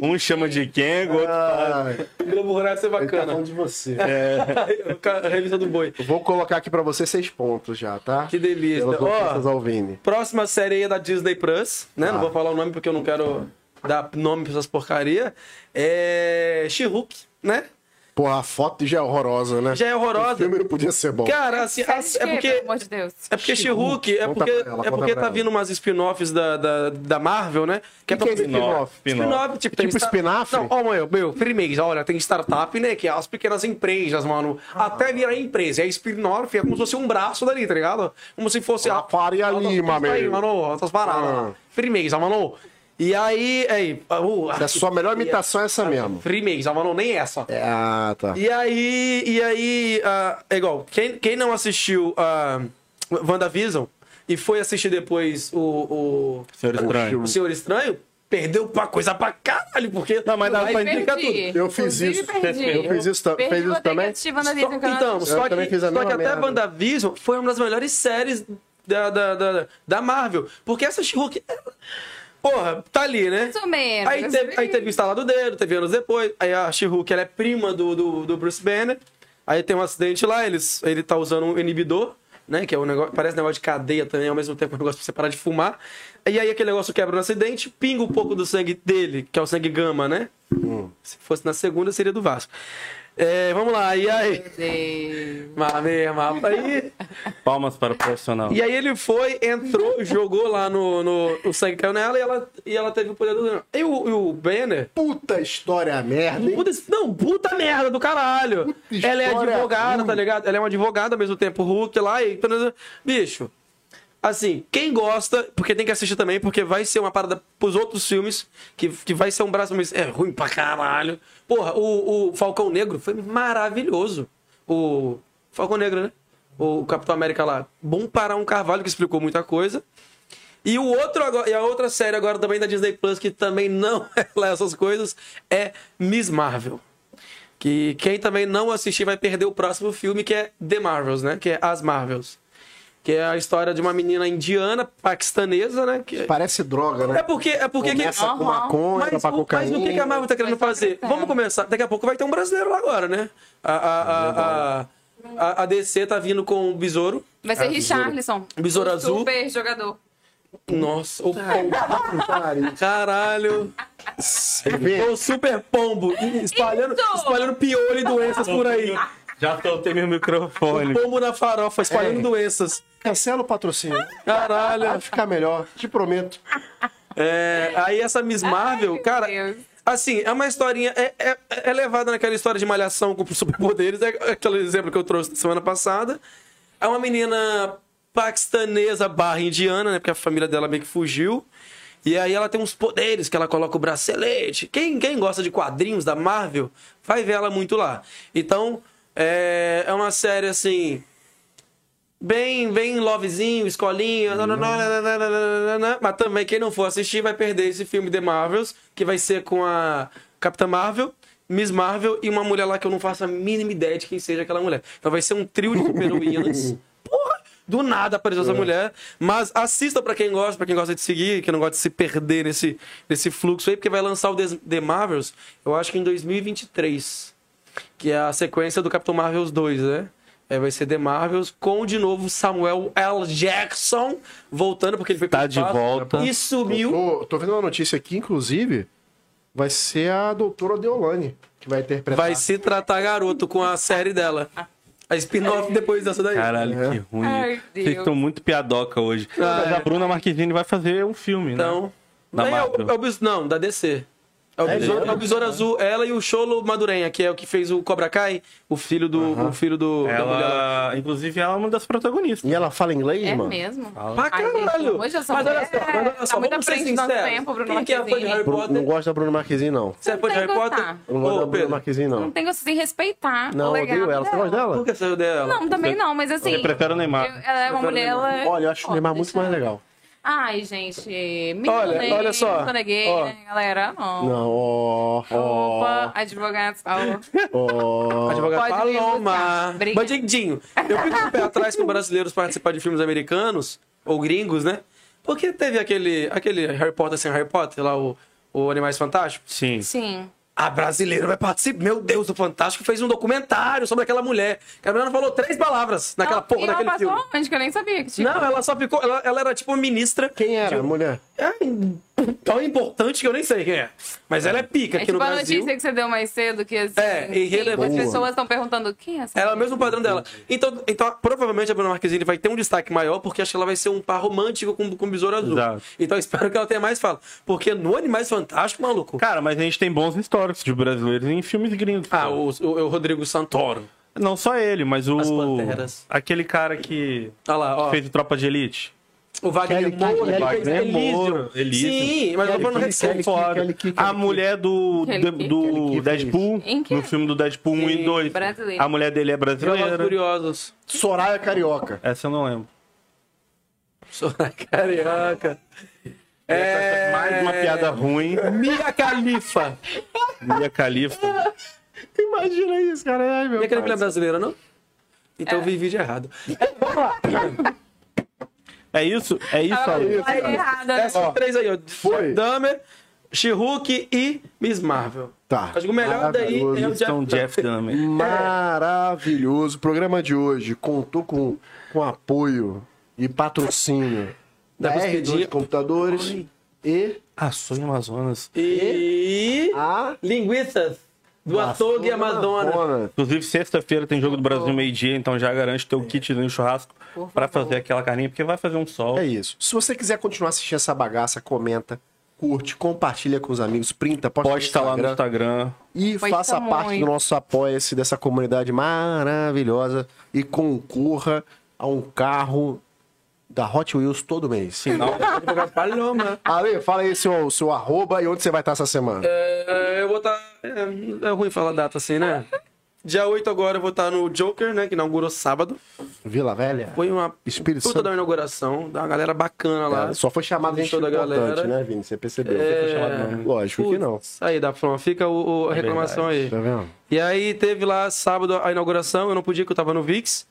Speaker 2: Um chama de Kengo, outro
Speaker 1: Ah,
Speaker 2: fala.
Speaker 4: Globo Rural ia ser bacana.
Speaker 1: tá de você.
Speaker 4: É. A revista do boi.
Speaker 1: Vou colocar aqui pra você seis pontos já, tá?
Speaker 4: Que delícia.
Speaker 1: Pelas
Speaker 4: Ó.
Speaker 1: ofensas ao Vini.
Speaker 4: Próxima série aí é da Disney Plus, né? Não vou falar o nome porque eu não quero dar nome pra essas porcaria. É. She-Hulk, né?
Speaker 1: Porra, a foto já é horrorosa, né?
Speaker 4: Já é
Speaker 1: O
Speaker 4: horrorosa.
Speaker 1: filme não podia ser bom.
Speaker 4: Cara, assim, as- é
Speaker 3: Pelo
Speaker 4: porque
Speaker 3: amor de Deus.
Speaker 4: É porque She-Hulk, é
Speaker 1: Conta
Speaker 4: porque,
Speaker 1: pra ela,
Speaker 4: é
Speaker 1: conta
Speaker 4: porque
Speaker 1: pra
Speaker 4: tá
Speaker 1: ela.
Speaker 4: vindo umas spin-offs da, da, da Marvel, né? Que é pra
Speaker 1: que é esse spin-off?
Speaker 4: Spin-off, tipo, tem
Speaker 1: Tipo
Speaker 4: star-
Speaker 1: spin-off?
Speaker 4: Não, ó, meu, meu, primeiro, olha, tem startup, né? Que é as pequenas empresas, mano.
Speaker 1: Ah.
Speaker 4: Até virar empresa. É spin-off, é como se fosse um braço dali, tá ligado? Como se fosse.
Speaker 1: Uma Faria
Speaker 4: altas-
Speaker 1: Lima,
Speaker 4: altas-
Speaker 1: meu.
Speaker 4: mano, essas paradas.
Speaker 1: Ah.
Speaker 4: lá. Primeiro, mano. E aí. aí uh,
Speaker 1: A sua melhor imitação é essa mesmo.
Speaker 4: Primeiro, mano, nem essa.
Speaker 1: É, Ah, tá.
Speaker 4: E aí, e aí, ah, é igual, quem, quem não assistiu a WandaVision e foi assistir depois o,
Speaker 2: Senhor
Speaker 4: o,
Speaker 2: Estranho.
Speaker 4: o Senhor Estranho, perdeu pra coisa pra caralho, porque...
Speaker 2: Não, mas dá
Speaker 4: vai
Speaker 2: pra
Speaker 4: explicar
Speaker 3: Perdi.
Speaker 1: Eu fiz
Speaker 3: Inclusive,
Speaker 1: isso.
Speaker 3: Perdi.
Speaker 1: Eu fiz isso tam-
Speaker 3: Perdi
Speaker 1: fez isso
Speaker 3: botei
Speaker 1: também?
Speaker 3: negativa na
Speaker 4: Só-
Speaker 3: lista que eu não
Speaker 4: então,
Speaker 3: assisti.
Speaker 1: Eu
Speaker 4: só que,
Speaker 1: também fiz a
Speaker 4: só
Speaker 1: mesma
Speaker 4: que até a
Speaker 1: merda.
Speaker 4: WandaVision foi uma das melhores séries da, da, da, da Marvel, porque essa She-Hulk... Porra, tá ali, né?
Speaker 3: Mais ou menos.
Speaker 4: Aí teve, aí teve o Instalado Dedo, teve anos depois. Aí a She-Hulk, ela é prima do, do, do Bruce Banner. Aí tem um acidente lá, eles, ele tá usando um inibidor, né? Que é um negócio, parece um negócio de cadeia também, ao mesmo tempo um negócio pra você parar de fumar. E aí aquele negócio quebra no acidente, pinga um pouco do sangue dele, que é o sangue gama, né? Se fosse na segunda, seria do Vasco. É, vamos lá, e aí?
Speaker 3: Deus.
Speaker 4: Mas mesmo, aí...
Speaker 2: Palmas para o profissional.
Speaker 4: E aí ele foi, entrou, jogou lá no, no... O sangue caiu nela e ela, e ela teve o poder do... E o, e o Banner...
Speaker 1: Puta história é merda, hein?
Speaker 4: Puta, não, puta merda do caralho.
Speaker 1: Puta
Speaker 4: ela é
Speaker 1: história
Speaker 4: advogada,
Speaker 1: ruim.
Speaker 4: tá ligado? Ela é uma advogada ao mesmo tempo, Hulk lá e. Bicho, assim, quem gosta, porque tem que assistir também, porque vai ser uma parada pros outros filmes, que, que vai ser um braço, mas é ruim pra caralho. Porra, o, o Falcão Negro foi maravilhoso. O Falcão Negro, né? O Capitão América lá. Bom parar um carvalho que explicou muita coisa. E o outro agora- e a outra série agora também da Disney Plus que também não é lá essas coisas é Miss Marvel. Que quem também não assistir vai perder o próximo filme que é The Marvels, né? Que é As Marvels. Que é a história de uma menina indiana, paquistanesa, né? Que...
Speaker 1: Parece droga, né?
Speaker 4: É porque é porque que-
Speaker 1: Começa com
Speaker 3: Aham.
Speaker 1: maconha,
Speaker 4: mas,
Speaker 1: pra
Speaker 4: o, mas
Speaker 1: cocaína.
Speaker 4: o que, que a Marvel tá querendo
Speaker 3: Mas tá
Speaker 4: fazer?
Speaker 3: crescendo.
Speaker 4: Vamos começar. Daqui a pouco vai ter um brasileiro lá agora, né?
Speaker 1: É
Speaker 4: A, a, a, a, a- a DC tá vindo com o Besouro.
Speaker 3: Vai ser Richarlison.
Speaker 4: Besouro
Speaker 3: um
Speaker 4: azul.
Speaker 3: Super jogador.
Speaker 4: Nossa, o
Speaker 1: Tá. Pare.
Speaker 4: Caralho.
Speaker 1: Vini,
Speaker 4: É o um super pombo e espalhando,
Speaker 3: Isso!
Speaker 4: espalhando piolho e doenças por aí.
Speaker 2: Já soltei meu microfone.
Speaker 4: Pombo na farofa, espalhando
Speaker 1: É.
Speaker 4: doenças.
Speaker 1: Cancela o patrocínio. Vai
Speaker 4: Caralho.
Speaker 1: ficar melhor, te prometo.
Speaker 4: É, aí essa Miss Marvel,
Speaker 3: meu
Speaker 4: cara.
Speaker 3: Deus.
Speaker 4: Assim, é uma historinha. É, é, é levada naquela história de malhação com superpoderes. É aquele exemplo que eu trouxe semana passada. É uma menina paquistanesa barra indiana, né? Porque a família dela meio que fugiu. E aí ela tem uns poderes que ela coloca o bracelete. Quem, quem gosta de quadrinhos da Marvel vai ver ela muito lá. Então, é, é uma série assim bem, bem lovezinho, escolinha, nananana, nananana, mas também quem não for assistir vai perder esse filme The Marvels, que vai ser com a Capitã Marvel, Miss Marvel e uma mulher lá que eu não faço a mínima ideia de quem seja aquela mulher. Então vai ser um trio de super-heroínas. Porra! Do nada apareceu
Speaker 2: É.
Speaker 4: essa mulher. Mas assista pra quem gosta, pra quem gosta de seguir, que não gosta de se perder nesse, nesse fluxo aí, porque vai lançar o The- The Marvels, eu acho que em 2023 que é a sequência do Capitão Marvels 2, né? É, vai ser The Marvels com de novo Samuel L. Jackson voltando porque ele foi pro
Speaker 2: Tá de
Speaker 4: espaço
Speaker 2: volta.
Speaker 4: e sumiu.
Speaker 1: Tô, tô vendo uma notícia aqui, inclusive, vai ser a doutora Deolane que vai interpretar.
Speaker 4: Vai se tratar garoto com a série dela. A spin-off depois dessa daí.
Speaker 2: Caralho, que ruim.
Speaker 3: Ai,
Speaker 2: Vocês
Speaker 3: Deus.
Speaker 2: estão muito piadoca hoje. Mas a Bruna Marquezine vai fazer um filme, né?
Speaker 4: Então,
Speaker 2: Da
Speaker 4: Não, é,
Speaker 2: Marvel.
Speaker 4: o, é o Bis- não, da DC. É o, besouro, é o Besouro Azul, ela e o Cholo Madurenha, que é o que fez o Cobra Kai, o filho do o filho do da mulher lá.
Speaker 2: Ela, inclusive, ela é uma das protagonistas.
Speaker 1: E ela fala inglês,
Speaker 3: É
Speaker 1: mano?
Speaker 3: mesmo?
Speaker 4: Pra
Speaker 3: Ai, gente,
Speaker 4: caralho!
Speaker 3: hoje eu sou
Speaker 4: mas olha
Speaker 3: mulher,
Speaker 4: só, mas olha
Speaker 3: tá
Speaker 4: só,
Speaker 3: muito à
Speaker 4: vamos ser
Speaker 3: frente do nosso
Speaker 4: sinceros.
Speaker 3: tempo, Bruno
Speaker 4: Quem que é fã de
Speaker 3: Marquezine.
Speaker 4: Harry
Speaker 1: Bru- não
Speaker 4: Potter?
Speaker 1: gosto da Bruna Marquezine, não.
Speaker 4: Você é fã de
Speaker 3: tem
Speaker 4: Harry
Speaker 3: que
Speaker 4: Potter?
Speaker 3: gostar.
Speaker 1: Eu Não gosto
Speaker 4: Ô,
Speaker 1: da Bruna
Speaker 4: Pedro,
Speaker 1: Marquezine,
Speaker 3: Não
Speaker 1: não.
Speaker 3: tem gosto de respeitar.
Speaker 1: Não,
Speaker 3: o
Speaker 1: eu
Speaker 3: legado
Speaker 1: odeio ela. Você
Speaker 3: dela.
Speaker 1: gosta
Speaker 4: por
Speaker 1: dela?
Speaker 4: que é você odeia ela?
Speaker 3: Não, também não, mas assim.
Speaker 2: Eu prefiro o Neymar.
Speaker 3: eu- ela é uma mulher.
Speaker 4: Prefiro o Neymar.
Speaker 3: Ela... é-
Speaker 1: Olha, eu acho o
Speaker 3: Ó,
Speaker 1: Neymar muito
Speaker 3: deixa-
Speaker 1: mais legal.
Speaker 3: Ai, gente. Menino
Speaker 4: Olha,
Speaker 3: gay,
Speaker 4: olha só,
Speaker 3: menina gay,
Speaker 4: ó.
Speaker 3: né, galera? Não.
Speaker 1: Não, ó, ó,
Speaker 3: Opa, advogados. ó.
Speaker 1: ó.
Speaker 4: Advogado
Speaker 3: Pode vir buscar.
Speaker 4: Paloma.
Speaker 3: Obrigada.
Speaker 4: Bandidinho. Eu fico com o pé atrás com brasileiros participar de filmes americanos, ou gringos, né? Porque teve aquele, aquele Harry Potter sem Harry Potter, lá o, o Animais Fantásticos.
Speaker 2: Sim.
Speaker 3: Sim.
Speaker 4: A brasileira vai participar. Meu Deus, o Fantástico fez um documentário sobre aquela mulher. A mulher não falou três palavras naquela
Speaker 3: Ela-
Speaker 4: porra
Speaker 3: e ela
Speaker 4: daquele
Speaker 3: passou
Speaker 4: filme.
Speaker 3: onde que eu nem sabia que tinha.
Speaker 4: Não, ela só ficou. Ela, ela era tipo uma ministra.
Speaker 1: Quem era, a mulher?
Speaker 4: É tão importante que eu nem sei quem é. Mas ela é pica
Speaker 3: É
Speaker 4: aqui
Speaker 3: tipo
Speaker 4: no
Speaker 3: a
Speaker 4: Brasil.
Speaker 3: notícia que você deu mais cedo, que assim,
Speaker 4: É, irrelevante.
Speaker 3: as
Speaker 4: Boa.
Speaker 3: pessoas estão perguntando quem é essa
Speaker 4: Ela é o mesmo padrão dela. Então, então provavelmente a Bruna Marquezine vai ter um destaque maior, porque acho que ela vai ser um par romântico com, com o Besouro Azul.
Speaker 2: Exato.
Speaker 4: Então espero que ela tenha mais fala. Porque no Animais Fantásticos, maluco.
Speaker 2: Cara, mas a gente tem bons históricos de brasileiros em filmes gringos.
Speaker 4: Ah,
Speaker 2: cara.
Speaker 4: o, o, o Rodrigo Santoro.
Speaker 2: Não só ele, mas o.
Speaker 4: As Panteras.
Speaker 2: Aquele cara que
Speaker 4: Olha lá, ó.
Speaker 2: fez o Tropa de Elite.
Speaker 4: O
Speaker 1: Kelly-
Speaker 4: Wagner Moura.
Speaker 1: Kelly-
Speaker 4: ele fez
Speaker 2: Wagner
Speaker 4: Elysium.
Speaker 2: Moura, Elysium.
Speaker 4: Sim, mas ela falou
Speaker 1: Kelly-
Speaker 4: recente.
Speaker 2: Foda.
Speaker 1: Kelly Key, Kelly
Speaker 2: a
Speaker 1: Key.
Speaker 2: mulher do,
Speaker 3: Kelly
Speaker 2: do-
Speaker 3: Key.
Speaker 2: do
Speaker 1: Kelly Key fez.
Speaker 2: Deadpool,
Speaker 3: Em que? é?
Speaker 2: no filme do Deadpool 1 e 2.
Speaker 3: brasileiro.
Speaker 2: A mulher dele é
Speaker 4: Jogos
Speaker 2: brasileira.
Speaker 4: Curiosos.
Speaker 1: Soraya Carioca.
Speaker 2: Essa eu não lembro.
Speaker 4: Sou na carioca. É...
Speaker 2: Mais uma piada ruim.
Speaker 4: Mia Khalifa.
Speaker 2: Mia Khalifa.
Speaker 1: Imagina isso, cara. Ai, meu
Speaker 4: Mia Khalifa não é
Speaker 1: pai.
Speaker 4: brasileira, não? Então eu vi vídeo errado.
Speaker 2: É isso? É isso
Speaker 3: Ela
Speaker 2: aí.
Speaker 3: falou errada.
Speaker 4: Essas
Speaker 1: Ó,
Speaker 4: é três aí, ó.
Speaker 1: foi.
Speaker 4: Dahmer, She-Hulk e Miss Marvel.
Speaker 1: Tá.
Speaker 4: Acho que o melhor daí é o
Speaker 1: Maravilhoso.
Speaker 4: Jeff.
Speaker 2: Então, Jeff Dahmer.
Speaker 1: Maravilhoso. O programa de hoje contou com, com apoio e patrocínio
Speaker 4: Dá
Speaker 1: da
Speaker 4: pra
Speaker 1: R2
Speaker 4: pedir.
Speaker 1: Computadores e
Speaker 2: Ah, sonho Amazonas.
Speaker 4: E.
Speaker 1: a...
Speaker 4: Linguiças do açougue Amazonas.
Speaker 1: Madonna.
Speaker 2: Inclusive, sexta-feira tem jogo do Brasil meio-dia, então já garante teu kitzinho churrasco pra fazer aquela carninha, porque vai fazer um sol.
Speaker 1: É isso. Se você quiser continuar assistindo essa bagaça, comenta, curte, compartilha com os amigos, printa, posta,
Speaker 2: Pode estar lá no Instagram.
Speaker 1: E
Speaker 3: Posta
Speaker 1: faça parte
Speaker 3: muito.
Speaker 1: do nosso apoia-se dessa comunidade maravilhosa e concorra a um carro da Hot Wheels todo mês.
Speaker 2: Sinal.
Speaker 4: Advogado Paloma.
Speaker 1: Ale, fala aí seu, seu arroba e onde você vai estar essa semana.
Speaker 4: É, eu vou estar. É, é ruim falar data assim, né? Dia 8 agora eu vou estar no Joker, né? Que inaugurou sábado.
Speaker 1: Vila Velha?
Speaker 4: Foi uma
Speaker 1: Espírito
Speaker 4: puta
Speaker 1: Santo.
Speaker 4: da inauguração. Da uma galera bacana lá.
Speaker 1: É, só foi chamado de gente
Speaker 4: Show da
Speaker 1: importante,
Speaker 4: galera.
Speaker 1: né, Vini? Você percebeu.
Speaker 4: É.
Speaker 1: Você foi chamado, não. Lógico que não.
Speaker 4: Putz, Aí, da Flama, fica o, o- a reclamação aí.
Speaker 1: Tá vendo?
Speaker 4: E aí teve lá sábado a inauguração, eu não podia que eu tava no VIX.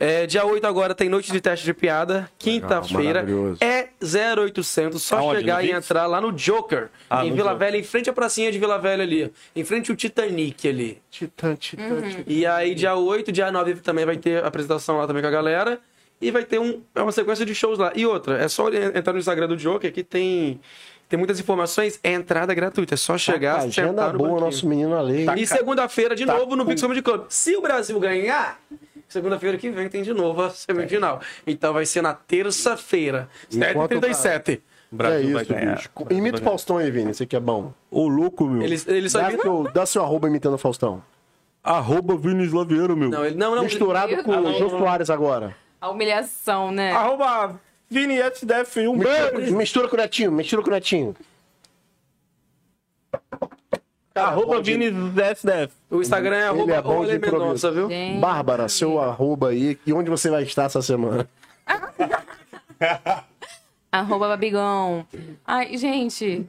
Speaker 4: É, dia 8 agora tem noite de teste de piada, quinta-feira.
Speaker 1: maravilhoso.
Speaker 4: É 0800, só
Speaker 2: Aonde?
Speaker 4: chegar
Speaker 2: No
Speaker 4: e
Speaker 2: VIX?
Speaker 4: entrar lá no Joker,
Speaker 2: Ah,
Speaker 4: em
Speaker 2: no
Speaker 4: Vila
Speaker 2: Joker.
Speaker 4: Velha, em frente à pracinha de Vila Velha ali, em frente ao Titanic ali.
Speaker 1: Titã, titã, titã.
Speaker 4: E aí dia 8, dia 9 também vai ter apresentação lá também com a galera. E vai ter um, é uma sequência de shows lá. E outra, é só olhar- entrar no Instagram do Joker que tem Tem muitas informações, é entrada gratuita. É só chegar,
Speaker 7: Agenda
Speaker 4: sentar no
Speaker 7: boa,
Speaker 4: banquinho.
Speaker 7: nosso menino além.
Speaker 1: Tá
Speaker 4: E segunda-feira, de novo, no Pix Comedy Club. Se o Brasil ganhar, segunda-feira que vem tem de novo a semifinal. Então vai ser na terça-feira,
Speaker 7: Enquanto-
Speaker 2: O
Speaker 4: 7h37.
Speaker 1: É
Speaker 2: Brasil vai
Speaker 1: isso,
Speaker 2: ganhar.
Speaker 1: bicho. Imita o Faustão aí, Vini. Você que é bom.
Speaker 2: Ô, louco, meu.
Speaker 4: Ele, ele só
Speaker 1: Dá
Speaker 4: imita-
Speaker 1: seu, dá seu arroba imitando o Faustão.
Speaker 2: Arroba Vini Slaviero, meu.
Speaker 4: Não, ele não, não.
Speaker 1: Misturado
Speaker 3: Meu
Speaker 1: com o
Speaker 3: Deus.
Speaker 1: Jô Soares agora.
Speaker 3: A humilhação, né?
Speaker 2: Arroba Vini SDF, um beijo.
Speaker 1: Mistura com o Netinho, mistura com o Netinho.
Speaker 2: Arroba Vini SDF.
Speaker 4: O Instagram é
Speaker 1: Ele
Speaker 4: arroba
Speaker 1: é bom de
Speaker 4: Rolê
Speaker 1: improviso.
Speaker 4: Mendonça, viu?
Speaker 3: Gente.
Speaker 1: Bárbara, seu arroba aí. E onde você vai estar essa semana?
Speaker 3: Arroba Babigão. Ai, gente,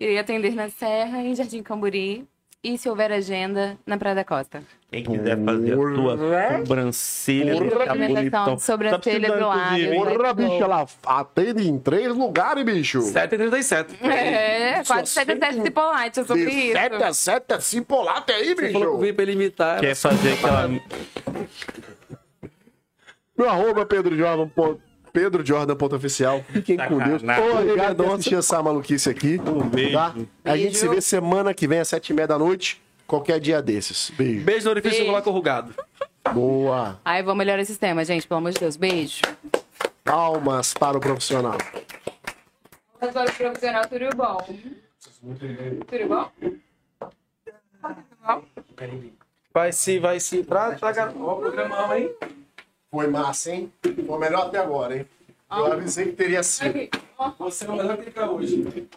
Speaker 3: irei atender na Serra, em Jardim Camburi. E se houver agenda, na Praia da Costa.
Speaker 2: Quem quiser fazer a tua sobrancelha, deixar
Speaker 3: Complementação
Speaker 2: bonitão.
Speaker 3: de sobrancelha
Speaker 2: Tá
Speaker 3: do
Speaker 2: precisando,
Speaker 3: lado.
Speaker 2: inclusive, hein?
Speaker 1: Porra, bicho, ela atende em três lugares, bicho.
Speaker 4: 7h37.
Speaker 3: É, quase 77 de polite, é sobre
Speaker 1: De
Speaker 3: isso.
Speaker 1: sete a sete, assim, polata aí,
Speaker 4: Ele falou que o
Speaker 1: bicho.
Speaker 4: VIP ele imitar.
Speaker 1: é
Speaker 2: Quer fazer aquela...
Speaker 1: Meu arroba é Pedro Jordan. pô, Pedro Jordan, ponto oficial. Fiquem com Deus.
Speaker 2: Sacanagem.
Speaker 1: Obrigado por assistir essa maluquice aqui.
Speaker 2: Um beijo.
Speaker 1: Tá? A gente se vê semana que vem às sete e meia da noite. Qualquer dia desses. Beijo.
Speaker 4: Beijo no orifício
Speaker 3: Beijo.
Speaker 4: do corrugado.
Speaker 1: Boa.
Speaker 3: Ai, vou melhorar esse tema, gente, pelo amor de Deus. Beijo.
Speaker 1: Palmas para o profissional.
Speaker 3: Agora o um profissional tudo bom. Tudo bom?
Speaker 4: Vai se, vai se. Pra, pra, Tá ó, o programão, hein?
Speaker 1: Foi massa, hein? Foi melhor até agora, hein? Eu avisei que teria sido.
Speaker 4: Você é o melhor que fica hoje.